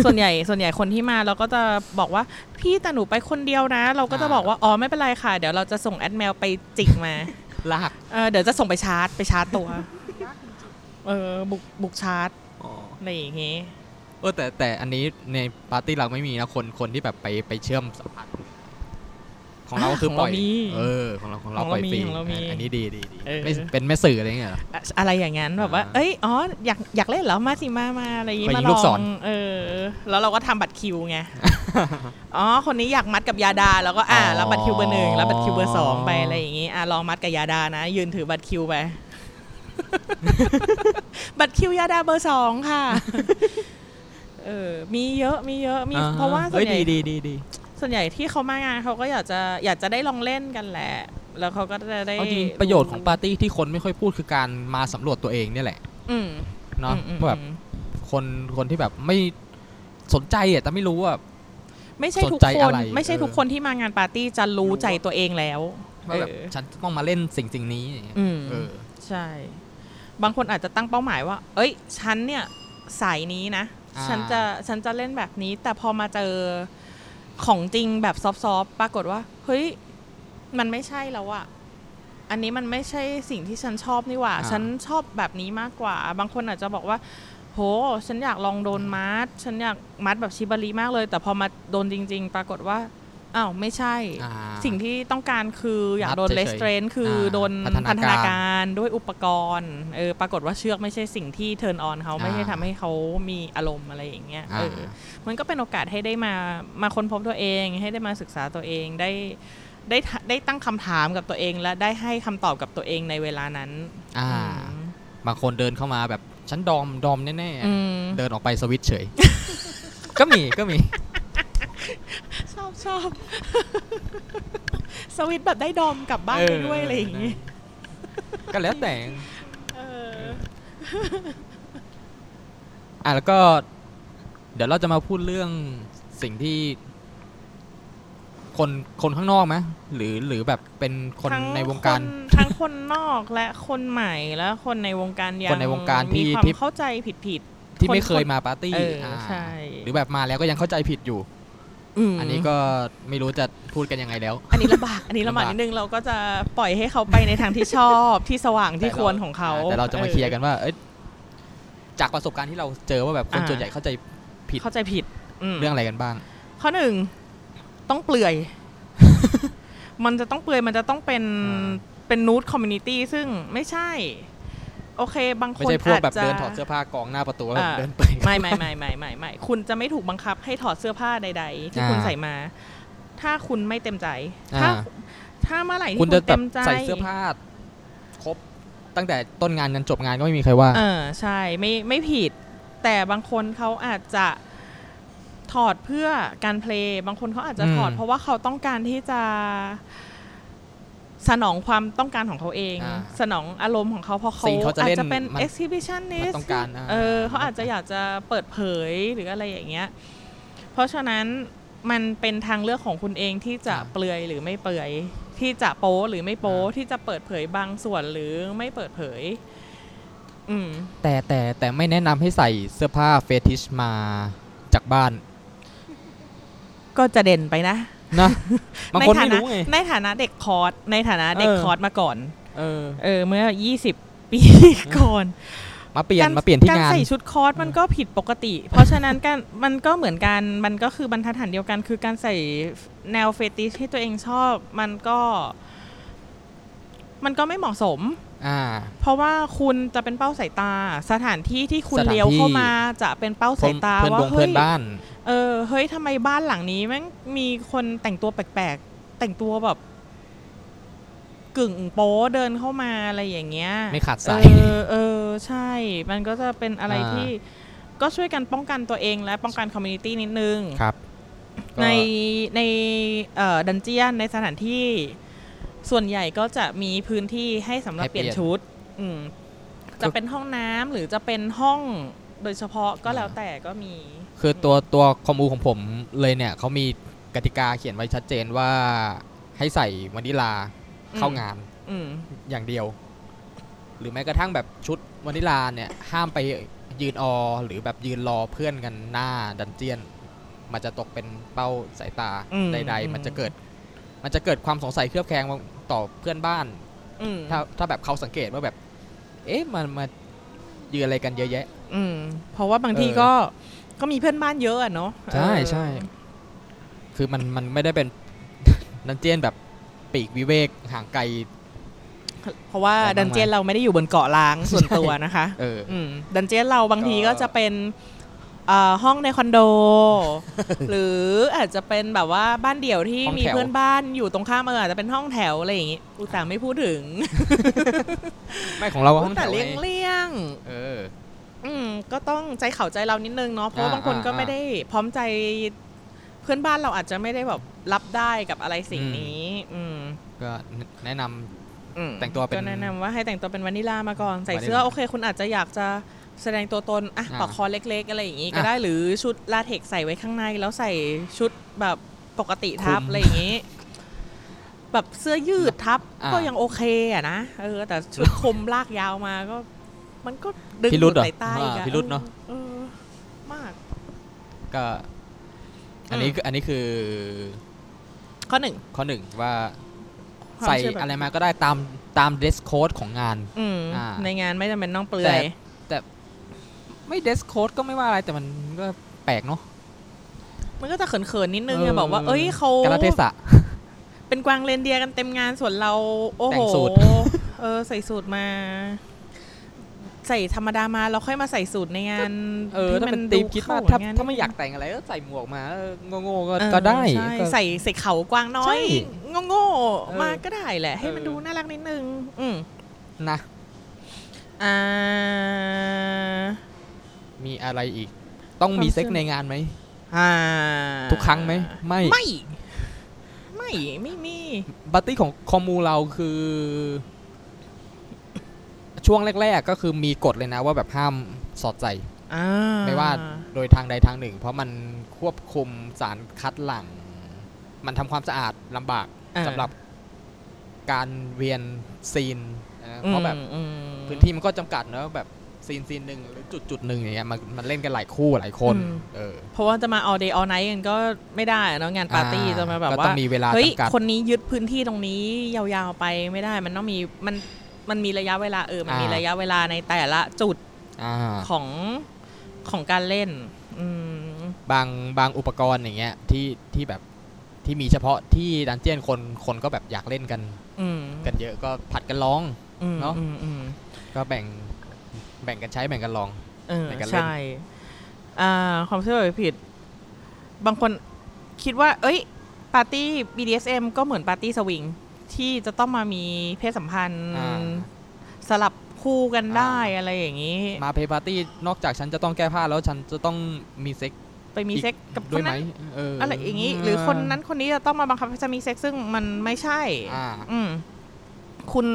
B: ส่วนใหญ่ส่วนใหญ่คนที่มาเราก็จะบอกว่า พี่แต่หนูไปคนเดียวนะ เราก็จะ
A: อ่า
B: บอกว่าอ๋อไม่เป็นไรค่ะ เดี๋ยวเราจะส่งแอดแมวไปจิกมา
A: ลาก
B: เออเดี๋ยวจะส่งไปชาร์จไปชาร์จตัว เออบุกบุกชาร์จอะไรอย่างงี้
A: เออแต่แต่อันนี้ในปาร์ตี้เราไม่มีนะ คนคนที่แบบไปไปเชื่อมสัมพันธ์ของเรา
B: อ่า
A: คือ
B: ของ
A: ป
B: เรา
A: ล่อย
B: มี
A: เออ ของเราของเรา
B: ของ
A: ป
B: เรา
A: ล่อย
B: มี
A: ฟรี
B: ของเรามี
A: อันนี้ดีดีดี
B: เออ
A: ไม่เป็นแม่สื่ออะไรเงี้ยเหรอ
B: อะอะไรอย่างนั้นแบบว่า
A: อ่า
B: เอ้ย อ๋อ อยาก อยากเล่นเหรอ มาสิ มา มา อะไรอย่างงี้
A: ไปยิ
B: มาง ล
A: ลูกศ
B: อ
A: ร
B: ง เออ แล้วเราก็ทำบัตรคิว ไง อ๋อ คนนี้อยากมัดกับยาดา แล้วก็อ่ารับบัตรคิวเบอร์หนึ่งรับบัตรคิวเบอร์สองไปอะไรอย่างงี้ อ่ะลองมัดกับยาดานะ ยืนถือบัตรคิ วไป บัตรคิวยาดาเบอร์สองค่ะ เออ มีเยอะ มีเยอะ มี
A: อ่
B: เพราะว่าส่
A: เฮ้
B: วย นใหญ่
A: ดีดีดีดี
B: ส่วนใหญ่ที่เขามางานเขาก็อยากจะ อยากจะได้ลองเล่นกันแหละ แล้วเขาก็จะได้
A: เอาจริงประโยชน์ของปาร์ตี้ที่คนไม่ค่อยพูดคือการมาสำรวจตัวเองเนี่ยแหละ
B: อืม
A: เนาะ
B: อืมอืม
A: ว่าแบบ
B: อืม
A: คนคนที่แบบไม่สนใจอ่ะแต่ไม่รู้ว่า
B: ไม่ใช่ทุก
A: สนใจ
B: ค
A: อะ
B: น
A: ไร
B: ไม่ใช่
A: เออ
B: ทุกคนที่มางานปาร์ตี้จะรู้ใจตัวเองแล้ว
A: ว่าแบบ
B: เออ
A: ฉันต้องมาเล่นสิ่งสิ่งนี้อย่างเงี้ย
B: อืม
A: เออ
B: ใช่ บางคนอาจจะตั้งเป้าหมายว่า เอ้ย ฉันเนี่ยสายนี้นะ
A: อ่า
B: ฉันจะฉันจะเล่นแบบนี้ แต่พอมาเจอของจริงแบบซอฟต์ๆปรากฏว่า เฮ้ย มันไม่ใช่แล้วอะอันนี้มันไม่ใช่สิ่งที่ฉันชอบนี่หว่า
A: อ่า
B: ฉันชอบแบบนี้มากกว่า บางคนอาจจะบอกว่า โห ฉันอยากลองโดนมัด ฉันอยากมัดแบบชิบารีมากเลย แต่พอมาโดนจริง ๆ ปรากฏว่า อ้าว ไม่ใช่
A: อ่า
B: สิ่งที่ต้องการคืออยากโดน
A: มัดเฉ
B: เลย
A: ๆ
B: สเตรนคืออาโดน
A: พัฒนาการ
B: พัฒนาการด้วยอุปกรณ์เออปรากฏว่าเชือกไม่ใช่สิ่งที่เทิร์นออนเขา
A: อ่า
B: ไม่ใช่ทำให้เขามีอารมณ์อะไรอย่างเงี้ย
A: อ่า
B: เออมันก็เป็นโอกาสให้ได้มามาค้นพบตัวเอง ให้ได้มาศึกษาตัวเองได้ได้ทะได้ตั้งคำถามกับตัวเอง และได้ให้คำตอบกับตัวเองในเวลานั้น
A: อ่า
B: อืม
A: บางคนเดินเข้ามาแบบฉันดอมดอมแน่ๆ
B: อืม
A: เดินออกไปสวิตช์เฉย ก็มีก็มี
B: ชอบชอบ สวิตช์แบบได้ดอมกลับบ้านไปด้วยอะไรอย่างงี้
A: ก็แล้วแต่
B: เออ
A: อ่ะแล้วก็ เดี๋ยวเราจะมาพูดเรื่องสิ่งที่ คนคนข้างนอกไหมหรือหรือแบบเป็นคน
B: ทั้
A: ในวงการ
B: คนทั้งคนนอกและคนใหม่และคนในวงการยัง
A: คนในวงการที่
B: มีควา
A: ที่
B: มเข้าใจผิดผิด
A: ที่ไม่
B: คน
A: เคยมาปาร์ตี้
B: เอออ่
A: า
B: ใช่
A: หรือแบบมาแล้วก็ยังเข้าใจผิดอยู่
B: ๆ
A: อันนี้ก็ไม่รู้จะพูดกันยังไงแล้ว
B: อันนี้ลำบาก อันนี้ลำบาก
A: ลำบาก
B: นิดนึงเราก็จะปล่อยให้เขาไปในทางที่ชอบที่สว่างที่
A: แต่
B: ควรของเขา
A: แต่เราจะมา
B: ออ
A: เคลียร์กันว่า เอ้ยจากประสบการณ์ที่เราเจอว่าแบบคนส่วนใหญ่เข้าใจผิด
B: เข้าใจผิดม
A: เรื่องอะไรกันบ้าง
B: ข้อหนึ่งต้องเปลือย มันจะต้องเปลือยมันจะต้องเป็น
A: อ่า
B: เป็นนูดคอมมูนิตี้ซึ่งไม่ใช่ โอเคบางค
A: ไม่
B: น
A: ใช่พวก
B: อาจ
A: แบบ
B: จะ
A: เดินถอดเสื้อผ้ากองหน้าประตูแล้ว
B: อ่า
A: เดินไป
B: ไม่ไม่ไม่ไม่ไม่ไม่คุณจะไม่ถูกบังคับให้ถอดเสื้อผ้าใด ๆ ที่
A: อ่า
B: คุณใส่มา ถ้าคุณไม่เต็มใจ
A: อ่า
B: ถ้าถ้าเมื่อไหร่ที่
A: คุ
B: คุณ ณ
A: จะแบ
B: เต็
A: บ
B: มใจ
A: ใส่เสื้อผ้าครบตั้งแต่ต้นงานจนจบงานก็ไม่มีใครว่า
B: เออใช่ไม่ไม่ผิด แต่บางคนเขาอาจจะถอดเพื่อการเพลงบางคนเขาอาจจะ
A: อืม
B: ถอด เพราะว่าเขาต้องการที่จะ สนองความต้องการของเขาเอง
A: อ่า
B: สนองอารมณ์ของเขาเพราะเขา
A: สิ่งเขาจะ
B: อาจ
A: เล่น
B: จะเป็น
A: มัน
B: exhibitionist
A: มันต้องการอ่า
B: เออเขาอาจจะอยากจะเปิดเผยหรืออะไรอย่างเงี้ย เพราะฉะนั้นมันเป็นทางเลือกของคุณเองที่จะ
A: ครับ
B: เปลือยหรือไม่เปลือย ที่จะโป๊หรือไม่โป๊
A: อ่า
B: ที่จะเปิดเผยบางส่วนหรือไม่เปิดเผย อืม
A: แต่แต่แต่ไม่แนะนำให้ใส่เสื้อผ้าเฟติชมาจากบ้าน
B: ก็จะเด่นไปนะ
A: นะ บางคนไม่
B: ฐานะ
A: รู้ไง
B: ในฐานะเด็กคอร์สในฐานะเด็ก
A: เออ
B: คอร์สมาก่อน
A: เออ
B: เออ เมื่อ 20 ปีก่อน
A: มาเปลี่ยน
B: กร
A: มาเปลี่ยนที่
B: การ
A: งาน
B: ใส่ชุดคอสมันก็ผิดปกติ เพราะฉะนั้นการมันก็เหมือนกันมันก็คือบรรทัดฐานเดียวกัน คือการใส่แนวเฟติชที่ตัวเองชอบ มันก็ มันก็ไม่เหมาะสม
A: อ่า
B: เพราะว่าคุณจะเป็นเป้าสายตา สถานที่ที่คุณ
A: สถานที่
B: เลี้ยวเข้ามาจะเป็นเป้าสายตา
A: เพื่อน
B: ว่า
A: บง
B: เฮ้
A: เพื่อย นบ้าน
B: เออเฮ้ยทำไมบ้านหลังนี้แม่งมีคนแต่งตัวแปลกๆแต่งตัวแบบ กึ่งโป๊เดินเข้ามาอะไรอย่างเงี้ย
A: ไม่ขาดสาย
B: เออเออ ใช่ มันก็จะเป็นอะไร
A: อ่า
B: ที่ก็ช่วยกันป้องกันตัวเองและป้องกันคอมมูนิตี้นิดนึง
A: ครับก็
B: ในในเอ่อดันเจียนในสถานที่ส่วนใหญ่ก็จะมีพื้นที่ให้สำหรับเปลี่ยนชุดอืมจะเป็นห้องน้ำหรือจะเป็นห้องโดยเฉพาะก็แล้วแต่ก็มี
A: คือตัวตัวคอมูของผมเลยเนี่ยเขามีกติกาเขียนไว้ชัดเจนว่าให้ใส่วานิลา
B: อืม
A: เข้างาน
B: อืม
A: อย่างเดียว หรือแม้กระทั่งแบบชุดวานิลาเนี่ย ห้ามไปยืนออ หรือแบบยืนรอเพื่อนกันหน้าดันเจียน มันจะตกเป็นเป้าสายตา
B: อืม
A: ใด
B: อืม
A: ๆ มันจะเกิด มันจะเกิดความสงสัยเครือบแคลงต่อเพื่อนบ้าน
B: อืม
A: ถ้าถ้าแบบเขาสังเกตว่าแบบ เอ๊ะมันมายืนอะไรกันเยอะแยะ
B: อืมเพราะว่าบางที
A: เออ
B: ก็ก็มีเพื่อนบ้านเยอะอะเนาะเออ
A: คือมันมันไม่ได้เป็น ดันเจียนแบบปีกวิเวกห่างไกล
B: เพราะว่าดันเจียนเราไม่ได้อยู่บนเกาะ ล้างส่วนตัวนะคะ
A: เออ
B: อืมดันเจียนเราบางที
A: ก็
B: ก็จะเป็นเอ่อห้องในคอน โด หรืออาจจะเป็นแบบว่าบ้านเดี่ยวที่มีเพื่อนบ้านอยู่ตรงข้ามเอออาจจะเป็นห้องแถวอะไรอย่างงี้อุตส่าห์ไม่พูดถึง
A: ไม่ของเราห้องแถ
B: แต่
A: ว
B: เลี่ยง
A: ไง
B: เลี่ยง
A: เออ
B: ๆอืมก็ต้องใจเขาใจเรานิดนึงเนาะเพราะ
A: อ่า
B: บางคน
A: อ่า
B: ก็ไม่
A: อ่า
B: ได้พร้อมใจเพื่อนบ้านเราอาจจะไม่ได้แบบรับได้กับอะไรสิ่ง
A: อืม
B: นี้ อืม
A: ก็แนะนำ
B: อืม
A: แต่งตัวเป็น
B: ก็แนะนำว่าให้แต่งตัวเป็นวานิลามาก่อนใส่เสื้อ
A: วานิลา
B: โอเค คุณอาจจะอยากจะแสดงตัวตนอ่ะ
A: อ่า
B: ปอกคอเล็กๆอะไรอย่างงี้ก็ได้ ได้หรือชุดลาเท็กซ์ใส่ไว้ข้างใน แล้วใส่ชุดแบบปกติทับ
A: คลุม
B: อะไรอย่างนี้ แบบเสื้อยืดทับ
A: อ่า
B: ก็ยังโอเคอะนะเออ แต่ชุดคลุมลากยาวมาก็ มันก็ดึง
A: พิรุธเหรอ
B: สายตาอีก
A: อ่า
B: อะ
A: พิรุธเนอะ
B: ออออมาก
A: ก็อันนี้คืออันนี้คือ
B: ข้อหนึ่ง
A: ข้อหนึ่งว่า
B: ความ
A: ใส่
B: เชื่แบบ
A: อะไรมาก็ได้ตามตามเดสโค้ดของงาน
B: อืม
A: อ่า
B: ในงานไม่จำเป็นต้องเปลื
A: แต่
B: อย
A: แต่ ไม่เดสโค้ดก็ไม่ว่าอะไรแต่มันก็แปลกเนาะ
B: มันก็จะเขินๆนิดนึง
A: เออ
B: อะบอกว่า เอ้ยเขา
A: กาลเทศะ
B: เป็นกวางเรนเดียร์กันเต็มงานส่วนเรา โอ้
A: แต่
B: โห
A: งสูท
B: เออใส่สูตรมา ใส่ธรรมดามาแล้วค่อยมาใส่สูตรในงาน
A: เออ
B: ที่
A: ถ้าเป็นตีมคิดว่า
B: เข้
A: ถ้า
B: บงน
A: ถ้าไม่อยากแต่งอะไรก็ใส่หมวกมาเออโง่ๆก็
B: เออ
A: ก็ได้
B: ใช่
A: ก็
B: ใส่ใส่เขากวางน้อ
A: ใช่
B: ยโง่
A: เออ
B: ๆมาก็ได้แหละ ให้มัน
A: เออ
B: ดูน่ารักนิดนึง อืม
A: นะ
B: อ่า
A: มีอะไรอีก ต้องมีเซ็ก
B: ความเชื่อ
A: ในงานไหม
B: อ่า
A: ทุกครั้งไหมไม่
B: ไม่ไม่ไม่มี
A: บัตตี้ของคอมมูเราคือ ช่วงแรก ๆ ก็คือมีกฎเลยนะว่าแบบห้ามสอดใจ
B: อ่า
A: ไม่ว่าโดยทางใดทางหนึ่ง เพราะมันควบคุมสารคัดหลั่ง มันทำความสะอาดลำบาก
B: อ่า
A: สำหรับการเวียนซีนนะเพราะแบบ
B: อืม
A: พื้นที่มันก็จำกัดเนอะแบบซีนซีนหนึ่งหรือจุดจุดหนึ่งอย่างเงี้ยมันมันเล่นกันหลายคู่หลายคน เออ
B: เพราะว่าจะมา all day all night กันก็ไม่ได้อะเนาะงานปาร์ตี้
A: อ่
B: จะมาแบบ
A: ก็
B: ว่า
A: ต้องมีเวลา
B: เฮ้ย
A: จำกัด
B: คนนี้ยึดพื้นที่ตรงนี้ยาวๆไปไม่ได้มันต้องมีมันมันมีระยะเวลาเออมันมี
A: อ่า
B: ระยะเวลาในแต่ละจุด
A: อ่า
B: ของของการเล่น อืม
A: บางบางอุปกรณ์อย่างเงี้ยที่ที่แบบที่มีเฉพาะที่ดันเจียนคนคนก็แบบอยากเล่นกัน
B: อืม
A: กันเยอะก็ผัดกันร้อง
B: อืม
A: เนอะ
B: อืมอืม
A: ก็แบ่งแบ่งกันใช้แบ่งกันลอง
B: เออ
A: ในการเล่น
B: ใช่อ่าความเชื่อแบบผิด บางคนคิดว่า เอ้ย ปาร์ตี้ BDSM ก็เหมือนปาร์ตี้สวิงที่จะต้องมามีเพศสัมพันธ์
A: อ่า
B: สลับคู่กันได้
A: อ่า
B: อะไรอย่างนี้
A: มาเพลย์ปาร์ตี้นอกจากฉันจะต้องแก้ผ้าแล้วฉันจะต้องมีเซ็ก
B: ไปมีเซ็กกับค
A: ด้วย
B: น
A: ไหม
B: นั้น
A: เออ
B: อะไรอย่างนี้ หรือคนนั้นคนนี้จะต้องมาบังคับให้จะมีเซ็กซึ่งมันไม่ใช่
A: อ่า
B: อืมคุณ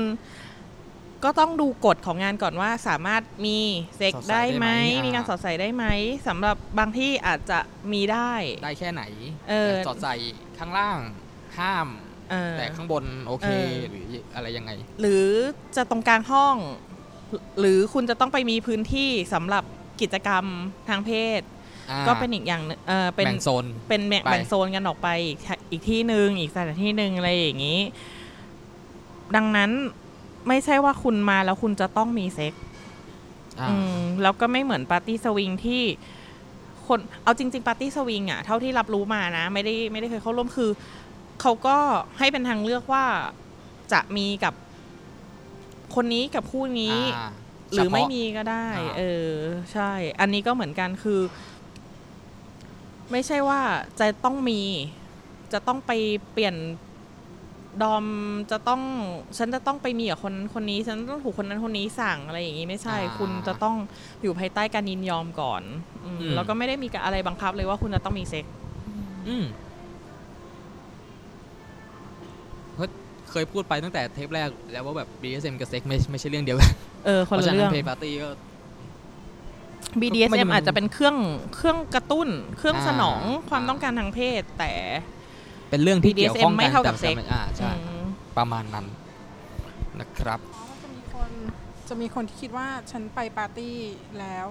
B: ก็ต้องดูกฎของงานก่อนว่าสามารถมีเซ็ก
A: สอดใส่
B: ได้ไห
A: ได้ไหม
B: ม
A: อ่ามี
B: มีการสอดใส่ได้ไหมสำหรับบางที่อาจจะมีได้
A: ได้แค่ไหน
B: เออ
A: แต่สอดใส่ข้างล่างห้าม
B: เออ
A: แต่ข้างบนโอเค
B: เออ
A: หรืออะไรยังไง
B: หรือจะตรงกลางห้อง หรือคุณจะต้องไปมีพื้นที่สำหรับกิจกรรมทางเพศ
A: อ่า
B: ก็เป็นอีกอย่างหนึ่งเออเป็น
A: แบ่งโซน
B: เป็นแบ่ง
A: ไป
B: แบ่งโซนกันออกไปอีกทะอีกที่หนึ่งอีกสถานที่หนึ่งอะไรอย่างนี้ ดังนั้นไม่ใช่ว่าคุณมาแล้วคุณจะต้องมีเซ็ก
A: อ่า
B: อืมแล้วก็ไม่เหมือนปาร์ตี้สวิงที่คนเอาจริง ๆ ปาร์ตี้สวิงอะเท่าที่รับรู้มานะ ไม่ได้ไม่ได้เคยเข้าร่วมคือ เขาก็ให้เป็นทางเลือกว่าจะมีกับคนนี้กับคู่นี้
A: า
B: หรือไม่
A: เฉพาะ
B: มีก็ได้
A: อ่า
B: เออ ใช่ อันนี้ก็เหมือนกันคือ ไม่ใช่ว่าจะต้องมี จะต้องไปเปลี่ยนดอมจะต้อง ฉันจะต้องไปมีกับคนคนนี้ ฉันต้องถูกคนนั้นคนนี้สั่งอะไรอย่างนี้ไม่ใช่
A: อ่า
B: คุณจะต้องอยู่ภายใต้การยินยอมก่อนอืม
A: อืม
B: แล้วก็ไม่ได้มีอะไรบังคับเลยว่าคุณจะต้องมีเซ็ก
A: อืมก็เคยพูดไปตั้งแต่เทปแรกแล้วว่าแบบ BSM กับเซ็กไม่ไม่ใช่เรื่องเดียวกัน
B: เออ คน
A: เพราะ
B: ละ
A: ฉะนั้
B: เรื่อน ง
A: เพย์ปาร์ตี้ก็
B: BDSM
A: มัน
B: อาจจะเป็นเครื่องเครื่องกระตุ้น เครื่อง
A: อ่า
B: สนองความต้องการทางเพศ แต่
A: เป็นเรื่องที่เกี่ยวข้อง
B: ไม่
A: กัน
B: เท่ากับ
A: แต่
B: เซ็ก
A: อ่าใช่
B: อืม
A: ประมาณนั้นนะครับ
C: อ๋อมันจะมีคนจะมีคนที่คิดว่าฉันไปปาร์ตี้แล้ว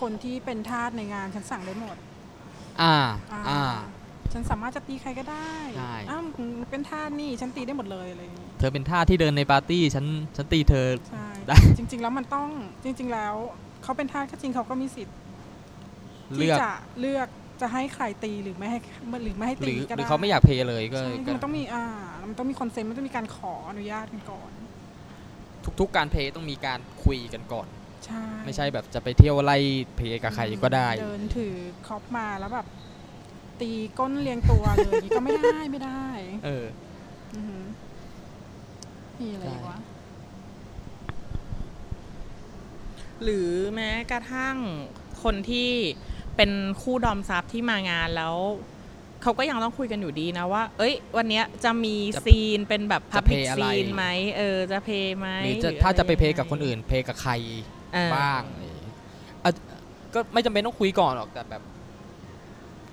C: คนที่เป็นทาสในงานฉันสั่งได้หมด
A: อ่า
C: อ่า
A: อ่า
C: ฉันสามารถจะตีใครก็ได้
A: ใช่
C: อ้าวมึงเป็นทาสนี่ฉันตีได้หมดเลยอะไรอย่างงี้
A: เธอเป็นท่าสที่เดินในปาร์ตี้ฉันฉันตีเธอ
C: ใช่
A: ได้
C: จริง ๆ แล้วมันต้องจริง ๆ แล้วเขาเป็นทาสก็จริงเขาก็มีสิทธิ์ที่
A: เลือก
C: จะเลือกจะให้ใครตีหรือไม่ให้หรือไม่ให้
A: ห
C: ตี
A: รือหรื
C: ก็
A: อ
C: ได้
A: เขาไม่อยากเพย์เลยก็
C: ใช่
A: ก็
C: มันต้องมีอ่ามันต้องมีคอนเซ็ปต์มันต้องมีการขออนุญาตกันก่อน
A: ทุกๆการเพย์ต้องมีการคุยกันก่อน
C: ใช่
A: ไม่ใช่แบบจะไปเที่ยวไล่เพย์กับใครก็ได้
C: เดินถือคอปมาแล้วแบบ ตีก้นเรียงตัวเลยอย่างงี้ก็ไม่ได้ไม่ได้
A: เออ
C: อือหือมีอะไรอีกวะ
B: หรือแม้กระทั่งคนที่เป็นคู่ดอมซับที่มางานแล้ว เขาก็ยังต้องคุยกันอยู่ดีนะว่า เอ้ย วันเนี้ยจะมี
A: จะ
B: ซีนเป็นแบบพั
A: จะ
B: บ
A: เพ
B: l i
A: ย์
B: c
A: อะไร
B: ซีนไหมเออจะเพย์ไหม
A: หรือจะ
B: อ
A: ถ้าจะไป
B: รยังง
A: เพย์กับคนอื่น เพย์กับใคร
B: เออ
A: บ้างอะไรอย่างงี้อ่ะก็ไม่จำเป็นต้องคุยก่อนหรอกแต่แบบ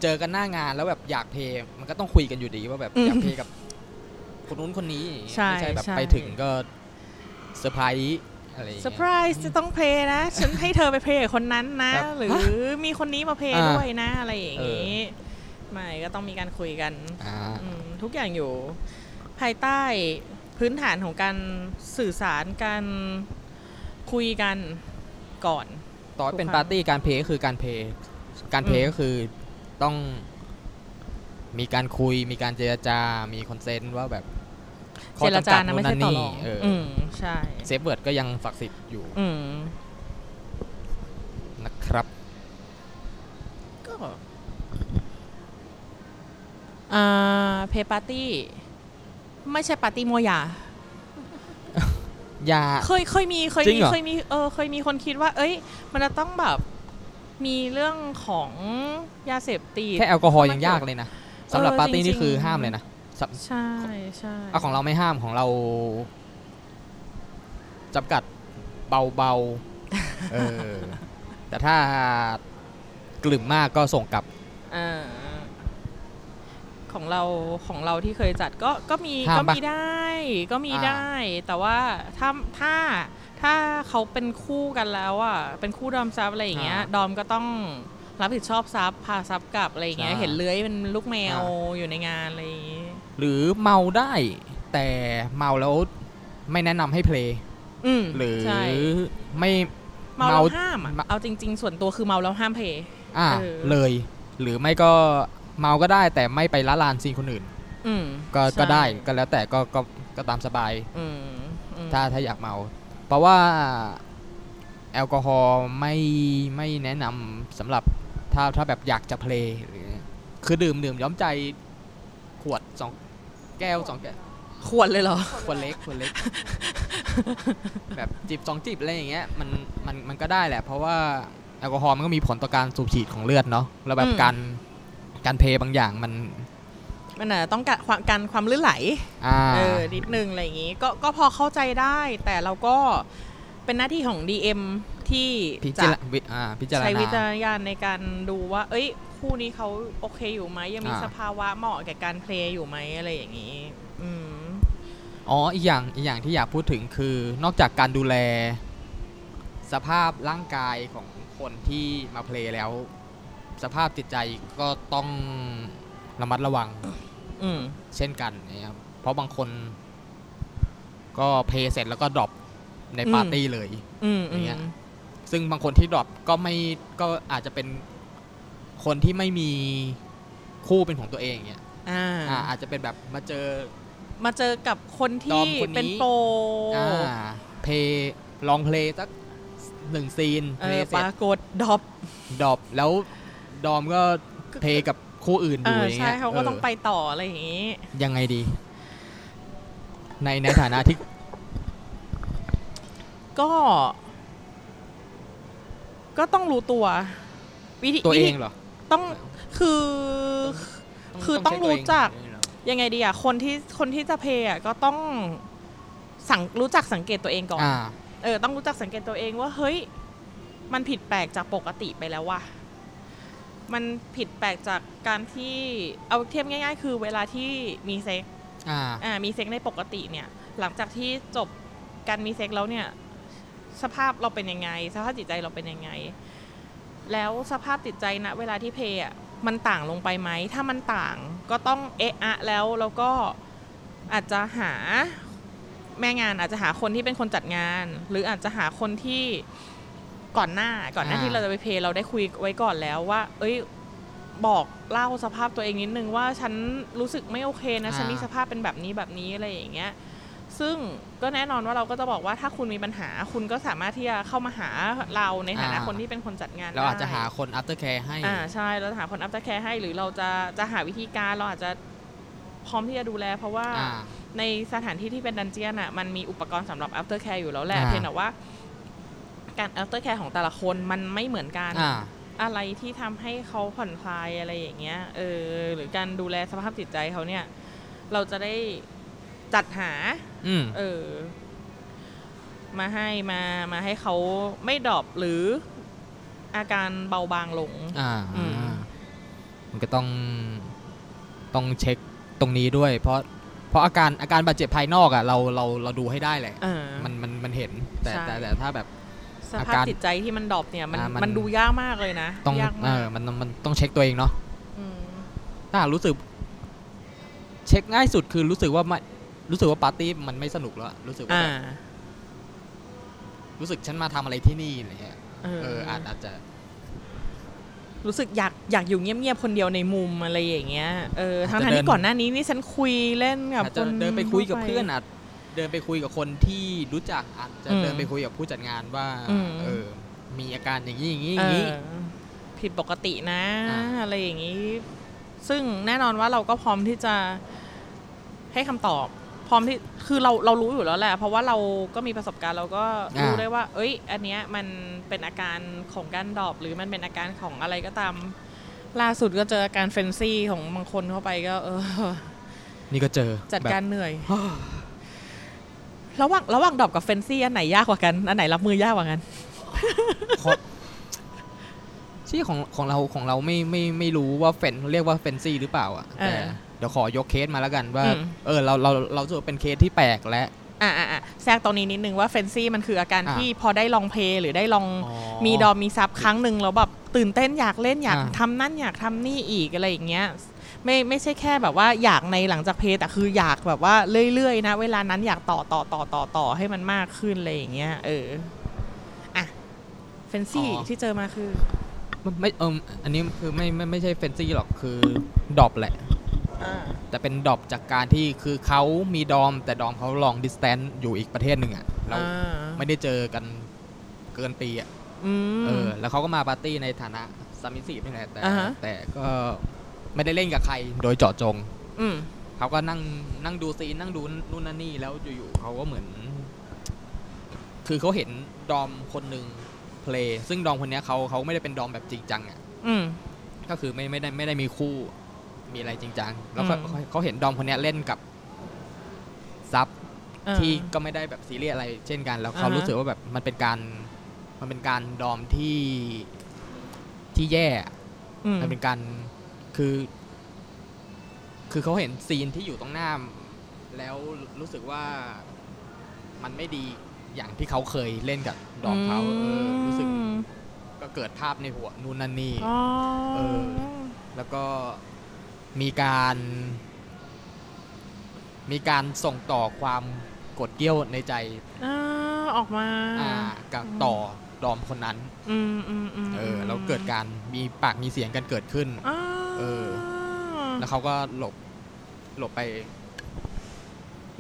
A: เจอกันหน้างานแล้วแบบอยากเพย์มันก็ต้องคุยกันอยู่ดีว่าแบบอยากเพย์กับคนนู้นคนนี้อย่างเงี้ยไม่ใช่แบบไปถึงก็เซอร์ไพรส์อะไรอย่าง
B: เซอ
A: เงี้ย
B: ร์ไพรส์จะต้องเพย์นะ ฉันให้เธอไปเพย์กับคนนั้นนะ
A: ครับ
B: หรือมีคนนี้มาเพย์
A: อ่า
B: ด้วยนะ อะไรอย่างนี้
A: เ
B: ไม่ก็ต้องมีการคุยกัน
A: อ่า
B: อืมทุกอย่างอยู่ภายใต้พื้นฐานของการสื่อสารการคุยกันก่อน
A: ต ต่อให้เป็น
C: ทุกค
A: ปา
C: รั้
A: ง ร์ตี้การเพลย์ก็คือการเพลย์การเพลย์
B: อืม
A: ก็คือต้องมีการคุย มีการเจรจา มีคอนเซนต์ว่าแบบข้อ
B: เจร
A: จำ
B: จา
A: กัด
B: นะ
A: นู่
B: ไม่
A: น
B: ใช่
A: นั่น
B: ต่อ
A: นี่
B: รอง
A: เอออ
B: อืมใช่
A: เซฟเวิร์ดก็ยังศักดิ์สิทธิ์อยู่
B: อืม
A: นะครับ ก็
B: อ่าเพปาร์ตี้ ไม่ใช่ปาร์ตี้มัวยา
A: อย่า
B: เคยเคยมีเคย
A: จริง
B: มี
A: เหรอ
B: เคยมีเออเคยมีคนคิดว่า เอ้ย มันจะต้องแบบมีเรื่องของยาเสพติด
A: แค่แอลกอฮอล์ยังยากเลยนะสำหรับ
B: เออ
A: ปาร์ตี้
B: จริงๆ
A: นี่คือห้ามเลยนะสำ
B: ใช่ใช่
A: เอาของเราไม่ห้ามของเราจำกัดเบาๆเออแต่ถ้ากลุ่มมากก็ส่งกลับ
B: อ่าของเราของเราที่เคยจัดก็ก็มี
A: ห้าม
B: ก็
A: ปะ
B: มีได้ ก็มี
A: อ่า
B: ได้ แต่ว่าถ้าถ้าถ้าเขาเป็นคู่กันแล้วอ่ะเป็นคู่ดอมซับอะไรอย่างเงี้ย ดอมก็ต้องรับผิดชอบซับพาซับกลับอะไรอย่างเงี้ยเห็นเลื้อยเป็นลูกแมวอยู่ในงานอะไรอย่างงี้
A: หรือเมาได้แต่เมาแล้วไม่แนะนำให้เพลย์
B: อืม
A: หรือ
B: ใช่
A: ไม่
B: เมาแล้
A: เมา
B: วห้ามอะ
A: เมา
B: เอาจริง ๆ ส่วนตัวคือเมาแล้วห้ามเพลย์
A: อ่า
B: เออ
A: เลย หรือไม่ก็เมาก็ได้แต่ไม่ไปละลานซีนคนอื่น
B: อืม
A: ก็
B: ใช่
A: ก็ได้ก็แล้วแต่ก็ก็ก็ตามสบาย
B: อืมอืม
A: ถ้าถ้าอยากเมา เพราะว่าแอลกอฮอล์ไม่ไม่แนะนำสำหรับถ้าถ้าแบบอยากจะเพลย์หรือคือดื่มดื่มย้อมใจขวดสองแก้วสองแก้ว
B: ควรเลยเหรอ
A: คนเล็กคน เล็ก แบบจิบสองจิบอะไรอย่างเงี้ยมันมันมันก็ได้แหละ เพราะว่าแอลกอฮอล์มันก็มีผลต่อการสูบฉีดของเลือดเนาะแล้วแบ
B: อื
A: บ
B: ม
A: การการเพลย์บางอย่างมัน
B: มันอ่ะต้องการความการความลื่นไหล
A: อ่า
B: เออ นิดนึงอะไรอย่างงี้ ก็ก็พอเข้าใจได้ แต่เราก็เป็นหน้าที่ของ DM ที่
A: พิ
B: จะ
A: จารวิอ่าพิจาร
B: ใช้วิจา
A: ณา
B: รณญาณในการดูว่า เอ้ย คู่นี้เขาโอเคอยู่ไหมยังมี
A: อ่า
B: สภาวะเหมาะแก่การเพลย์อยู่ไหมอะไรอย่างงี้ อืม
A: อ๋ออีกอย่างอีกอย่างที่อยากพูดถึงคือนอกจากการดูแล สภาพร่างกายของคนที่มาเพลย์แล้ว สภาพจิตใจก็ต้องระมัดระวัง
B: อืม
A: เช่นกันนะครับ เพราะบางคนก็เพย์เสร็จแล้วก็ดรอปใน
B: อืม
A: ปาร์ตี้เลย
B: อืม
A: อ
B: อื
A: ย่าง
B: ม
A: เงี้ย ซึ่งบางคนที่ดรอปก็ไม่ก็อาจจะเป็นคนที่ไม่มีคู่เป็นของตัวเองอย่างเงี้ย
B: อ่า
A: อ่าอาจจะเป็นแบบมาเจอ
B: มาเจอกับคน
A: ด
B: ที่
A: อมคนนี้
B: เป็นโปร
A: อ่าเพย์ลองเพลย์สักหนึ่งซีน
B: เอ
A: เพล
B: อ
A: ย์เส
B: ป
A: ร็จ
B: รากฏดรอป
A: ดรอปแล้วดอมก็เพย์กับคู่อื่น
B: เอ
A: ดู
B: อ
A: อย่าง
B: ใช่
A: เงี้ย
B: เขาก็
A: ออ
B: ต้องไปต่ออะไรอย่างงี้
A: ยังไงดี ในในฐานะ ที่
B: ก็ ก็ต้องรู้ตัว วิธี
A: ตัวเอ
B: วิ
A: ง
B: ธี
A: เหรอ
B: ต้องคือ คือต้อง
A: เช็
B: รู้
A: ตัวเ
B: จัก ยังไงดีอ่ะคนที่คนที่จะเพย์อ่ะก็ต้องสังรู้จักสังเกตตัวเองก่อน
A: อ่า
B: เออต้องรู้จักสังเกตตัวเองว่าเฮ้ย มันผิดแปลกจากปกติไปแล้วว่ะมันผิดแปลกจากการที่เอาเทียบง่าย ๆ คือเวลาที่มีเซ็ก
A: อ่า
B: อ่ามีเซ็กในปกติเนี่ย หลังจากที่จบการมีเซ็กแล้วเนี่ย สภาพเราเป็นยังไง สภาพจิตใจเราเป็นยังไง แล้วสภาพจิตใจณเวลาที่เพลย์อ่ะมันต่างลงไปไหม ถ้ามันต่างก็ต้องเอะอะแล้วแล้วก็อาจจะหาแม่งานอาจจะหาคนที่เป็นคนจัดงาน หรืออาจจะหาคนที่ก่อนหน้าก่อนหน้า
A: อ่า
B: ที่เราจะไปเพลย์เราได้คุยไว้ก่อนแล้วว่า เอ้ย บอกเล่าสภาพตัวเองนิดนึงว่าฉันรู้สึกไม่โอเคนะ
A: อ่า
B: ฉันมีสภาพเป็นแบบนี้แบบนี้อะไรอย่างเงี้ย ซึ่งก็แน่นอนว่าเราก็จะบอกว่าถ้าคุณมีปัญหาคุณก็สามารถที่จะเข้ามาหาเราในฐานะคนที่เป็นคนจัดงาน
A: เราอาจจะ
B: ได้
A: หาคน after care ให้
B: อ่าใช่เราจะหาคนอัพเตอร์แคร์ให้หรือเราจะจะหาวิธีการเราอาจจะพร้อมที่จะดูแล เพราะว่า
A: อ่า
B: ในสถานที่ที่เป็นดันเจียนอ่ะมันมีอุปกรณ์สำหรับอัพเตอร์แคร์อยู่แล้วแหละ
A: อ่า
B: เพียงแต่ว่า การอัพเตอร์แคร์ของแต่ละคนมันไม่เหมือนกัน
A: อ่า
B: อะไรที่ทำให้เขาผ่อนคลายอะไรอย่างเงี้ย เออ หรือการดูแลสภาพจิตใจเขาเนี่ย เราจะได้จัดหา
A: อืม
B: เออ มาให้มา มาให้เขาไม่ดรอปหรืออาการเบาบางลง
A: อ่า
B: อืม
A: มันก็ต้อง ต้องเช็คตรงนี้ด้วย เพราะ เพราะอาการ อาการบาดเจ็บภายนอกอ่ะ เรา เรา เราดูให้ได้แหละ
B: เออ
A: มัน มัน มันเห็น แต่
B: ใช่
A: แต่ แต่ถ้าแบบ
B: สภาพจิตใจที่มันดรอปเนี่ย มัน
A: อ่ามัน
B: มันดูยากมากเลยนะ
A: ต้อง
B: ยาก
A: เอ
B: มาก
A: อ มัน มันต้องเช็คตัวเองเนาะ
B: ม
A: ถ้ารู้สึก เช็คง่ายสุดคือรู้สึกว่าไม่รู้สึกว่าปาร์ตี้มันไม่สนุกแล้วอะรู้สึกว่าแบ
B: อ่า
A: บรู้สึกฉันมาทำอะไรที่นี่อะไรเงี้ย
B: เออ
A: เอออาจอาจจะ
B: รู้สึกอยากอยากอยู่เงียบๆคนเดียวในมุมอะไรอย่างเงี้ยเออทั้งๆที่ก่อนหน้านี้นี่ฉันคุยเล่นกับ
A: อาจ
B: ค
A: จะ
B: น
A: เดินไปคุยกับเพื่อน
B: ทั่วไ
A: อาจเดินไปคุยกับคนที่รู้จักอาจจะ
B: อืม
A: เดินไปคุยกับผู้จัดงานว่า
B: อืม
A: เออมีอาการอย่างนี้อย่างนี้
B: ป
A: อย่างนี้
B: เออผิดปกตินะ
A: อ่า
B: อะไรอย่างงี้ ซึ่งแน่นอนว่าเราก็พร้อมที่จะให้คำตอบ พร้อมที่คือเราเรารู้อยู่แล้วแหละ เพราะว่าเราก็มีประสบการณ์เราก็รู้ได้ว่า เอ้ย อันเนี้ยมันเป็นอาการของการดรอปหรือมันเป็นอาการของอะไรก็ตาม ล่าสุดก็เจออาการเฟนซี่ของบางคนเข้าไปก็ เออ
A: นี่ก็เจอ
B: จัด
A: แบบ
B: การเหนื่อย ระหว่างระหว่างดรอปกับเฟนซี่อันไหนยากกว่ากัน อันไหนรับมือยากกว่ากัน
A: ชี่ของของเราของเราไม่ไม่ไม่รู้ว่าเฟนเรียกว่าเฟนซี่หรือเปล่าอ่ะแต่
B: เออ
A: เดี๋ยวขอยกเคสมาแล้วกันว่า
B: อืม
A: เออเราเราเราจะเป็นเคสที่แปลกและ
B: อ่ะอ่ะอ่ะแทรกตรงนี้นิดนึงว่าเฟนซี่มันคืออาการ
A: อ่ะ
B: ที่พอได้ลองเพลย์หรือได้ลอง
A: อ๋อ
B: มีดอมมีซับครั้งหนึ่งแล้วแบบตื่นเต้นอยากเล่นอยาก
A: อ่ะ
B: ทำนั่นอยากทำนี่อีกอะไรอย่างเงี้ย ไม่ไม่ใช่แค่แบบว่าอยากในหลังจากเพลย์แต่คืออยากแบบว่าเรื่อยๆนะ เวลานั้นอยากต่อต่อต่อต่อต่อให้มันมากขึ้นอะไรอย่างเงี้ยเอออ่ะเฟนซี่ที่เจอมาคือ
A: มันไม่เอออันนี้คือไม่ไม่ไม่ใช่เฟนซี่หรอกคือดรอปแหละ
B: อ่า
A: แต่เป็นดรอปจากการที่คือเขามีดอม แต่ดอมเขาลองดิสแตนต์อยู่อีกประเทศหนึ่งอ่ะเรา
B: อ่า
A: ไม่ได้เจอกันเกินปีอ่ะ
B: อืม
A: เออแล้วเขาก็มาปาร์ตี้ในฐานะซามิสีนี่แหละแต่
B: อ่าฮะ
A: แต่ก็ไม่ได้เล่นกับใครโดยเจาะจง
B: อืม
A: เขาก็นั่งนั่งดูซีนนั่งดูนู่นนั่นนี่แล้วอยู่ๆเขาก็เหมือน คือเขาเห็นดอมคนหนึ่งเพลย์ซึ่งดอมคนเนี้ยเขาเขาไม่ได้เป็นดอมแบบจริงจังอ่ะ
B: อืม
A: ก็คือไม่ไม่ได้ไม่ได้มีคู่มีอะไรจริงจังแล้วเขา
B: อืม
A: เขาเห็นดอมคนเนี้ยเล่นกับซับ
B: เออ
A: ที่ก็ไม่ได้แบบซีเรียสอะไร เช่นกัน แล้วเขา
B: อ่าฮะ
A: รู้สึกว่าแบบมันเป็นการ มันเป็นการดอมที่ที่แย่อะ
B: อืม
A: มันเป็นการคือ คือเขาเห็นซีนที่อยู่ตรงหน้า แล้วรู้สึกว่ามันไม่ดีอย่างที่เขาเคยเล่นกับดอมเขาเออรู้สึกก็เกิดภาพในหัวนู่นนั่นนี่
B: อ๋อ
A: เออ แล้วก็มีการ มีการส่งต่อความโกดเกรี้ยวในใจ
B: อ่าออกมา
A: อ่ากับต่อดอมคนนั้น
B: อืมอืมอืม
A: เออแล้วเกิดการมีปากมีเสียงกันเกิดขึ้น
B: อ่า
A: เออ แล้วเขาก็หลบ หลบไป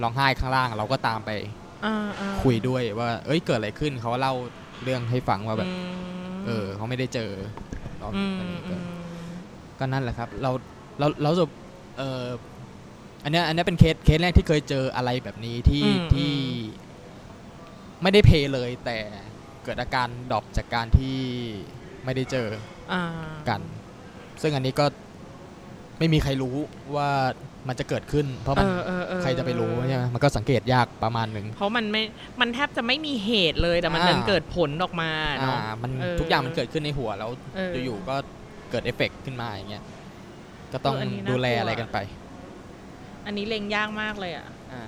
A: ร้องไห้ข้างล่าง เราก็ตามไป
B: อ่าอ่า
A: คุยด้วยว่า เอ้ย เกิดอะไรขึ้น เขาเล่าเรื่องให้ฟังว่าแบบ
B: อืม
A: เออ เขาไม่ได้เจอตอน
B: อืม
A: ตอนนี้
B: อื
A: ก็
B: ม
A: ก็นั่นแหละครับ เรา เรา เราจะเอออันเนี้ย อันเนี้ยเป็นเคส เคสแรกที่เคยเจออะไรแบบนี้ที่ ที่ ไม่ได้เพย์เลย แต่เกิดอาการดรอปจากการที่ไม่ได้เจอ
B: อ่า
A: กัน ซึ่งอันนี้ก็ไม่มีใครรู้ว่ามันจะเกิดขึ้น เพราะมัน
B: เออเออเออ
A: ใครจะไปรู้ใช่ไหมมันก็สังเกตยากประมาณหนึ่ง
B: เพราะมันไม่มันแทบจะไม่มีเหตุเลยแต่มัน
A: อ่า
B: ดันเกิดผลออกมาเนาะ
A: อ่ามัน
B: เออ
A: ทุกอย่างมันเกิดขึ้นในหัวแล้ว
B: เออ
A: อยู่ๆก็เกิดเอฟเฟกต์ขึ้นมาอย่างเงี้ยก็ต้อง
B: เอออันนี้น่ากลัว
A: ดูแลอะไรกันไป
B: อันนี้เล็งยากมากเลยอ่ะ
A: อ่า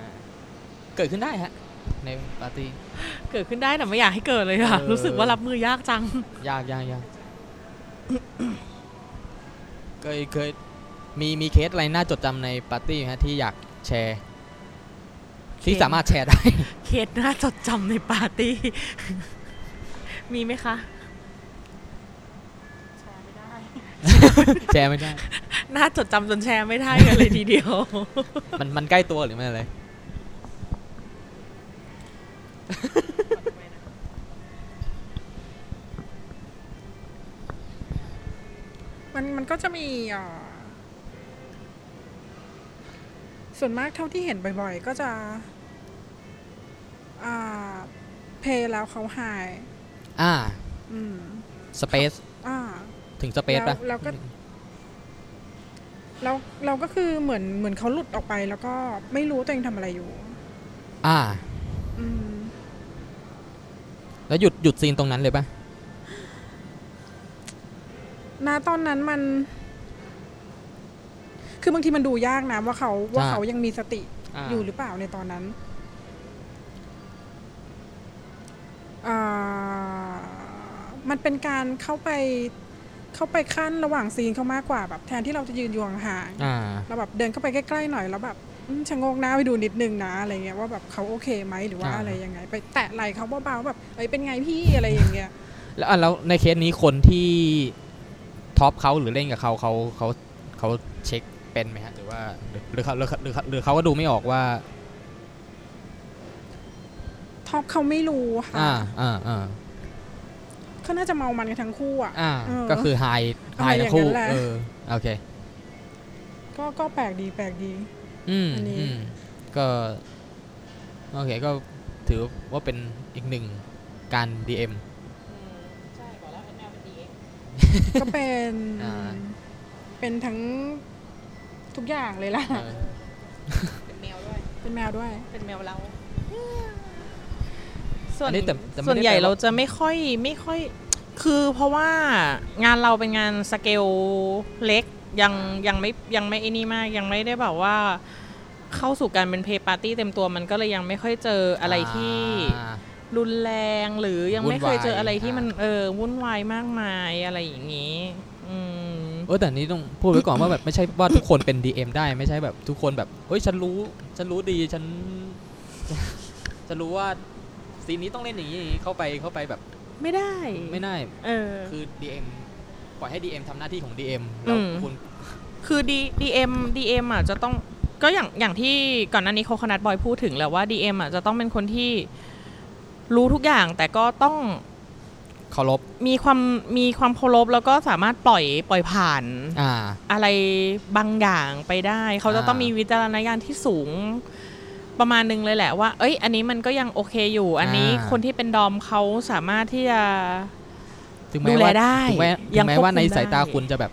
A: เกิดขึ้นได้ฮะ ในปาร์ตี้
B: เกิดขึ้นได้แต่ไม่อยากให้เกิดเลยค่ะ
A: เออ
B: รู้สึกว่ารับมือยากจัง
A: ยากยาก ยากเคยเคยมีมีเคสอะไรน่าจดจำในปาร์ตี้ไหมฮะที่อยากแชร์ ที่สามารถแชร์ได้
B: เคสน่าจดจำในปาร์ตี้ มีไหมคะ
C: แชร์ไม่ได้
A: แชร์ไม่ได้
B: น่าจดจำจนแชร์ไม่ได้กันเลยทีเดียว
A: มันมันใกล้ตัวหรือไม่อะไร
C: มันมันก็จะมีอ่าส่วนมากเท่าที่เห็นบ่อยๆ ก็จะอ่าเพย์แล้วเขาหาย
A: อ่า
C: อืม
A: สเปซ
C: อ่า
A: ถึงสเปซปะ
C: เราเราก็ แล้วเราก็คือเหมือนเหมือนเขาหลุดออกไปแล้วก็ไม่รู้ตัวเองทำอะไรอยู่
A: อ่า
C: อืม
A: แล้วหยุดหยุดซีนตรงนั้นเลยปะ
C: ณตอนนั้นมัน คือบางทีมันดูยากนะว่าเขาว่าเขายังมีสติ
A: า
C: อยู่หรือเปล่าในตอนนั้นอ่ามันเป็นการเข้าไปเข้าไปขั้นระหว่างซีนเขามากกว่าแบบ แทนที่เราจะยืนอยู่ห่าง
A: อ่า
C: ๆเราแบบเดินเข้าไปใกล้ๆหน่อยแล้วแบบอืมชะโงกหน้าไปดูนิดนึงนะอะไรเงี้ยว่าแบบเขาโอเคไหมหรือว่า
A: อ่า
C: อะไรยังไง ไปแตะไหล่เขาเบาๆแบบเอ้ยเป็นไงพี่อะไรอย่างเงี้ย
A: แล้วอ่ะแล้วในเคสนี้คนที่ท็อปเขาหรือเล่นกับเขาเขาเขาเขาเช็คเป็นไหมฮะหรือว่าหรือเขาหรือเขาหรือเขาหรือเขาก็ดูไม่ออกว่า
C: ท็อปเขาไม่รู้ค่ะ
A: อ่าอ่าอ่า
C: เขาน่าจะเมามันกันทั้งคู่อ่ะ
A: อ่า
C: เออ
A: ก็คือไฮไฮ
C: อะไร
A: ทั้งคู่
C: อย่างนั้นแหละ
A: เออโอเค
C: ก็ก็แปลกดีแปลกดี
A: อืม
C: อันนี้
A: อืมก็โอเคก็ถือว่าเป็นอีกหนึ่งการ DM
C: ก็เป็น
A: อ่า
C: เป็นทั้งทุกอย่างเลยล่ะ
A: เออ
D: เป็นแมวด้วย
C: เป็นแมวด้วย
D: เป็นแมวเรา
B: ส่ว
A: อั
B: น
A: นนี้แต่แต่ไม่ได้
B: ส่วนใหญ่
A: แปลว่า
B: เราจะไม่ค่อยไม่ค่อย คือเพราะว่างานเราเป็นงานสเกลเล็กยังยังไม่ยังไม่ไอ้นี่มากยังไม่ได้แบบว่า เข้าสู่การเป็นเพย์ปาร์ตี้เต็มตัวมันก็เลยยังไม่ค่อยเจออะไรที่
A: อ่า
B: รุนแรงหรือยังไม่
A: วุ่
B: เคน
A: วาย
B: ยเจออะไรที่
A: อ่ามั
B: มันเออวุ่นวายมากมายอะไรอย่างนี้ อืม
A: เออแต่อันนี้ต้องพูดไว้ก่อนว่าแบบไม่ใช่ว่าทุกคนเป็น DM ได้ไม่ใช่แบบทุกคนแบบเฮ้ยฉันรู้ฉันรู้ดีฉัน ฉันรู้ว่าซีนนี้ต้องเล่นอย่างนี้อย่างนี้เข้าไปเข้าไปแบบ
B: ไม่ได้
A: ไม่ได้
B: เออ
A: คือ DM ปล่อยให้ DM ทำหน้าที่ของ DM แล้ว
B: อืม
A: คุณ
B: คือ D DM DM อ่ะจะต้องก็อย่างอย่างที่ก่อนหน้านี้โคคนัทบอยพูดถึงแหล้วว่า DM อ่ะจะต้องเป็นคนที่รู้ทุกอย่างแต่ก็ต้อง
A: เคารพ
B: มีความมีความเคารพแล้วก็สามารถปล่อยปล่อยผ่าน
A: อ่า
B: อะไรบางอย่างไปได้ เขาจะต้อง
A: อ่ามี
B: มีวิจารณญาณที่สูงประมาณนึงเลยแหละว่า เอ้ย อันนี้มันก็ยังโอเคอยู่ อันนี้
A: อ่า
B: คนที่เป็นดอมเขาสามารถที่จะ
A: ถึง
B: ดู
A: แม้
B: แล
A: ว่า
B: ได้
A: ถึงแม้
B: ยั
A: ถึ
B: ง
A: งแม้
B: ควบคุม
A: ว่าในสายตา
B: ได้
A: คุณจะแบบ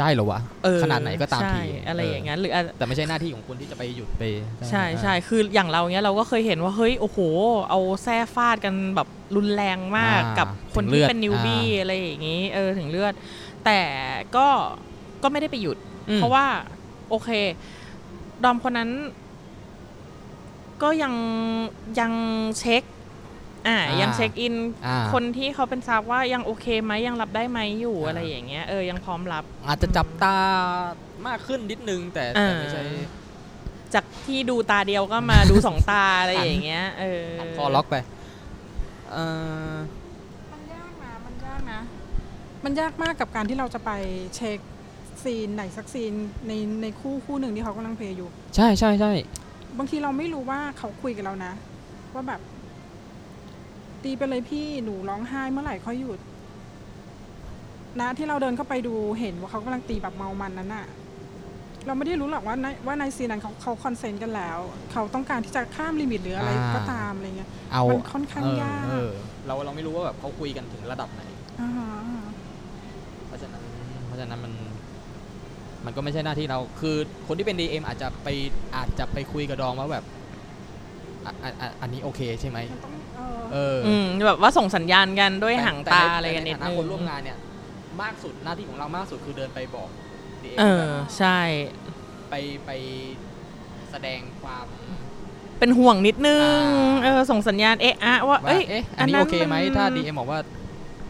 A: ได้เหรอวะ
B: เออ
A: ขนาดไหนก็ตาม
B: ใช่
A: ที
B: อะไรอย่าง
A: เงี้
B: นั้นหรืออาจ
A: แต่ไม่ใช่หน้าที่ของคุณที่จะไปหยุดไป
B: ใช่ใช่
A: อ่า
B: คืออย่างเราเนี้ยเราก็เคยเห็นว่าเฮ้ย โอ้โห เอาแส้ฟาดกันแบบรุนแรงมาก
A: อ่า
B: กับคน
A: ถึงเลื
B: ที่
A: อด
B: เป็นนิวบี้
A: อ่า
B: อะไรอย่างนี้ เออถึงเลือด แต่ก็ก็ไม่ได้ไปหยุด
A: อืม
B: เพราะว่าโอเค ดอมคนนั้น ก็ยังยังเช็ค อ่า
A: อ่ายั
B: ยังเช็คอิน
A: อ่า
B: คนที่เขาเป็นซาบว่ายังโอเคไหมยังรับได้ไหมอยู่อะไรอย่างเงี้ยเออยังพร้อมรับ
A: อาจจะจับตามากขึ้นนิดนึงแต่แต่ไม่ใช่
B: อ่า จากที่ดูตาเดียวก็มาดูสองตาอะไรอย่างเงี้ยเอออ
A: คอล็อกไปเอ่อ
C: มันยากนะ มันยากนะ มันยากมากกับการที่เราจะไปเช็คซีนไหนสักซีนในในคู่คู่หนึ่งที่เขากำลังเพลย์อยู่
A: ใช่ใช่ใช่
C: บางทีเราไม่รู้ว่าเขาคุยกับเรานะ ว่าแบบ ตีไปเลยพี่หนูร้องไห้เมื่อไหร่ค่อยหยุด นะที่เราเดินเข้าไปดูเห็นว่าเขากำลังตีแบบเมามันนั้นน่ะ เราไม่ได้รู้หรอกว่าในว่าในซีนนั้นเขาเขาคอนเซนต์กันแล้ว เขาต้องการที่จะข้ามลิมิตหรืออะไรก็ตามอะไรเงี้ย
A: เอา
C: มันค่อนข้าง
A: เ
C: ยาก
A: เออเราเราไม่รู้ว่าแบบเขาคุยกันถึงระดับไหน
C: อ่าฮะ
A: เพราะฉะนั้นเพราะฉะนั้นมันมันก็ไม่ใช่หน้าที่เรา คือคนที่เป็น DM อาจจะไปอาจจะไปคุยกับดองว่าแบบอ่ะอ่ะอ่ะอันนี้โอเคใช่ไหม
C: มันต้องเออ
A: เออ
B: อืมแบบว่าส่งสัญญาณกันด้วยหาง
A: แ
B: ตา
A: ใ
B: อะไรกัน
A: แต่
B: นิด
A: ใฐา
B: นึง
A: คนร่วมงานเนี่ย มากสุดหน้าที่ของเรามากสุดคือเดินไปบอก DM
B: เออ
A: แบบ
B: ใช่
A: ไปไปแสดงความ
B: เป็นห่วงนิดนึง
A: อ่า
B: เออ ส่งสัญญาณเอะอะว่า
A: ว่า
B: เอ้ย
A: เอ๊ะอันนี้
B: นั้น
A: โอเคไหมถ้า
B: น
A: DM บอกว่า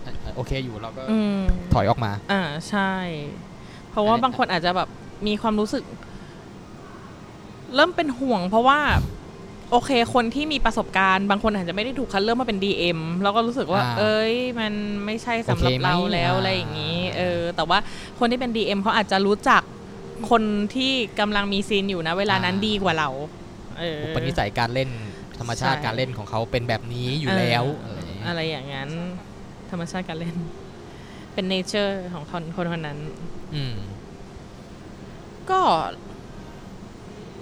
A: อ่ะอ่ะโอเคอยู่เราก็
B: อืม
A: ถอยออกมา
B: อ่าใช่ เพราะว่า
A: อันนี้
B: บางคนอาจจะแบบมีความรู้สึก เริ่มเป็นห่วง เพราะว่า โอเค คนที่มีประสบการณ์ บางคนอาจจะไม่ได้ถูกคัดเลือกมาเป็น DM แล้วก็รู้สึกว่า
A: อ่า
B: เอ้ย มันไม่ใช่สำหรับ
A: โอเคไหม
B: เราแล้ว
A: อ่า
B: อะไรอย่างนี้ เออ แต่ว่าคนที่เป็น DM เขาอาจจะรู้จักคนที่กำลังมีซีนอยู่นะ เวลานั้นดีกว่าเรา เออ
A: อุปนิสัยการเล่นธรรมชาติ
B: ใช่
A: การเล่นของเขาเป็นแบบนี้อยู่แล้วอะไรอย่างเงี้ย
B: อะไรอย่างนั้น ธรรมชาติการเล่น เป็นเนเจอร์ของคนคนคนนั้น
A: อืม
B: ก็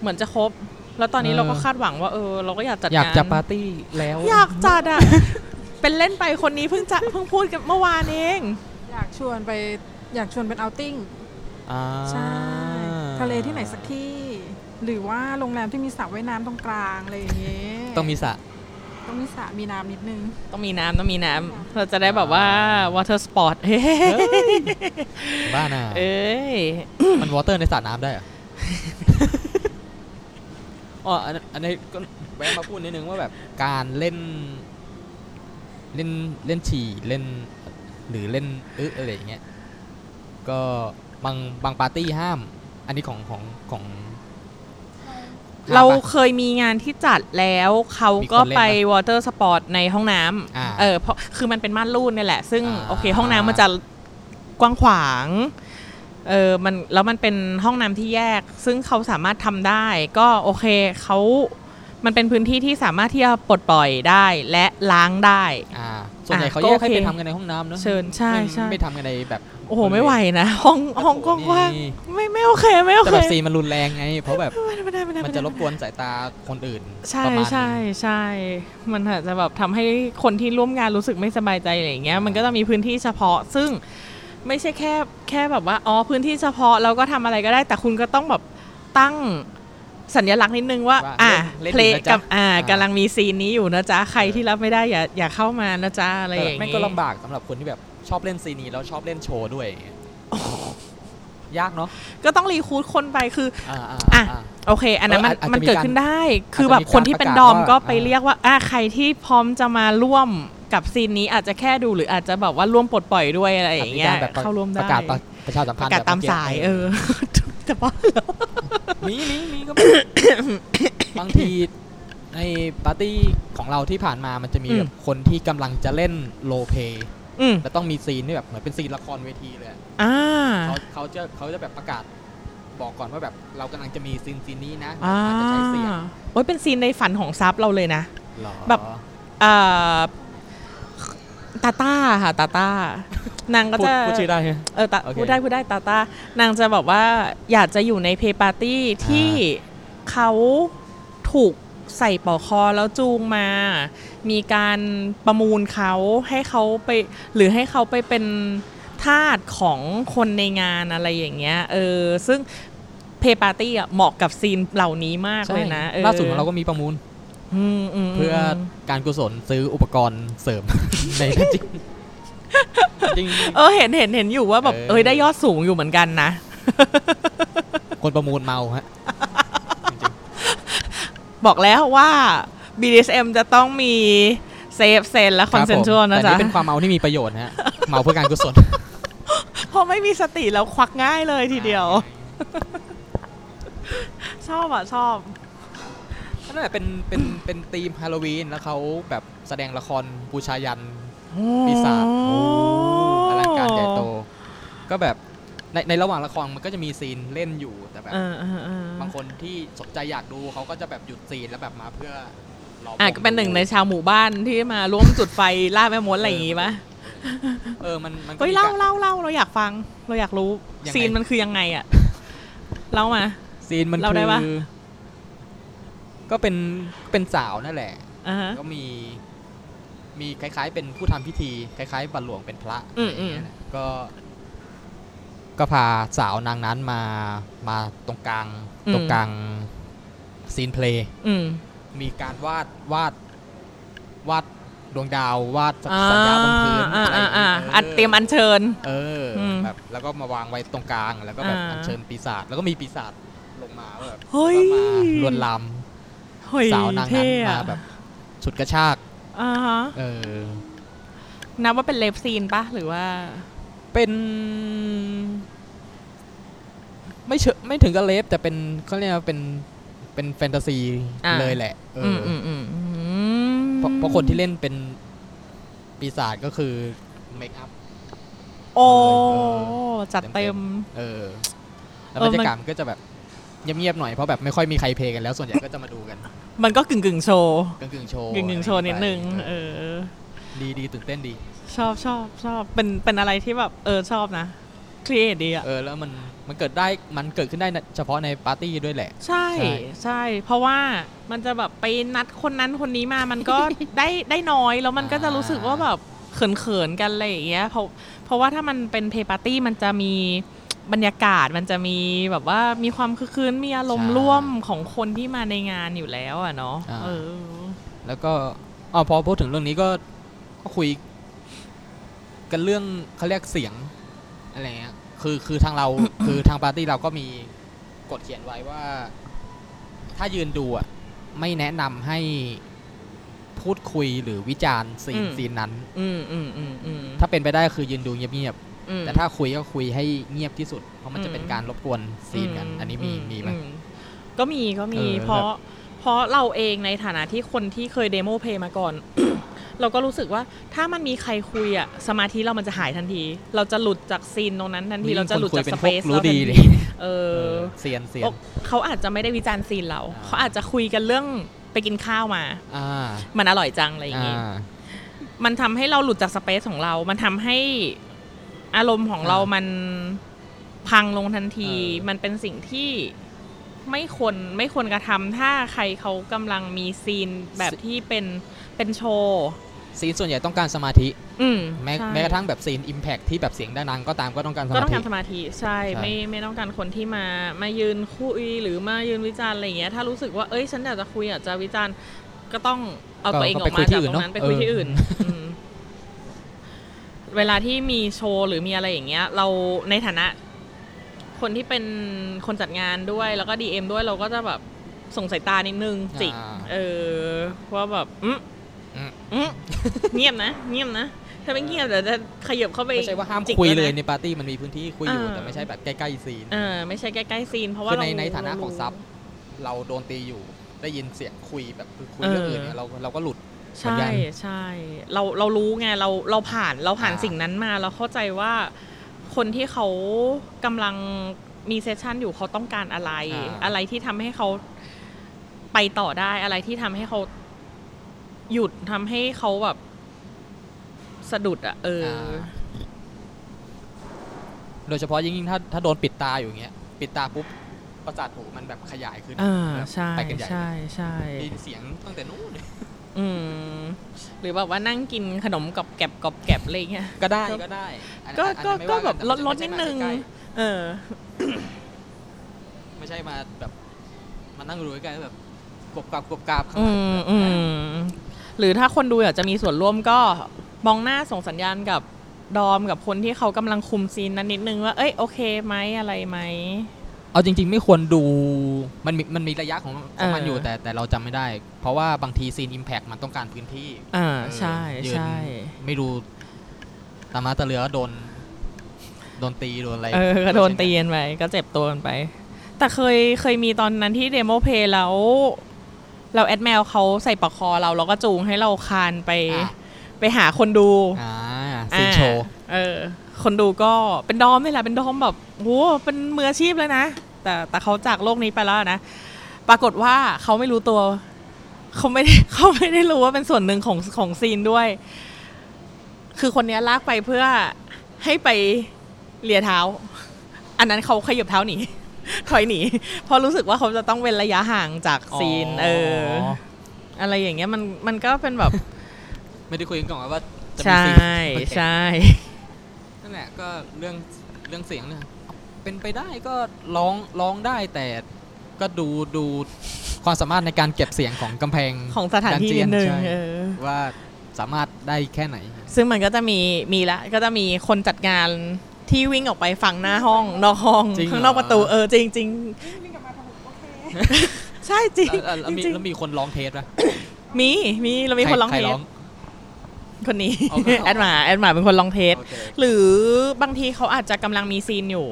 B: เหมือนจะครบ แล้วตอนนี้
A: เออ
B: เราก็คาดหวังว่าเออ เราก็อยากจัด
A: อยาก
B: งาน
A: จะปาร์ตี้แล้ว
B: อยากจัดอ่ะ เป็นเล่นไปคนนี้เพิ่งจะเพิ่งพูดกันเมื่อวานเอง
C: อยากชวนไปอยากชวนเป็นเอาติ้ง
A: อ่า
C: ใช่ทะเลที่ไหนสักที่ หรือว่าโรงแรมที่มีสระว่ายน้ำตรงกลางอะไรอย่างเงี้ย
A: ต้องมีสระ
C: ต้องมีสระมีน้ำนิดนึง
B: ต้องมีน้ำต้องมีน้ำเราจะได้แบบว่า water sport เฮ้ย
A: เอ้ย บ้าน่ะ
B: เอ้ย
A: มันวอเตอร์ในสระน้ำได้เหรอ อ๋ออันนั้นอันนี้ก็แวะมาพูดนิดนึงว่าแบบการเล่น เล่นเล่นฉี่เล่น หรือเล่นอึะอะไรอย่างเงี้ยก็บางบางปาร์ตี้ห้าม อันนี้ของของของ า
B: เรา
A: ปะ
B: เคยมีงานที่จัดแล้วเขาก็
A: มีคนเล่นปะ
B: ไปวอเตอร์สปอร์ตในห้องน้
A: อ่า
B: ำเออเพราะคือมันเป็นม่านรูดเนี่ยแหละ ซึ่ง
A: อ่า
B: โอเค ห้องน้ำมันจะกว้างขวางเออมันแล้วมันเป็นห้องน้ำที่แยก ซึ่งเขาสามารถทำได้ ก็โอเคเขามันเป็นพื้นที่ที่สามารถที่จะปลดปล่อยได้และล้างได้
A: อ่าส่วนใหญ่
B: อ่ะ
A: เขาแยก
B: ก็โอเค
A: ให้ไปทำกันในห้องน้ำเนอะ
B: เชิญใช่
A: ไม่
B: ใช่
A: ไม่ทำกันในแบบ
B: โอ้โหไม่ไหวนะห้องห้องกว้างๆไม่ไม่โอเคไม่โอ
A: แต่
B: เค
A: แบบซีนมันรุนแรงไง เพราะแบบ
B: ไม่ได้ไม่ได้ไได้
A: มันจะรบกวนสายตาคนอื่น
B: ใช่
A: ประมาณ
B: ใช่
A: นึง
B: ใช่มันอาจจะแบบทำให้คนที่ร่วมงานรู้สึกไม่สบายใจอะไรอย่างเงี้ยมันก็ต้องมีพื้นที่เฉพาะ ซึ่งไม่ใช่แค่แค่แบบว่าอ๋อพื้นที่เฉพาะเราก็ทำอะไรก็ได้ แต่คุณก็ต้องแบบตั้งสัญลักษณ์นิดนึงว่า
A: ว่า
B: อ่า
A: เล่น
B: เพล
A: อยู่นะจ๊ะ
B: กับอ่า
A: อ่าก
B: กำลังมีซีนนี้อยู่นะจ๊ะใครที่รับไม่ได้อย่าอย่าเข้ามานะจ๊ะอะไรอย่าง
A: แม่ง
B: เงี้
A: ก็
B: ย
A: ลำบากสำหรับคนที่แบบชอบเล่นซีนีแล้วชอบเล่นโชว์ด้วยอย่างเงี้ยยากเนาะ
B: ก็ต้องรีครูดคนไปคือ
A: อ่าอ่า
B: อ่ะ
A: อ่า
B: โอเค อันนั้นมัน
A: เอออาจอาจจะ
B: มันเกิดขึ้นได้
A: การ
B: คือแบบ
A: อาจจะมี
B: คนที่เป็น
A: การ
B: ดอมก็
A: ประกาศว่า
B: ไปเรียกว่าอ่ะใครที่พร้อมจะมาร่วมกับซีนนี้อาจจะแค่ดูหรืออาจจะแบบว่าร่วมปลดปล่อยด้วยอะไรอย่างเงี้ย
A: าจจะมีกแบบ
B: เข้าร่วมได้
A: ประกาศประชาสัม
B: ป
A: พัน
B: ระ
A: ธ์
B: กาศตามสาย เออ แต่ว่า
A: มีมีมีก็ บางทีในปาร์ตี้ของเราที่ผ่านมามันจะมี
B: อืม
A: แบบคนที่กำลังจะเล่นโลเป
B: อืม
A: แล้วต้องมีซีนที่แบบเหมือนเป็นซีนละครเวทีเลยอะ
B: อ่า
A: เขาเขาจะเขาจะแบบประกาศบอกก่อนว่าแบบเรากำลังจะมีซีนซีนนี้นะ
B: อ่า
A: จจะใช้เสียง
B: โอ้ยเป็นซีนในฝันของซับเราเลยนะ
A: หรอ
B: แบบ เอ่อตาต้าค่ะตาต้านางก็
A: พูด
B: จะ
A: พูดชื่อได้ไหม
B: เออตา
A: โอเค
B: พูดได้พูดได้ตาตานางจะบอกว่าอยากจะอยู่ในเพลย์ปาร์ตี้ที่เขาถูกใส่ปลอกคอแล้วจูงมา มีการประมูลเขาให้เขาไป หรือให้เขาไปเป็นทาสของคนในงานอะไรอย่างเงี้ยเออซึ่งเพลย์ปาร์ตี้อ่ะเหมาะกับซีนเหล่านี้มาก
A: ใช่
B: เลยนะ
A: ล่าสุดของเราก็มีประมูล
B: อืมอืม
A: เพื่อการกุศลซื้ออุปกรณ์เสริม ในจริงจริง
B: เออเห็นเห็นเห็นอยู่ว่าแบบ
A: เออ
B: เอ้ยได้ยอดสูงอยู่เหมือนกันนะ
A: คนประมูลเมาฮะจริง
B: บอกแล้วว่า BDSM จะต้องมีเซฟเซนและ
A: ๆ
B: คอนเซนชวล
A: รับผม
B: นะ
A: แต่
B: จ๊ะ
A: นี่เป็นความเมาที่มีประโยชน์ ฮะเมาเพื่อการกุศล
B: เพราะไม่มีสติแล้วควักง่ายเลยทีเดียว ชอบอ่ะ ชอบ
A: นั่นแหละเป็นเป็นเป็นธีมฮาโลวีนแล้วเขาแบบแสดงละครบูชายัน ปีศาจอลังการใหญ่โต ก็แบบในในระหว่างละครมันก็จะมีซีนเล่นอยู่แต่แบบ
B: เออเออเออบ
A: างคนที่สนใจอยากดูเขาก็จะแบบหยุดซีนแล้วแบบมาเพื่อรอ
B: อ่ะ
A: ผม
B: ก็เป็นหนึ่งในชาวหมู่บ้านที่มาร่วมจุดไฟ ล่าแม่มดอะไรอย่างงี้ปะ
A: เออมันมันก็
B: เฮ้ย
A: มี
B: เล่า
A: การ
B: เล่าเล่าเราอยากฟัง เราอยากรู้
A: ยังไง
B: ซีนมันคือยังไงอ่ะ เล่ามา
A: ซีนมัน
B: เล่าได้ปะ
A: คือก็เป็นเป็นสาวนั่นแหละ
B: อ่าฮะ
A: ก็มีมีคล้าย ๆ เป็นผู้ทำพิธีคล้ายๆบัตรหลวงเป็นพระ
B: อืม
A: ะไรย่างเงี้ยนะก็ ก็พาสาวนางนั้นมามาตรงกลาง
B: อืม
A: ตรงกลางซีนเพลย์
B: อืม
A: มีการวาดวาดวาดดวงดาววาดสัญญาบนพื้นอะไรอย่างเงี้ย
B: อ่าอ่าอ่าอันเตรียมอันเชิญ
A: เอออ
B: ม
A: แบบแล้วก็มาวางไว้ตรงกลางแล้วก็แบบ
B: อ่า
A: อัญเชิญปีศาจแล้วก็มีปีศาจลงมาว่าแบบ
B: เฮ้ย
A: ว่ามาลวนลาม
B: เฮ้ย
A: สาวนางนั้น
B: เท่อะ
A: มาแบบฉุดกระชาก
B: อ่าฮะ
A: เออ
B: นับว่าเป็นเลฟซีนปะหรือว่า
A: เป็นไม่เชงไม่ถึงกับเลฟแต่เป็นเขาเรียกว่าเป็นเป็นแฟนตาซี
B: อ่า
A: เลยแหละเออ
B: ม
A: อ
B: อืมอืมอืม
A: เพราะเพราะคนที่เล่นเป็นปีศาจก็คือเมคอัพ
B: โอ้
A: เออ
B: จัดเต็ม
A: เออแล้ว
B: เอบ
A: รรยา
B: อมัน
A: กาศมันก็จะแบบเงียบๆหน่อยเพราะแบบไม่ค่อยมีใครเพลย์กันแล้วส่วนใหญ่ก็จะมาดูกัน
B: มันก็กึ่งกึ่งๆโชว์
A: กึ่งๆโชว์
B: กึ่งกึ่งๆโชว์นิดนึง
A: อะไรอย่าง
B: เอ
A: เงี้ย
B: อ
A: ดีดีตื่นเต้นดี
B: ชอบชอบชอบเป็นเป็นอะไรที่แบบ เออชอบนะครีเอทดีอ่ะ
A: เออแล้วมันมันเกิดได้มันเกิดขึ้นได้ในเฉพาะในปาร์ตี้ด้วยแหละ
B: ใช่
A: ใช่
B: ใช่ เพราะว่ามันจะแบบไปนัดคนนั้นคนนี้มา มันก็ ได้ได้น้อยแล้วมันก็จะรู้สึกว่าแบบเขินเขินๆกันอะไรอย่างเงี้ยเพราะเพราะว่าถ้ามันเป็นเพย์ปาร์ตี้มันจะมีบรรยากาศมันจะมีแบบว่ามีความคึกคืนมีอารมณ์
A: ใช่
B: ร่วมของคนที่มาในงานอยู่แล้วอ่ะเนาะ
A: อ่า
B: เออ
A: แล้วก็อ๋อพอพูดถึงเรื่องนี้ก็ก็คุยกันเรื่องเขาเรียกเสียงอะไรเงี้ยคือคือทางเรา คือทางปาร์ตี้เราก็มีกฎเขียนไว้ว่า ถ้ายืนดูอ่ะไม่แนะนำให้พูดคุยหรือวิจารณ์ซีน
B: อืม
A: ซีนนั้น
B: อืมอืมอืมอืม
A: ถ้าเป็นไปได้คือยืนดูเงียบ
B: อื
A: ๆ
B: ม
A: แต่ถ้าคุยก็คุยให้เงียบที่สุด เพราะมันจะเป็น
B: อืม
A: การรบกวนซีนกัน
B: ม
A: อันนี้มีมีไหม
B: อื ก็มีก็มี
A: เออ
B: เพราะเพราะเราเองในฐานะที่คนที่เคยเดโมเพลงมาก่อน เราก็รู้สึกว่าถ้ามันมีใครคุยอะสมาธิเรามันจะหายทันที เราจะหลุดจากซีนตรงนั้นทันทีเราจะหลุดจากสเปซ
A: รู้
B: เราทัน
A: ดี
B: ที
A: เลย
B: เอ
A: เอ
B: อ
A: อเซียนเซียน
B: เขาอาจจะไม่ได้วิจารณ์ซีนเรา
A: อ่า
B: เขาอาจจะคุยกันเรื่องไปกินข้าวมา
A: อ่า
B: มันอร่อยจังอะไรอย่างงี้
A: อ่า
B: มันทำให้เราหลุดจากสเปซของเรา มันทำให้อารมณ์ของเรา
A: อ่ามั
B: มันพังลงทันที
A: เออ
B: มันเป็นสิ่งที่ไม่ควรไม่ควรกระทำถ้าใครเขากำลังมีซีนแบบที่เป็นเป็นโชว์
A: ซีนส่วนใหญ่ต้องการสมาธิ
B: อืม
A: แม้
B: ใช่
A: แม้กระทั่งแบบซีน Impact ที่แบบเสียงดังๆก็ตามก็ต้องการส
B: ก็
A: มา
B: ต้อง
A: ธิ
B: การสมาธิใช่
A: ใช่
B: ไม่ไม่ต้องการคนที่มามายืนคุยหรือมายืนวิจารณ์อะไรอย่างเงี้ยถ้ารู้สึกว่าเอ้ยฉันอยากจะคุยอยากจะวิจารณ์ก็ต้องเอาตัวเองออกมาจากตรงนั้นไปคุยที่อื่นอืม เวลาที่มีโชว์หรือมีอะไรอย่างเงี้ย เราในฐานะ คนที่เป็นคนจัดงานด้วย แล้วก็ดีเอ็มด้วยเราก็จะแบบส่งสายตานิดนึงจิก
A: อ่า
B: เออว่าแบบอืม
A: อืม
B: อืมเงียบนะเงียบนะถ้าไม่เงียบเดี๋ยวจะขยับเข้าไป
A: ไม่ใช่ว่าห้าม
B: จิก
A: คุยเล
B: แวย นะ
A: ในปาร์ตี้มันมีพื้นที่คุยอยู่
B: อ่า
A: แต่ไม่ใช่แบบใกล้ๆซีน
B: เออไม่ใช่ใกล้ๆซีน เพราะว่า
A: คือใน
B: เร
A: ในฐานะ
B: เร
A: ของ
B: รู้
A: ซับเราโดนตีอยู่ได้ยินเสียงคุยแบบคือคุยเรื่องอื่นเนี่ย
B: เออ
A: เราเราก็หลุด เหมือน
B: ใช่
A: กัน
B: ใช่เราเรารู้ไงเราเราผ่านเราผ่าน
A: อ่า
B: สิ่งนั้นมาเราเข้าใจว่าคนที่เขากำลังมีเซสชันอยู่เขาต้องการอะไร อะไรที่ทำให้เขาไปต่อได้อะไรที่ทำให้เขาหยุดทำให้เขาแบบสะดุดอะเอออ
A: โดยเฉพาะยิ่งๆถ้าถ้าโดนปิดตาอยู่อย่างเงี้ยปิดตาปุ๊บประสาทหูมันแบบขยายขึ้น
B: อ่า
A: แบบ
B: ใช่
A: ไปกันใหญ่
B: ใช่ใช่
A: ได้ยินเสียงตั้งแต่นู้นเลย
B: อืมหรือแบบว่านั่งกินขนมกับแกบกับแกบอะไรอย่างเงี้ย
A: ก็ได้ก็ได้อัน
B: ก็
A: อันอัน
B: ก็
A: ไม่
B: ก็
A: ว่า
B: แบบลดล
A: ต่
B: ด
A: ไม่
B: นิด
A: ใช่
B: นึง
A: มาใกล้
B: เออ
A: ๆไม่ใช่มาแบบมานั่งดูใกล้ๆแล้วแบบกบกราบกบกราบข้าง
B: อื
A: หลังแบบ
B: มอืมหรือถ้าคนดูอยากจะมีส่วนร่วมก็มองหน้าส่งสัญญาณกับดอมกับคนที่เขากำลังคุมซีนนั้นนิดนึงว่า เอ้ยโอเคไหมอะไรไหม
A: เอาจริง ๆ ไม่ควรดูมันมีมันมีระยะของของมันอ
B: เอออ
A: ยู่แต่แต่เราจำไม่ได้ เพราะว่าบางทีซีนอิมแพกมันต้องการพื้นที่
B: อ่า
A: เออ
B: ใช่
A: ยืน
B: ใช่
A: ไม่ดูตามาตะเรือก็โดน โดนตี โดนอะไร
B: เออก็โดนตีกันไปก็เจ็บตัวกันไป แต่เคยเคยมีตอนนั้นที่เดโมเพลย์แล้ว เราแอดแมวเขาใส่ปากคอเรา แล้วก็จูงให้เราคานไป
A: อ่ะ
B: ไปหาคนดู
A: อ่าซีนโชว์
B: อ่าเออ คนดูก็เป็นดอมนี่แหละเป็นดอมแบบโหเป็นมืออาชีพเลยนะ แต่แต่เขาจากโลกนี้ไปแล้วนะ ปรากฏว่าเขาไม่รู้ตัว เขาไม่ได้ เขาไม่ได้รู้ว่าเป็นส่วนหนึ่งของของซีนด้วย คือคนเนี้ยลากไปเพื่อให้ไปเลียเท้า อันนั้นเขาขยับเท้าหนี ถอยหนี เพราะรู้สึกว่าเขาจะต้องเว้นระยะห่างจากซีน เออ อะไรอย่างเงี้ยมันมันก็เป็นแบบ
A: ไม่ได้คุยกันก่อนว่าจะมี
B: ใช่
A: ซีนโอเค
B: ใช่
A: นั่นแหละก็เรื่องเรื่องเสียงเนี่ยเป็นไปได้ก็ร้องร้องได้แต่ก็ดูดูความสามารถในการเก็บเสียงของกำแพง
B: ของสถานที่นิดนึง
A: ใช่
B: เออ
A: ว่าสามารถได้แค่ไหน
B: ซึ่งมันก็จะมีมีละก็จะมีคนจัดงานที่วิ่งออกไปฝั่งหน้าห้องนอกห้อง
A: จริงเหรอ
B: ข้างนอกประตูเออจริงจริง
C: วิ่งกลับมาทำผมโอเค
B: ๆ ใช่จริง
A: แล้วแล้วแล้วมี
B: จริง
A: แล้วมีคนร้องเทสป่ะ
B: ๆมีมีเรามีคนร้อง
A: ใร
B: เท
A: ใร
B: สคนนี้
A: อ๋อคนร้อง
B: แอดหมาแอดหมาเป็นคนร้องเทส
A: โอเค
B: หรือบางทีเขาอาจจะกำลังมีซีนอยู่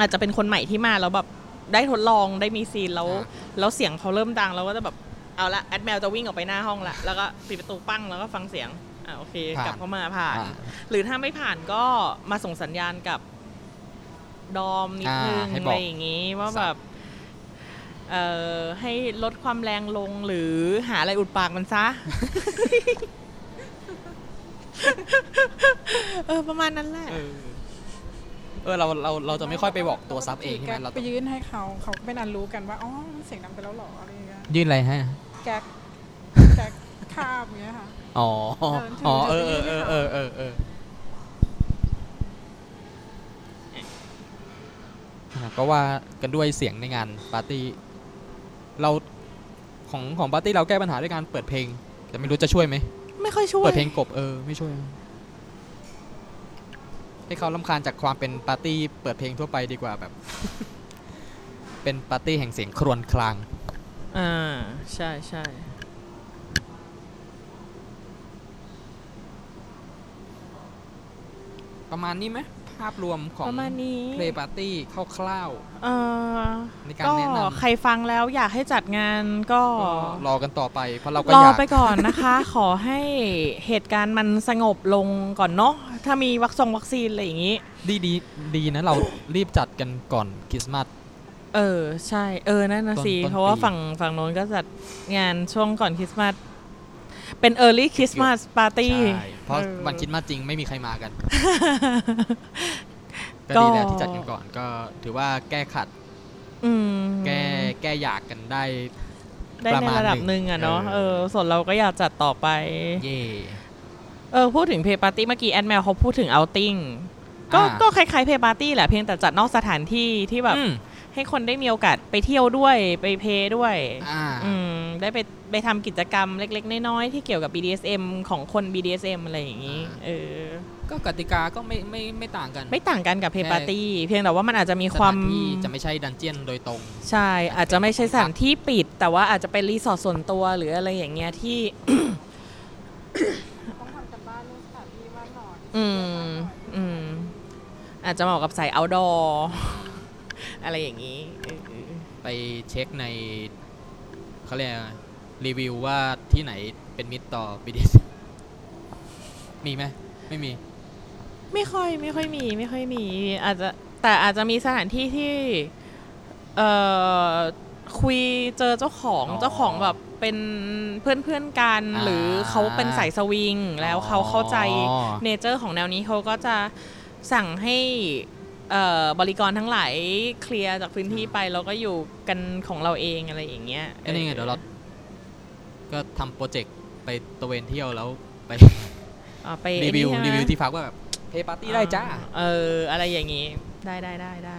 B: อาจจะเป็นคนใหม่ที่มาแล้วแบบได้ทดลองได้มีซีนแล้ว
A: อ่า
B: แล้วเสียงเขาเริ่มดังเราก็จะแบบเอาละแอดแมวจะวิ่งออกไปหน้าห้องละแล้วก็ปิดประตูปั้งแล้วก็ฟังเสียงอ่าโอเคกลับเข้ามาผ่าน
A: อ่า
B: หรือถ้าไม่ผ่านก็มาส่งสัญญาณกับดอมนิดนึง
A: อ่าให้บอ
B: อะ
A: ก
B: ไรอย่างนี้ว่าแบบ เอ่อให้ลดความแรงลงหรือหาอะไรอุดปากมันซะ เออ ประมาณนั้นแหละ
A: เออเออเราเราเราจะไม่ค่อยไปบอกตัวซับเองใช่ไหมเรา
C: ไปยื่นให้เขาเขาเป็นอันรู้กันว่าอ๋อเสียงดังไปแล้วเหรออะไรอย่างเงี้ย
A: ยื่นอะไรให้
C: แก๊ก แก๊กคาบอย่างเงี้ยค่ะ
A: อ๋อ
C: อ๋
A: อ๋อ
C: อ
A: เอ
C: เอ
A: อ
C: อ
A: เอ
C: เอ
A: อ
C: อ
A: เอ
C: เอ
A: อ
C: อ
A: เอ
C: เอ
A: อ
C: อ
A: เออก็ว่ากันด้วยเสียงในงานปาร์ตี้เราของของปาร์ตี้เราแก้ปัญหาด้วยการเปิดเพลง แต่ไม่รู้จะช่วยไหม
B: ไม่ค่อยช่วย
A: เปิดเพลงกบเออไม่ช่วย ให้เขาลำคาญจากความเป็นปาร์ตี้เปิดเพลงทั่วไปดีกว่าแบบ เป็นปาร์ตี้แห่งเสียงครวญคราง
B: อ่า ใช่ใช่
A: ประมาณนี้ไหม ภาพรวมของ
B: ประมาณนี้
A: เพลย์ปาร์ตี้คร่าว
B: เออ
A: ๆในการ
B: ก็
A: แนะน
B: ใครฟังแล้วอยากให้จัดงานก็
A: ำก็รอกันต่อไปเพราะเราก็
B: รอย
A: อาก
B: ไปก่อนนะคะ ขอให้เหตุการณ์มันสงบลงก่อนเนาะถ้ามีวัคซงวัคซีนอะไรอย่างนี้
A: ดีดีดีนะเรารีบจัดกันก่อนคริสต์มาส
B: เออ ใช่ เออ นั่นนะ
A: ต้น
B: สิ
A: ต้น
B: เพราะว่า
A: ปี
B: ฝั่งฝั่งโน้นก็จัดงานช่วงก่อนคริสต์มาสเป็น Early Christmas Party
A: ใช่ เพราะ
B: เออ
A: วันคริสต์มาสจริงไม่มีใครมากัน ก็ดีแล้วที่จัดกันก่อนก็ถือว่าแก้ขัด
B: อืม
A: แก้แก้อยากกันได้
B: ได้
A: ประ
B: ใน
A: มาณ
B: ระดับ
A: ห
B: ห
A: นึ่ง
B: นึ่งอะเนาะ
A: เออ
B: เออ ส่วนเราก็อยากจัดต่อไป
A: เย่
B: เออ พูดถึงเพย์ปาร์ตี้เมื่อกี้แอดแมวเขาพูดถึง outing ก็
A: อ่า
B: ก็คล้ายๆเพย์ปาร์ตี้แหละเพียงแต่จัดนอกสถานที่ที่แบบ
A: อืม
B: ให้คนได้มีโอกาสไปเที่ยวด้วยไปเพย์ด้วย
A: อ่า
B: อืม ได้ไปไปทำกิจกรรมเล็ก ๆ น้อยๆที่เกี่ยวกับ BDSM ของคน BDSM อะไรอย่างนี้
A: อ่า
B: เออ
A: ก็กติกาก็ไม่ไม่ไม่ต่างกัน
B: ไม่ต่างกันกับเพย์ปาร์ตี้เพียงแต่ว่ามันอาจจะมี
A: ส
B: ควา
A: ถาม นที่จะไม่ใช่ดันเจียนโดยตรง
B: ใช่ อาจจะไม่ใช่สถานที่ปิด แต่ว่าอาจจะเป็นรีสอร์ทส่วนตัวหรืออะไรอย่างเงี้ยที่
D: ต้องทำกันบ้านเรื่องสถานที่บ้านหนอน
B: อืม อืม อาจจะเหมาะกับสาย outdoor อะไรอย่างนี้เออ
A: ไปเช็คในเขาเรียกอะไรรีวิวว่าที่ไหนเป็นมิตรต่อ BDS มีไหมไม่มี
B: ไม่ค่อยไม่ค่อยมี ไม่ค่อยมี อาจจะแต่อาจจะมีสถานที่ที่ เอ่อคุยเจอเจ้าของ
A: อ๋อ
B: เจ้าของแบบเป็นเพื่อนเพื่อนๆกัน
A: อ่า
B: หรือเขาเป็นสายสวิง แล้วเขาเข้าใจ
A: อ๋อ
B: เนเจอร์ของแนวนี้เขาก็จะสั่งให้เอ่อบริกรทั้งหลายเคลียร์จากพื้นที่ไปแล้วก็อยู่กันของเราเองอะไรอย่างเงี้ย
A: ก็นี่ไง
B: ออ
A: เดี๋ยวเราก็ทำโปรเจกต์ไปตระเวนเที่ยวแล้วไป
B: อ่าไป
A: รีวิว
B: ไอ้นี่
A: รี
B: ใช่ไหม
A: วิวที่พักว่าแบบเพย์ปาร์ตี้ได้จ้า
B: เออ อะไรอย่างงี้ ได้ได้ได้ได้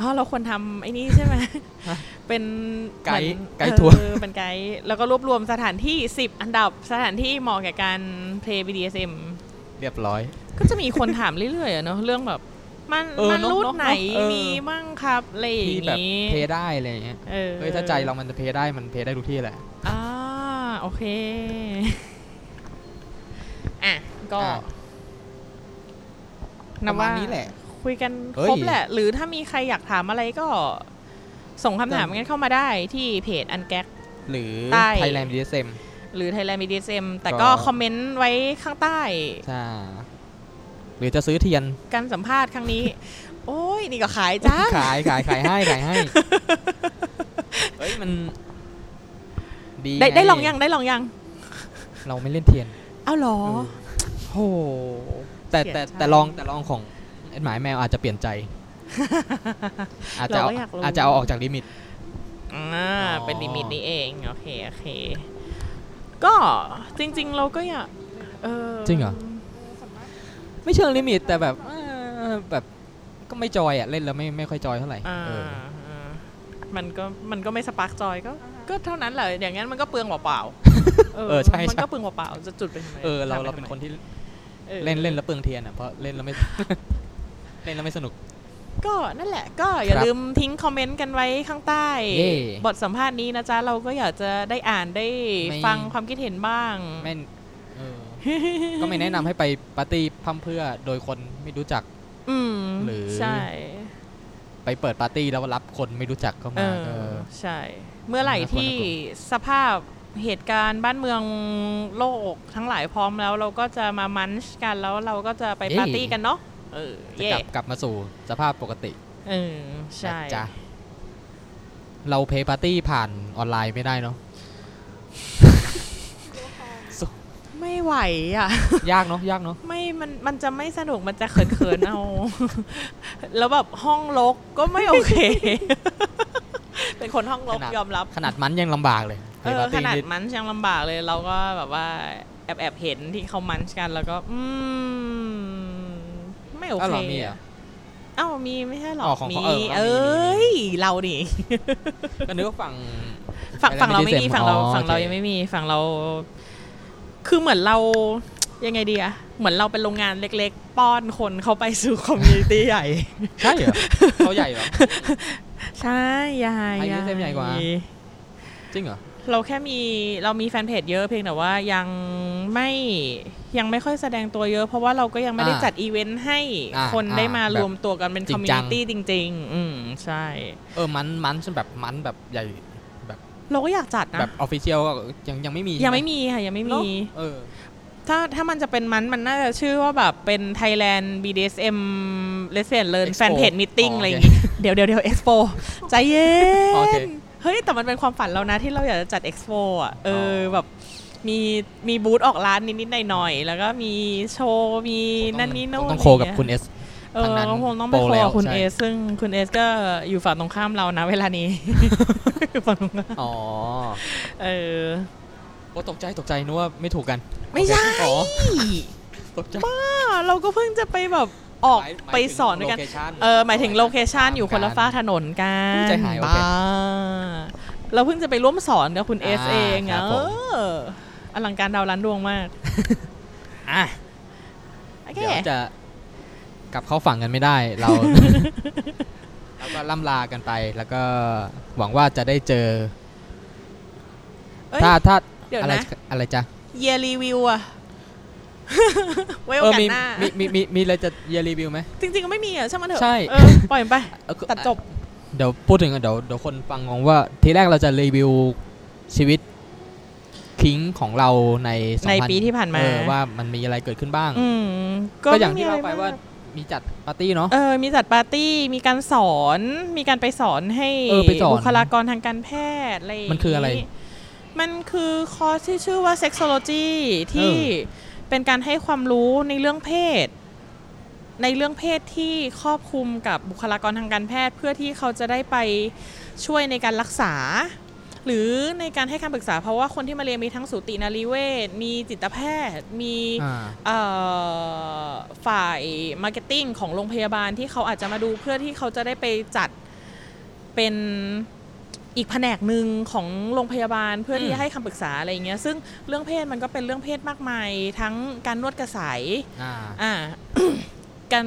B: อ๋อเราควรทำไอ้นี่ใช่ไหม
A: ฮะ
B: เป็น
A: ไกด์
B: เหมือน
A: ไกด์ทัวร์
B: เออเป็นไกด์แล้วก็รวบรวมสถานที่ 10 อันดับสถานที่เหมาะแก่การเพลย์ BDSM
A: เรียบร้อย
B: ก็จะมีคนถามเรื่อยๆอะเนอะเรื่องแบบ มัน
A: เออ
B: มัน
A: เนอะ
B: รูด
A: เนอะ
B: ไหน
A: เออ
B: มีมั่งครับอะไรอย่า
A: ที่
B: ง
A: แบบ
B: นี้
A: เพย์ได้อะไรอย่างเงี้ย
B: เออ
A: เฮ้ยถ้าใจเรามันจะเพย์ได้มันเพย์ได้ทุกที่แหละ
B: อ่าโอเค อ่ะ ก็
A: อ่ะ
B: นั
A: ประ
B: บ
A: มาณ
B: ว่า
A: นี้แหละ
B: คุยกัน
A: เฮ้ย
B: ครบแหละ หรือถ้ามีใครอยากถามอะไรก็ ส่งคำถาม
A: ได้
B: กันเข้ามาได้ที่เพจอันแก๊ก
A: หรือ
B: ใต้
A: ไทยแลนด์ดีเอสเอ็ม
B: หรือ Thailand BDSM แต่
A: ก็
B: ก็คอมเมนต์ไว้ข้างใต้
A: ใช่หรือจะซื้อเทียน
B: การสัมภาษณ์ครั้งนี้ โอ้ยนี่ก็ขายจ้า
A: ขายขายขายให้ขายให้ เฮ้ยมันดี
B: ได้ได้
A: ง
B: ลองยังได้ลองยัง
A: เราไม่เล่นเทียน
B: เอ้าเหรอ
A: โห แต่แต่
B: เสียใจ
A: แต่ลองแต่ลองของเอ็ดหมายแมวอาจจะเปลี่ยน ใจ อาจจะเอา
B: เราก็อยากรู้
A: อาจจะเอาออกจากลิมิต
B: อ่า
A: อ๋อ
B: เป็นลิมิตนี่เอง โอเค โอเค ก็จริง ๆ เราก็อยากเออ
A: จริงเหรอ
D: สามารถ
A: ไม่เชิงลิมิต แต่แบบเออแบบก็ไม่จอยอ่ะ เล่นแล้วไม่ไม่ค่อยจอยเท่าไหร่
B: อ่า
A: เออ
B: อ่ามันก็มันก็ไม่สปาร์กจอยก็ ก็เท่านั้นแหละอย่างนั้นมันก็เปลืองเปล่าๆ
A: เออใช่
B: มั
A: ใช่
B: ก็เปลืองเปล่าๆจะจุดไปทำไม
A: เออเรา
B: ทำไม
A: เราเป็น
B: ทำไม
A: คนที่
B: ออ
A: เล่นเล่นแล้วเปลืองเทียนอ่ะเพราะเล่นแล้วไม่ เล่นแล้วไม่สนุก
B: ก็นั่นแหละ ก็อย่า
A: ครับ
B: ลืมทิ้งคอมเมนต์กันไว้ข้างใต้
A: เย่
B: บทสัมภาษณ์นี้นะจ๊ะ เราก็อยากจะได้อ่านได้
A: ไม่
B: ฟังความคิดเห็นบ้าง
A: ไม่เออ ก็ไม่แนะนำให้ไปปาร์ตี้พั่มเพรื่อโดยคนไม่รู้จัก
B: อืม
A: หรือ
B: ใช่
A: ไปเปิดปาร์ตี้แล้วรับคนไม่รู้จักเข้า
B: เอ
A: มา
B: อ
A: เออ
B: ใช่ เมื่อไหร่
A: น่ากลัว
B: ที่
A: น่ากลั
B: สภาพเหตุการณ์บ้านเมืองโลกทั้งหลายพร้อมแล้ว เราก็จะมามันช์กันแล้วเราก็จะไปปาร์ตี้กันเนาะเออ
A: จะ
B: เย่
A: กลับกลับมาสู่สภาพปกติ
B: เออใช่
A: นะจ๊ะเราเพย์ปาร์ตี้ผ่านออนไลน์ไม่ได้ เนาะ
B: ไม่ไหวอ่ะ
A: ยากเนาะยากเนาะ
B: ไม่มันมันจะไม่สนุกมันจะเขินเขินๆเอา แล้วแบบห้องรกก็ไม่โอเค เป็นคนห้องรก
A: ขนาด
B: ยอมรับ
A: ขนาดมันยังลำบากเลยเพ
B: เอ
A: ย์
B: อ
A: ปาร์
B: ข
A: ตี้
B: นาด
A: นี่
B: มันช์ยังลำบากเลยเราก็แบบว่าแอบแอบๆเห็นที่เขามันช์กันแล้วก็ อืม ไม่โอ
A: อ้าว
B: เค
A: เหรอมีเหรอ
B: เอ้าวมีไม่ใช่หร
A: อ๋อ
B: อ
A: ของ
B: มี
A: เขาเออของเขามี
B: เอ้ย เราดิ
A: ก็นึก ว่าฝั่ง
B: ฝั่งฝั่งเราไม่มี
A: Thailand
B: ฝั่งเรา
A: อ๋อ
B: ฝั่งเรา
A: โอเค
B: ยังไม่มีฝั่งเรา คือเหมือนเรา ยังไงดีอะเหมือนเราเป็นโรงงานเล็ก ๆ ป้อนคนเข้าไปสู่คอมมูนิตี้ใหญ่
A: ใช่เหรอ เขาใหญ่เหรอ
B: ใช่ใหญ่
A: ไอ้นี่เต็มใหญ่กว่า จริงเหรอ
B: เราแค่มีเรามีแฟนเพจเยอะเพียงแต่ว่ายังไม่ยังไม่ค่อยแสดงตัวเยอะ เพราะว่าเราก็ยังไม่ได้
A: อ่า
B: จัดอีเวนต์ให้
A: อ่า
B: คนได้มา
A: อ่าแบบ
B: รวมตัวกันเป็น
A: จริ
B: คอง มมู
A: จั
B: นิ
A: ง
B: ตี้จริง ๆ อืมใช่
A: เออมันมันจนแบบมันแบบใหญ่แบบ
B: เราก็อยากจัดนะ
A: แบบออฟฟิเชียลก็ยังยังไม่มี
B: ยังไม่มีค่ะ ยังไม่
A: เนอ
B: มี
A: ะเออ
B: ถ้าถ้ามันจะเป็นมันมันน่าจะชื่อว่าแบบเป็น Thailand BDSM l e s b i a n Learn
A: Expo
B: Fan Page Meeting
A: อ๋ออ
B: อะไรอย่างงี้ เดี๋ยวเดี๋ยวเดี๋ยว Expo ใจเย็
A: โอเคน
B: เฮ้ย แต่มันเป็นความฝันเรานะที่เราอยากจะจัด Expo อ่ะ เออ
A: อ
B: อแบบมีมีบูธออกร้านนิดๆหน่อยๆ แล้วก็มีโชว์ มีนั่นนี่
A: ต้
B: โน่
A: อง
B: น
A: ต้องโคกับคุณเอส
B: เอ
A: ทาง
B: อ
A: นั้น
B: ก็คงต้องไป
A: โปร
B: โค
A: แล้ว
B: กับคุณ
A: ใช่
B: เอซึ่งคุณเอก็อยู่ฝั่งตรงข้ามเรานะเวลานี้ อยู่ฝั่งตรงข้าม
A: อ๋อ
B: เออ
A: โอ้ตกใจตกใจนึกว่าไม่ถูกกัน
B: ไม่ใช่
A: โอเคอ๋อตกใจ
B: อ่ะเราก็เพิ่งจะไปแบบออก
A: หมายหมาย
B: ไป
A: ถึง
B: สอนด้วยกัน
A: location
B: เออหมายถึงโลเคชัน
A: ตาม
B: อยู่คนละ
A: กัน
B: ฟ้ากถนนกัน
A: ใจหายโอเค
B: บ้เราเพิ่งจะไปร่วมสอนกับคุณเอ
A: อ่า
B: สเอง
A: ครั
B: อะ
A: บผ
B: เอ
A: ม
B: ออลังการดาวล้านดวงมาก
A: อ่ะ
B: โอเค
A: เดี๋ยวจะกลับเข้าฝั่งกันไม่ได้ เรา แล้วก็ล่ำลากันไปแล้วก็หวังว่าจะได้เจอ
B: เอ้ย
A: ถ้าถ้า
B: เดี๋ยว
A: อะไร
B: นะ
A: อะไรจ๊ะ
B: เยียรีวิวอะ ไว้
A: เออก
B: โอาส
A: มี
B: หน้า
A: มีมีมีมีอะไรจะเยรีวิวไหม
B: จริงๆก็ไม่มีอะช่างมันเถอะ
A: ใช่
B: เออปล่อยมันไป
A: เออคือ
B: ตัดจบ
A: เดี๋ยวพูดถึงอ่ะเดี๋ยวเดี๋ยวคนฟังงงว่าทีแรกเราจะรีวิวชีวิตคิงของเราใน
B: ใน
A: 2000
B: ปีที่ผ่านมา
A: เออว่ามันมีอะไรเกิดขึ้นบ้าง
B: อืม
A: ก็อย่าง
B: ม่
A: ที่เรา
B: มีะร
A: ไป
B: มก
A: ว่ามีจัดปาร์ตี้เนาะ
B: เออ มีจัดปาร์ตี้ มีการสอน มีการไปสอนให้
A: เออไปสอน
B: บุคลากรทางการแพทย์อะไรย่าง
A: มันคืออะไร
B: มันคือคอร์สที่ชื่อว่า sexology ที่
A: เออ
B: เป็นการให้ความรู้ในเรื่องเพศ ในเรื่องเพศที่ครอบคลุมกับบุคลากรทางการแพทย์ เพื่อที่เขาจะได้ไปช่วยในการรักษา หรือในการให้คำปรึกษาเพราะว่าคนที่มาเรียนมีทั้งสูตินารีเวชมีจิตแพทย์ มี
A: อ่า
B: เอ่อฝ่ายมาร์เก็ตติ้งของโรงพยาบาลที่เขาอาจจะมาดูเพื่อที่เขาจะได้ไปจัดเป็นอีกแผนกหนึ่งของโรงพยาบาลเพื่อที่
A: อืม
B: จะให้คำปรึกษาอะไรอย่างเงี้ยซึ่งเรื่องเพศมันก็เป็นเรื่องเพศมากมาย ทั้งการนวดกระสาย
A: อ่า
B: อ่า การ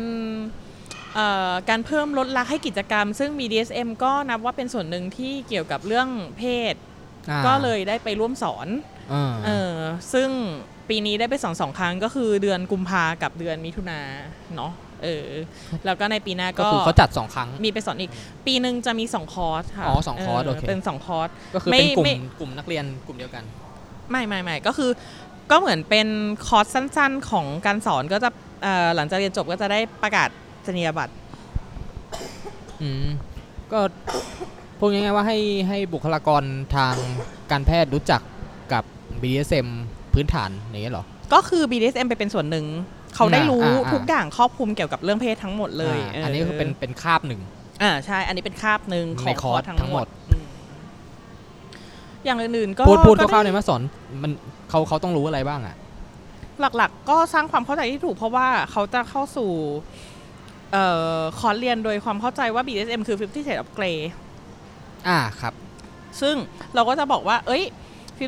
B: เอ่อการเพิ่มลดละให้กิจกรรม ซึ่งมี DSM ก็นับว่าเป็นส่วนหนึ่งที่เกี่ยวกับเรื่องเพศ ก็เลยได้ไปร่วมสอน
A: อ่า
B: เออซึ่งปีนี้ได้ไปสองสองครั้งก็คือเดือนกุมภากับเดือนมิถุนาเนาะเออแล้วก็ในปีหน้า
A: ก็
B: ก็
A: คือเขาจัดสองครั้ง
B: มีไปสอนอีก ปีหนึ่งจะมี 2 คอร์สค่ะ
A: อ๋อสองคอร์สโอเค
B: นสองคอร์ส
A: ก็คือเป็นกลุ่ม
B: ไม่
A: กลุ่มนักเรียนกลุ่มเดียวกัน
B: ไม่ไม่ไม่ก็คือก็เหมือนเป็นคอร์สสั้นๆของการสอนก็จะเอ่อหลังจากเรียนจบก็จะได้ประกาศนียบัตร
A: อืม ก็พูดง่ายๆว่าให้ให้บุคลากรทางการแพทย์รู้จักกับ BDSM พื้นฐานอย่างเงี้ยเหรอ
B: ก็คือ BDSM ไปเป็นส่วนหนึ่ง เขาได้รู้
A: อ่าอ่า
B: ทุกอย่างครอบคลุมเกี่ยวกับเรื่องเพศทั้งหมดเลย
A: อ่าอันนี้ก็เป็นเป็นคาบหนึ่ง
B: อ่าใช่ อันนี้เป็นคาบหนึ่งขอ
A: ใน
B: ง
A: ค
B: ค
A: อ
B: อ
A: ร์
B: ร์
A: ส
B: ส
A: ทั้
B: ทั้
A: งห
B: งห
A: ม
B: ม
A: ด
B: ดอืมอย่างอื่นๆก็
A: พูดพูด
B: ก็
A: คร่าวๆ
B: ไ
A: ในอยมาสอนมันเขาเขาต้องรู้อะไรบ้างอ่ะ
B: หลักๆ ก็สร้างความเข้าใจที่ถูกเพราะว่าเขาจะเข้าสู่เอ่อคอร์สเรียนโดยความเข้าใจว่า BDSM คือ 50 Shades of Grey
A: อ่าครับ
B: ซึ่งเราก็จะบอกว่า เอ้ย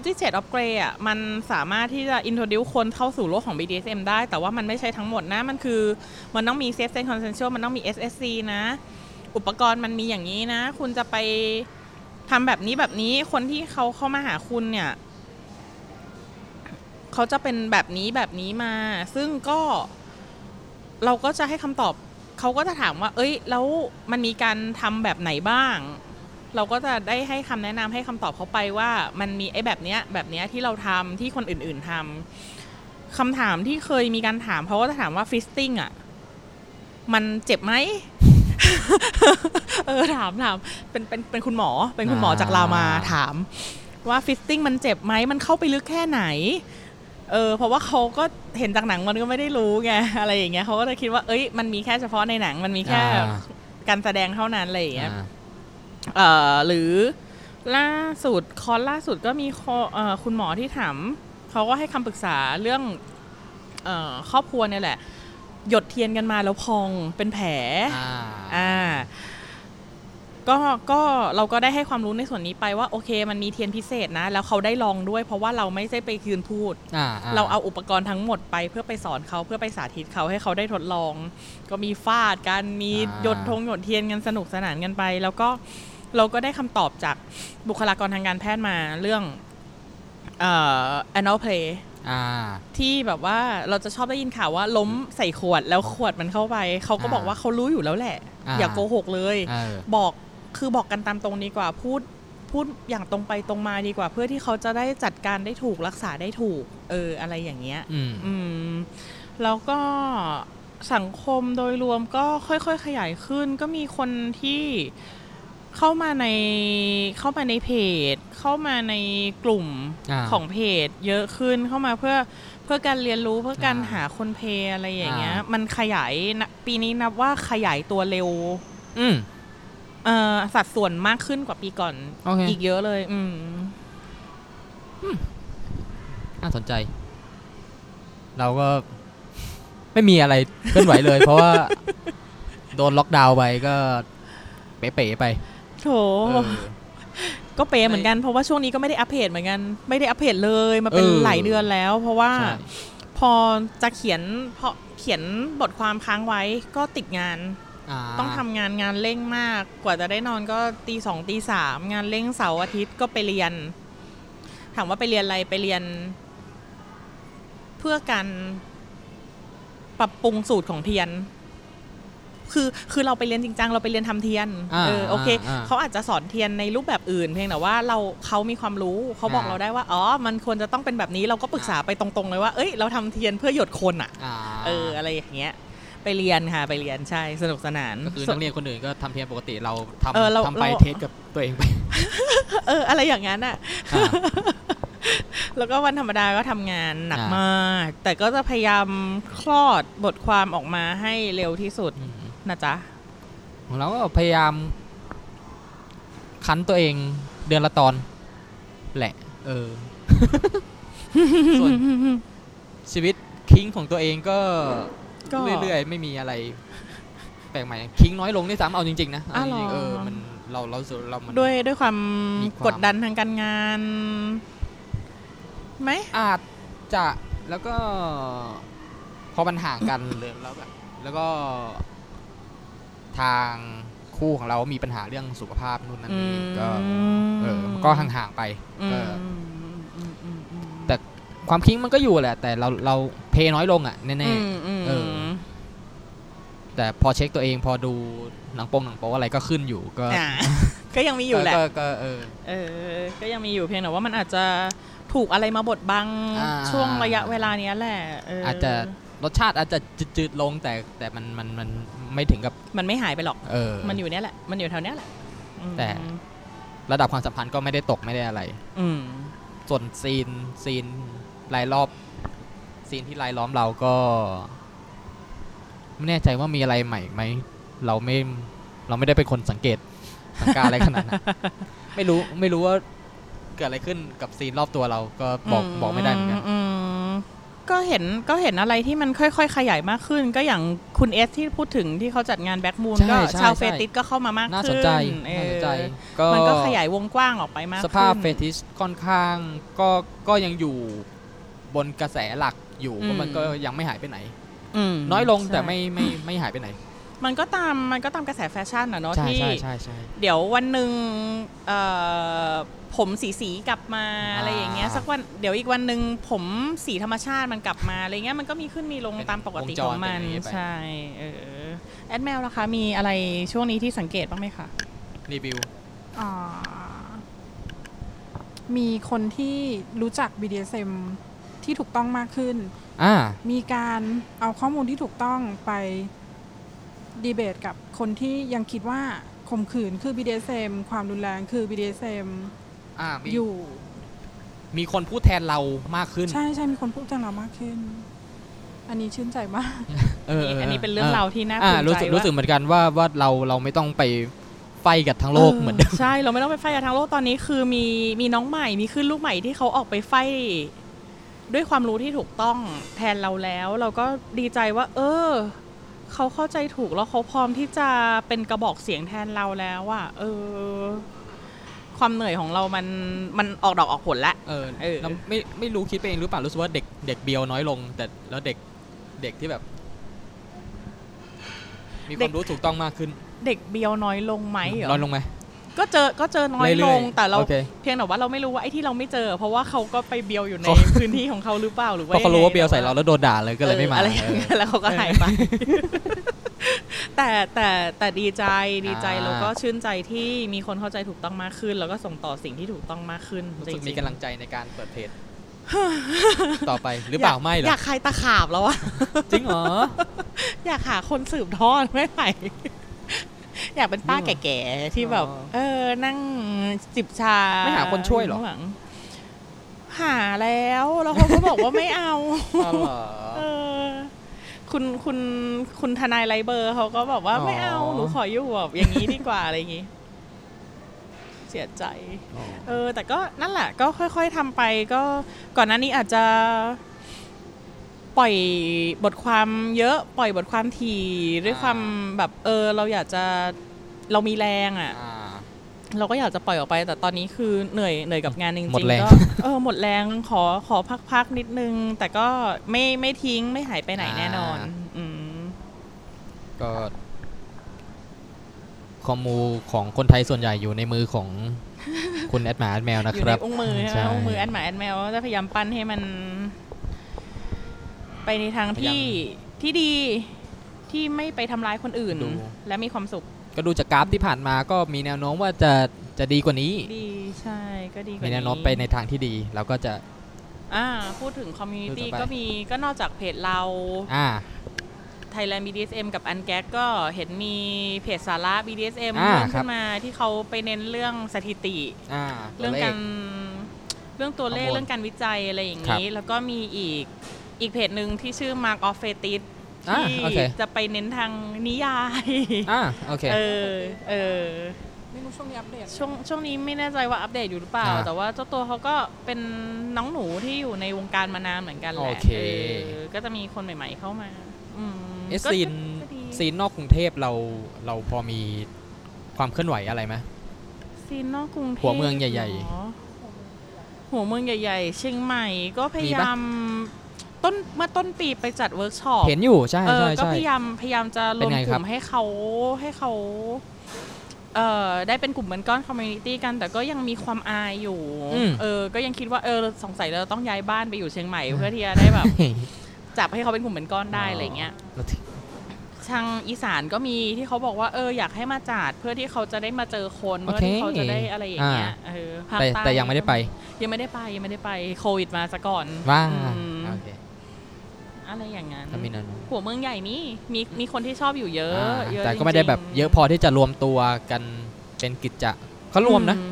B: 50 Shades of Grey อ่ะ มันสามารถที่จะ introduce คนเข้าสู่โลกของ BDSM ได้ แต่ว่ามันไม่ใช่ทั้งหมดนะ มันคือ มันต้องมี safe and consensual มันต้องมี SSC นะ อุปกรณ์มันมีอย่างนี้นะ คุณจะไปทำแบบนี้แบบนี้ คนที่เขาเข้ามาหาคุณเนี่ย เขาจะเป็นแบบนี้แบบนี้มา ซึ่งก็เราก็จะให้คำตอบ เขาก็จะถามว่า เอ้ย แล้วมันมีการทำแบบไหนบ้าง เราก็จะได้ให้คำแนะนำให้คำตอบเขาไปว่ามันมีไอ้แบบเนี้ยแบบเนี้ยที่เราทำที่คนอื่น ๆทำคำถามที่เคยมีการถามเขาก็จะถามว่าฟิสติ้งอ่ะ มันเจ็บไหม เออถามถามเป็นเป็นเป็นคุณหมอ เป็นคุณหมอจากรามา
A: อ่า
B: ถาม ว่าฟิสติ้งมันเจ็บไหมมันเข้าไปลึกแค่ไหน เออเพราะว่าเขาก็เห็นจากหนังมันก็ไม่ได้รู้ไง อะไรอย่างเงี้ยเขาก็จะคิดว่าเอ้ยมันมีแค่เฉพาะในหนังมันมีแค่
A: อ่า
B: การแสดงเท่านั้นอะไรอย่างเงี้ย
A: อ่า
B: เอ่อหรือล่าสุดคอร์สล่าสุดก็มีคอเอ่อคุณหมอที่ถามเขาก็ให้คำปรึกษาเรื่องเอ่อครอบครัวเนี่ยแหละ หยดเทียนกันมาแล้วพองเป็นแผล อ่าก็ก็เราก็ได้ให้ความรู้ในส่วนนี้ไปว่าโอเค มันมีเทียนพิเศษนะ แล้วเขาได้ลองด้วย เพราะว่าเราไม่ได้ไปยืนพูด
A: อ่า
B: เราเอาอุปกรณ์ทั้งหมดไปเพื่อไปสอนเขาเพื่อไปสาธิตเขาให้เขาได้ทดลอง ก็มีฟาดกันมีหยดธงหยดเทียนกันสนุกสนานกันไป แล้วก็ เราก็ได้คำตอบจากบุคลากรทางการแพทย์มาเรื่องเอ่อ anal play
A: อ่า
B: ที่แบบว่าเราจะชอบได้ยินข่าวว่าล้มใส่ขวดแล้วขวดมันเข้าไป เขาก็บอกว่าเขารู้อยู่แล้วแหละ
A: อ่า
B: อย่าโกหกเลย
A: เออ
B: บอกคือบอกกันตามตรงดีกว่าพูดพูดอย่างตรงไปตรงมาดีกว่า เพื่อที่เขาจะได้จัดการได้ถูกรักษาได้ถูก เอออะไรอย่างเงี้ย
A: อืม
B: อืมแล้วก็สังคมโดยรวมก็ค่อยๆขยายขึ้น ก็มีคนที่เข้ามาในเข้ามาในเพจ เข้ามาในกลุ่ม
A: อ่า
B: ของเพจ เยอะขึ้นเข้ามาเพื่อเพื่อการเรียนรู้เพื่อการ
A: อ่า
B: หาคนเพลย์อะไรอย่างเงี้ย
A: อ่ามั
B: มันขยายนะปีนี้นับว่าขยายตัวเร็ว
A: อืม
B: เอ่อสัดส่วนมากขึ้นกว่าปีก่อน
A: โอเค
B: กเยอะเลย อืม
A: น่าสนใจ เราก็ ไม่มีอะไรเคลื่อนไหวเลย เพราะว่า โดนล็อกดาวน์ไปก็ เป๋ๆไป
B: โถ
A: เออ
B: ก็เปย์เหมือนกันเพราะว่าช่วงนี้ก็ไม่ได้อัปเดตเหมือนกัน ไม่ได้อัปเดตเลยมาเป็น
A: เออ
B: หลายเดือนแล้ว เพราะว่า
A: ใช่
B: พอจะเขียนพอเขียนบทความค้างไว้ก็ติดงาน
A: า
B: ต้องทำงานงานเร่งมาก กว่าจะได้นอนก็ตีสองตีสามงานเร่งเสาร์อาทิตย์ก็ไปเรียน ถามว่าไปเรียนอะไรไปเรียน เพื่อการปรับปรุงสูตรของเทียน คือคือเราไปเรียนจริงจังเราไปเรียนทำเทียน
A: อา
B: เออโอเค
A: าา
B: เขาอาจจะสอนเทียนในรูปแบบอื่น เพียงแต่ว่าเราเขามีความรู้เขาบอก
A: อ่า
B: เราได้ว่าอ๋อ มันควรจะต้องเป็นแบบนี้เราก็ปรึกษาไปตรงๆเลยว่า เอ้ยเราทำเทียนเพื่อหยดคนอ่ะ
A: อ่า
B: เอออะไรอย่างเงี้ย ไปเรียนค่ะไปเรียนใช่สนุกสนาน
A: ก็คือนักเรียนคนอื่นก็ทำเพียงปกติเรา
B: เออเรา
A: ทำทำไป
B: เรา
A: เทสกับ ตัวเองไป
B: เอออะไรอย่างนั้นอ่ะ
A: อ่า
B: แล้วก็วันธรรมดาก็ทำงานหนัก
A: อ่าม
B: มาก แต่ก็จะพยายามคลอดบทความออกมาให้เร็วที่สุด
A: อืม
B: นะจ๊ะ
A: ของเราก็พยายาม คั้นตัวเองเดือนละตอน แหละ เอ อ ส่วน ชีวิตคิงของตัวเองก็
B: ก็
A: เรื่อยๆ ไม่มีอะไร แปลกใหม่คิงน้อยลงด้วยซ้ำเอาจริงๆนะเา
B: อ้า
A: จ
B: วเหรอ
A: ริงๆเออมันเราเราสึกเรามัน
B: ด้วยด้วยความ
A: มีความ
B: กดดันทางการงานไหม
A: อาจจะแล้วก็พอมันห่างกัน หรือแล้วแบบแล้วก็ ทางคู่ของเรามีปัญหาเรื่องสุขภาพนู่นนั่นนี่ก็เออมันก็ห่างๆไปก็ความคิงมันก็อยู่แหละ แต่เราเราเพน้อยลงอ่ะแน่ เออ ๆแต่พอเช็คตัวเองพอดูหนังโปงหนังโป๊อะไรก็ขึ้นอยู่ก็
B: อ่า ก็ยังมีอยู่แหละ
A: ก็ก็เออ
B: เออ ก็ยังมีอยู่เพียงแต่ว่ามันอาจจะถูกอะไรมาบดบัง
A: อ่า
B: ช่วงระยะเวลาเนี้ยแหละเ
A: อาจจะรสชาติอาจจะจืดๆลงแต่แต่มันมันมันไม่ถึงกับ
B: มันไม่หายไปหรอก
A: เออ
B: มันอยู่เนี้ยแหละ มันอยู่แถวเนี้ยแหละอืม
A: แต่ ระดับความสัมพันธ์ก็ไม่ได้ตกไม่ได้อะไร
B: อืม
A: ส่วนซีนซีนรายรอบซีนที่รายล้อมเราก็ ไม่แน่ใจว่ามีอะไรใหม่ไหมเราไม่เราไม่ได้เป็นคนสังเกตสังการอะไรขนาด นั้น ไม่รู้ไม่รู้ว่าเกิดอะไรขึ้นกับซีนรอบตัวเราก็บอกบอกไม่ได้เหมือนกัน
B: มก็เห็นก็เห็นอะไรที่มันค่อยๆ ขยายมากขึ้น ก็อย่างคุณเอสที่พูดถึงที่เขาจัดงานแบ็กมูน
A: ใช่
B: ก็
A: ใช่
B: ชาว
A: ใช่
B: เฟติสก็เข้ามามากขึ้น
A: น่าสนใจ
B: เอ
A: น่า
B: อ
A: สนใจ
B: มันก็ขยายวงกว้างออกไปมาก
A: สภาพเฟ
B: ขึ้น
A: ติชค่อนข้างก็ก็ยังอยู่บนกระแสหลักอยู่เพราะมัน
B: อืม
A: ก็ยังไม่หายไปไหน
B: ม
A: น้อยลงแต่
B: ใช่
A: ไม่ไม่ไม่หายไปไหน
B: มันก็ตามมันก็ตามกระแสแฟชั่นนะเนาะ
A: ใช่
B: ที่
A: ใช่ใช่ใช่
B: เดี๋ยววันหนึ่งเอ่อผมสีสีกลับมา
A: อ่า
B: อะไรอย่างเงี้ยสักวันเดี๋ยวอีกวันหนึ่งผมสีธรรมชาติมันกลับมาอะไรเงี้ยมันก็มีขึ้นมีลง
A: เป็น
B: ตามปกติ
A: วงจ
B: ข
A: ร
B: องมัน
A: เป็นอย่างเงี้ยไป
B: ใช่เออแอดแมวนะคะมีอะไรช่วงนี้ที่สังเกตบ้างไหมคะ
A: รีวิว
C: อ่ามีคนที่รู้จัก BDSM ที่ถูกต้องมากขึ้น
A: อ่า
C: มีการเอาข้อมูลที่ถูกต้องไปดีเบตกับคนที่ยังคิดว่าข่มขืนคือ BDSM ความรุนแรงคือ BDSM
A: อ่า มี
C: อยู่
A: มีคนพูดแทนเรามากขึ้น
C: ใช่ใช่มีคนพูดจังเรามากขึ้น อันนี้ชื่นใจมาก
A: เออ
B: อันนี้เป็นเรื่องราวที่น่า
A: อ่า
B: ภูมิ
A: รู้
B: ใจ
A: สึกรู้สึก
B: ว่า
A: เหมือนกันว่าว่าเราเราไม่ต้องไปไฟกับทั้งโลกเหมือนเดิม
B: ใช่เราไม่ต้องไปไฟกับทางโลกตอนนี้คือมีมีน้องใหม่มีขึ้นลูกใหม่ที่เขาออกไปไฟด้วยความรู้ที่ถูกต้องแทนเราแล้ว เราก็ดีใจว่า เออเขาเข้าใจถูกแล้วเขาพร้อมที่จะเป็นกระบอกเสียงแทนเราแล้วอะเออ ความเหนื่อยของเรามันมันออกดอกออกผลละ
A: เออ
B: เออ
A: เราไม่ไม่รู้คิดไปเองหรือเปล่ารู้สึกว่าเด็กเด็กเบียวน้อยลง แต่แล้วเด็กเด็กที่แบบ มีความรู้ถูกต้องมากขึ้น
B: เด็กเบียวน้อยลงไหมเหรอ
A: น้อยลงไหม
B: ก็ ก็เจอก็เจอน้อย
A: เรื่
B: ล
A: อย
B: ง
A: ๆ
B: แต่เรา
A: โอเค
B: เพียงแต่ว่าเราไม่รู้ว่าไอ้ที่เราไม่เจอ เพราะว่าเขาก็ไปเบียวอยู่ใน
A: เขา
B: พื้นที่ของเขาหรือเปล่าหรือ
A: เพ
B: ว่า
A: ราะเขารู้ว่าเบลใส่
B: ยังไง
A: เราแล้วโดนด่าเลยก็เลยไม่มา
B: อออะไรอย่างเงี้ยแล้วเขาก็หาย ไป แต่แต่แต่ดีใจดีใจแล้วก็ชื่นใจที่มีคนเข้าใจถูกต้องมากขึ้น แล้วก็ส่งต่อสิ่งที่ถูกต้องมากขึ้น
A: รู้สึก
B: จริ
A: มี
B: งๆ
A: กำลังใจในการเปิดเพจ ต่อไปหรือเปล่าไม่เหร
B: ย
A: อ
B: กใครตะขาบแล้วอะ
A: จริงเหรอ
B: อยากหาคนสืบทอดไม่ไหว อยากเป็นป้าแก่ๆที่แบบ
A: อ๋อ
B: เออ นั่งจิบชา
A: ไม่หาคนช่วยเหรอ
B: ข้างลังหาแล้วแล้วเขาก็บอกว่าไม่เอา
A: เอาเหรอ
B: เออคุณคุณคุณทนายไรเบอร์เขาก็บอกว่า
A: อ๋อ
B: ไม่เอาหนูขออยู่แบบอย่างนี้ดีกว่า อะไรอย่าง นี้ เสียใจ เออ แต่ก็นั่นแหละ ก็ค่อย ๆทำไปก็ก่อนหน้านี้อาจจะ ปล่อยบทความเยอะปล่อยบทความทีด้วยความแบบ เออ เราอยากจะเรามีแรงอ่ะ
A: อ่า
B: เราก็อยากจะปล่อยออกไป แต่ตอนนี้คือเหนื่อยเหนื่อยกับงานจริงๆ
A: หมดแรง
B: ก็เออหมดแรงขอขอพักๆนิดนึง แต่ก็ไม่ไม่ทิ้งไม่หายไปไหนแน่นอน อืม
A: ก็คอมมูของคนไทยส่วนใหญ่อยู่ในมือ ของ คุณแอดหมาแอดแมวนะ
B: อ
A: ค
B: ยู่ใน
A: รับ
B: อุ้งมือใช่ไหมอุ้งมืออันหมาอันแมวก็จะพยายามปั้นให้มัน ไปในทาง
A: พ
B: ที่
A: ยาย
B: ที่ดีที่ไม่ไปทำร้ายคนอื่น
A: ดู
B: และมีความสุข
A: ก็ดูจากกราฟที่ผ่านมาก็มีแนวโน้มว่าจะจะดีกว่านี้
B: ดีใช่ก็ดีกว่า
A: มี
B: นี้
A: แนวโน้มไปในทางที่ดี เราก็จะ
B: อ่าพูดถึงคอมมูนิตี้
A: พูดต่อไป
B: ก็มีก็นอกจากเพจเรา
A: อ่า
B: Thailand BDSM กับ u n g a g ก็เห็นมีเพจสาระ BDSM
A: อ่าค
B: เพิ่ม
A: รั
B: ขึ้
A: บ
B: นมาที่เขาไปเน้นเรื่องสถิติ
A: อ่า
B: เรื่อง
A: ตัวลข
B: การเรื่องตัวเลข
A: ข้อมูล
B: เรื่องการวิจัยอะไรอย่าง
A: ครับ
B: นี้ แล้วก็มีอีกอีกเพจหนึ่งที่ชื่อ Mark of Fetish
A: อ่า
B: ที่
A: โอเค
B: จะไปเน้นทางนิยาย
A: อ่าโอเค
B: เออเออ
C: ไม่รู้ช่วงนี้อัปเดต
B: ช่วงช่วงนี้ไม่แน่ใจว่าอัปเดตอยู่หรือเปล่า
A: อ่า
B: แต่ว่าเจ้าตัวเขาก็เป็นน้องหนูที่อยู่ในวงการมานานเหมือนกันแหละ
A: โอเค
B: ออก็จะมีคนใหม่ ๆ เข้ามาอืม
A: เอะ
B: ก็
A: ซีน
B: ก็ดี
A: ซีนนอกกรุงเทพเราเราพอมีความเคลื่อนไหวอะไรไหม
B: ซีนนอกกรุงเทพ
A: หัวเมืองใหญ่ๆ
B: รอหัวเมืองใหญ่ ๆ เชียงใหม่ก็พยายามต้นเมื่อต้นปีไปจัดเวิร์กช็อป
A: เห็นอยู่ใช่
B: เออ
A: ใช่
B: ก็
A: ใช่
B: พยายามพยายามจะร
A: เป็
B: วม
A: นไง
B: ก
A: ครั
B: ลุ่
A: บ
B: มให้เขาให้เขาเอ่อได้เป็นกลุ่มเป็นก้อนคอมมูนิตี้กัน แต่ก็ยังมีความอายอยู่
A: อืม
B: เออ ก็ยังคิดว่าเออสงสัยเราต้องย้ายบ้านไปอยู่เชียงใหม่เพื่อที่จะได้แบบ จับให้เขาเป็นกลุ่มเป็นก้อนได้อะไรอย่างเงี้ย
A: แล้วที่
B: ทางอีสานก็มีที่เขาบอกว่าเอออยากให้มาจัดเพื่อที่เขาจะได้มาเจอคน
A: โอ
B: เพื่อ
A: เค
B: ที่เขาจะได้อะไรอย่างเงี้ยเออภาค
A: แต่
B: ใต้
A: แต่ยังไม่ได้ไป
B: ยังไม่ได้ไปยังไม่ได้ไปโควิดมาซะก่อน
A: ว่าง
B: อืม
A: โอเค
B: อะไรอย่างนั้น
A: ก็มีแนวโน้ม
B: หัวเมืองใหญ่มีมีมีคนที่ชอบอยู่เยอะ
A: อ่า
B: เยอะ
A: แต่
B: จริ
A: ก็
B: งๆ
A: ไม่ได้แบบเยอะพอที่จะรวมตัวกันเป็นกิจจะเขารวมนะ
B: อื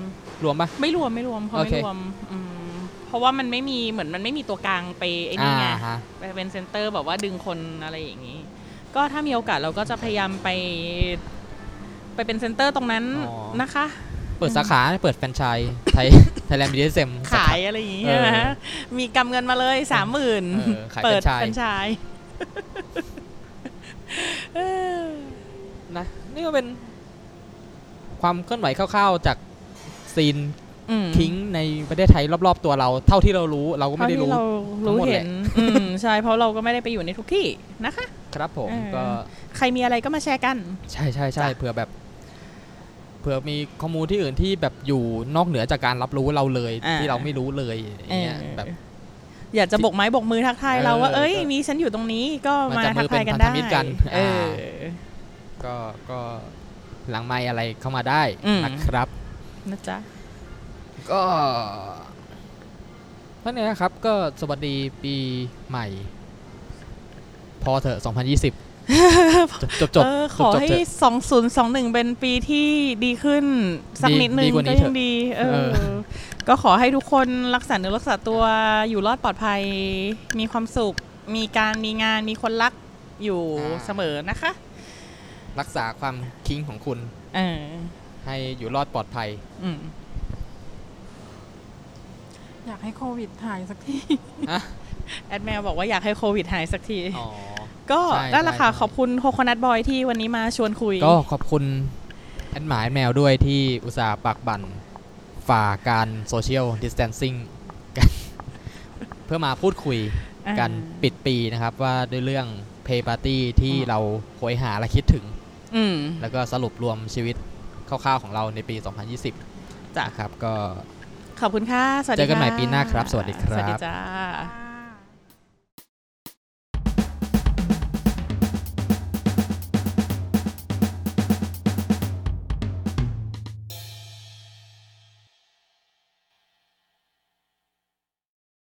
A: รวมปะ
B: ไม่รวมไม่รวมเขา
A: โอ
B: ไม่
A: เค
B: รวมอืมเพราะว่ามันไม่มีเหมือนมันไม่มีตัวกลางไปไอ้นี่ไง
A: อ่าฮะ
B: ไปเป็นเซนเตอร์แบบว่าดึงคนอะไรอย่างนี้ ก็ถ้ามีโอกาสเราก็จะพยายามไป ไปเป็นเซนเตอร์ตรงนั้น
A: อ๋อ
B: นะคะ
A: เปิดสาขาเปิดแฟรนไชส์ไทย ไทยแลนด์บีดีเอ็ม
B: ขายอะไรอย่างนี้ใช่ไหม
A: เออ
B: มีกำเงินมาเลยสามหมื่น
A: เออขาย
B: เปิด
A: แฟรนไชส์
B: แฟรนไชาย
A: นะนี่ก็เป็นความเคลื่อนไหวคร่าวๆจากซีนคิงในประเทศไทยรอบๆตัวเรา เท่าที่เรารู้เราก็ไม่ได้รู้
B: เรา
A: ทั้
B: รู้
A: งหมดแห
B: เห็
A: ละ
B: นอืมใช่เพราะเราก็ไม่ได้ไปอยู่ในทุกที่นะคะ
A: ครับผม
B: เออ
A: ก็
B: ใครมีอะไรก็มาแชร์กัน
A: ใช่ใช่ใช่
B: จ้ะ
A: เผื่อแบบเผื่อมีข้อมูลที่อื่นที่แบบอยู่นอกเหนือจากการรับรู้เราเลย ที่เราไม่รู้เลยอย่างเงี้ย
B: เออ
A: แบบ
B: อยากจะบกไม้บกมือทักทายเราว่า
A: เออ
B: เอ้ย
A: ก็
B: มีฉันอยู่ตรงนี้ก็
A: มา
B: มา
A: จับมื
B: ทั
A: อก เป็น
B: ทายกัน
A: พันธ
B: ได้
A: มิตรกัน
B: เออ
A: อ่า ก็ก็หลังไมค์อะไรเข้ามาได้
B: อืม
A: นะครับ
B: นะจ๊ะ
A: ก็เท่านี้นะครับก็สวัสดีปีใหม่ พอเถอะ 2020 จบจบจบ
B: เออขอ
A: จบ
B: ให้
A: เถอะ
B: 2021 เป็นปีที่ดีขึ้น สัก
A: ดี
B: นิดนึ
A: ดี
B: ง
A: กว่านี้
B: ก็
A: เถ
B: ยั
A: อะ
B: งดีเอ
A: เอ
B: อ
A: อ
B: ก็ขอให้ทุกคนรักษาเนื้อรักษาตัวอยู่รอดปลอดภัย มีความสุข มีการมีงานมีคนรักอยู่เสมอนะคะ
A: รักษาความคิงของคุณ
B: เออ
A: ให้อยู่รอดปลอดภัย
B: อืม
C: อยากให้โควิดหายสักที
B: แอดแมวบอกว่าอยากให้โควิดหายสักที
A: อ๋อ
B: ก็
A: ใช่
B: นั่นแหละค่ะ
A: ใช่
B: ขอบคุณโคคนัทบอยที่วันนี้มาชวนคุย
A: ก็ขอบคุณแอนหมายแมวด้วยที่อุตส่าห์ปากบั่นฝ่าการโซเชียลดิส a ทน ซิ่งเพื่อมาพูดคุยกัน
B: อ่า
A: ปิดปีนะครับ ว่าด้วยเรื่องเพย์ปาร์ตี้ที่เราโหยหาและคิดถึง
B: อืม
A: แล้วก็สรุปรวมชีวิต คร่าวๆของเราในปี 2020
B: จ้ะ
A: นะครับก็
B: ขอบคุณค่ะ สวัสดี
A: เจอกันใหม่
B: ค่ะ
A: ปีหน้าครับสวัสดีครับ
B: สวัสดีจ้า
E: อ่า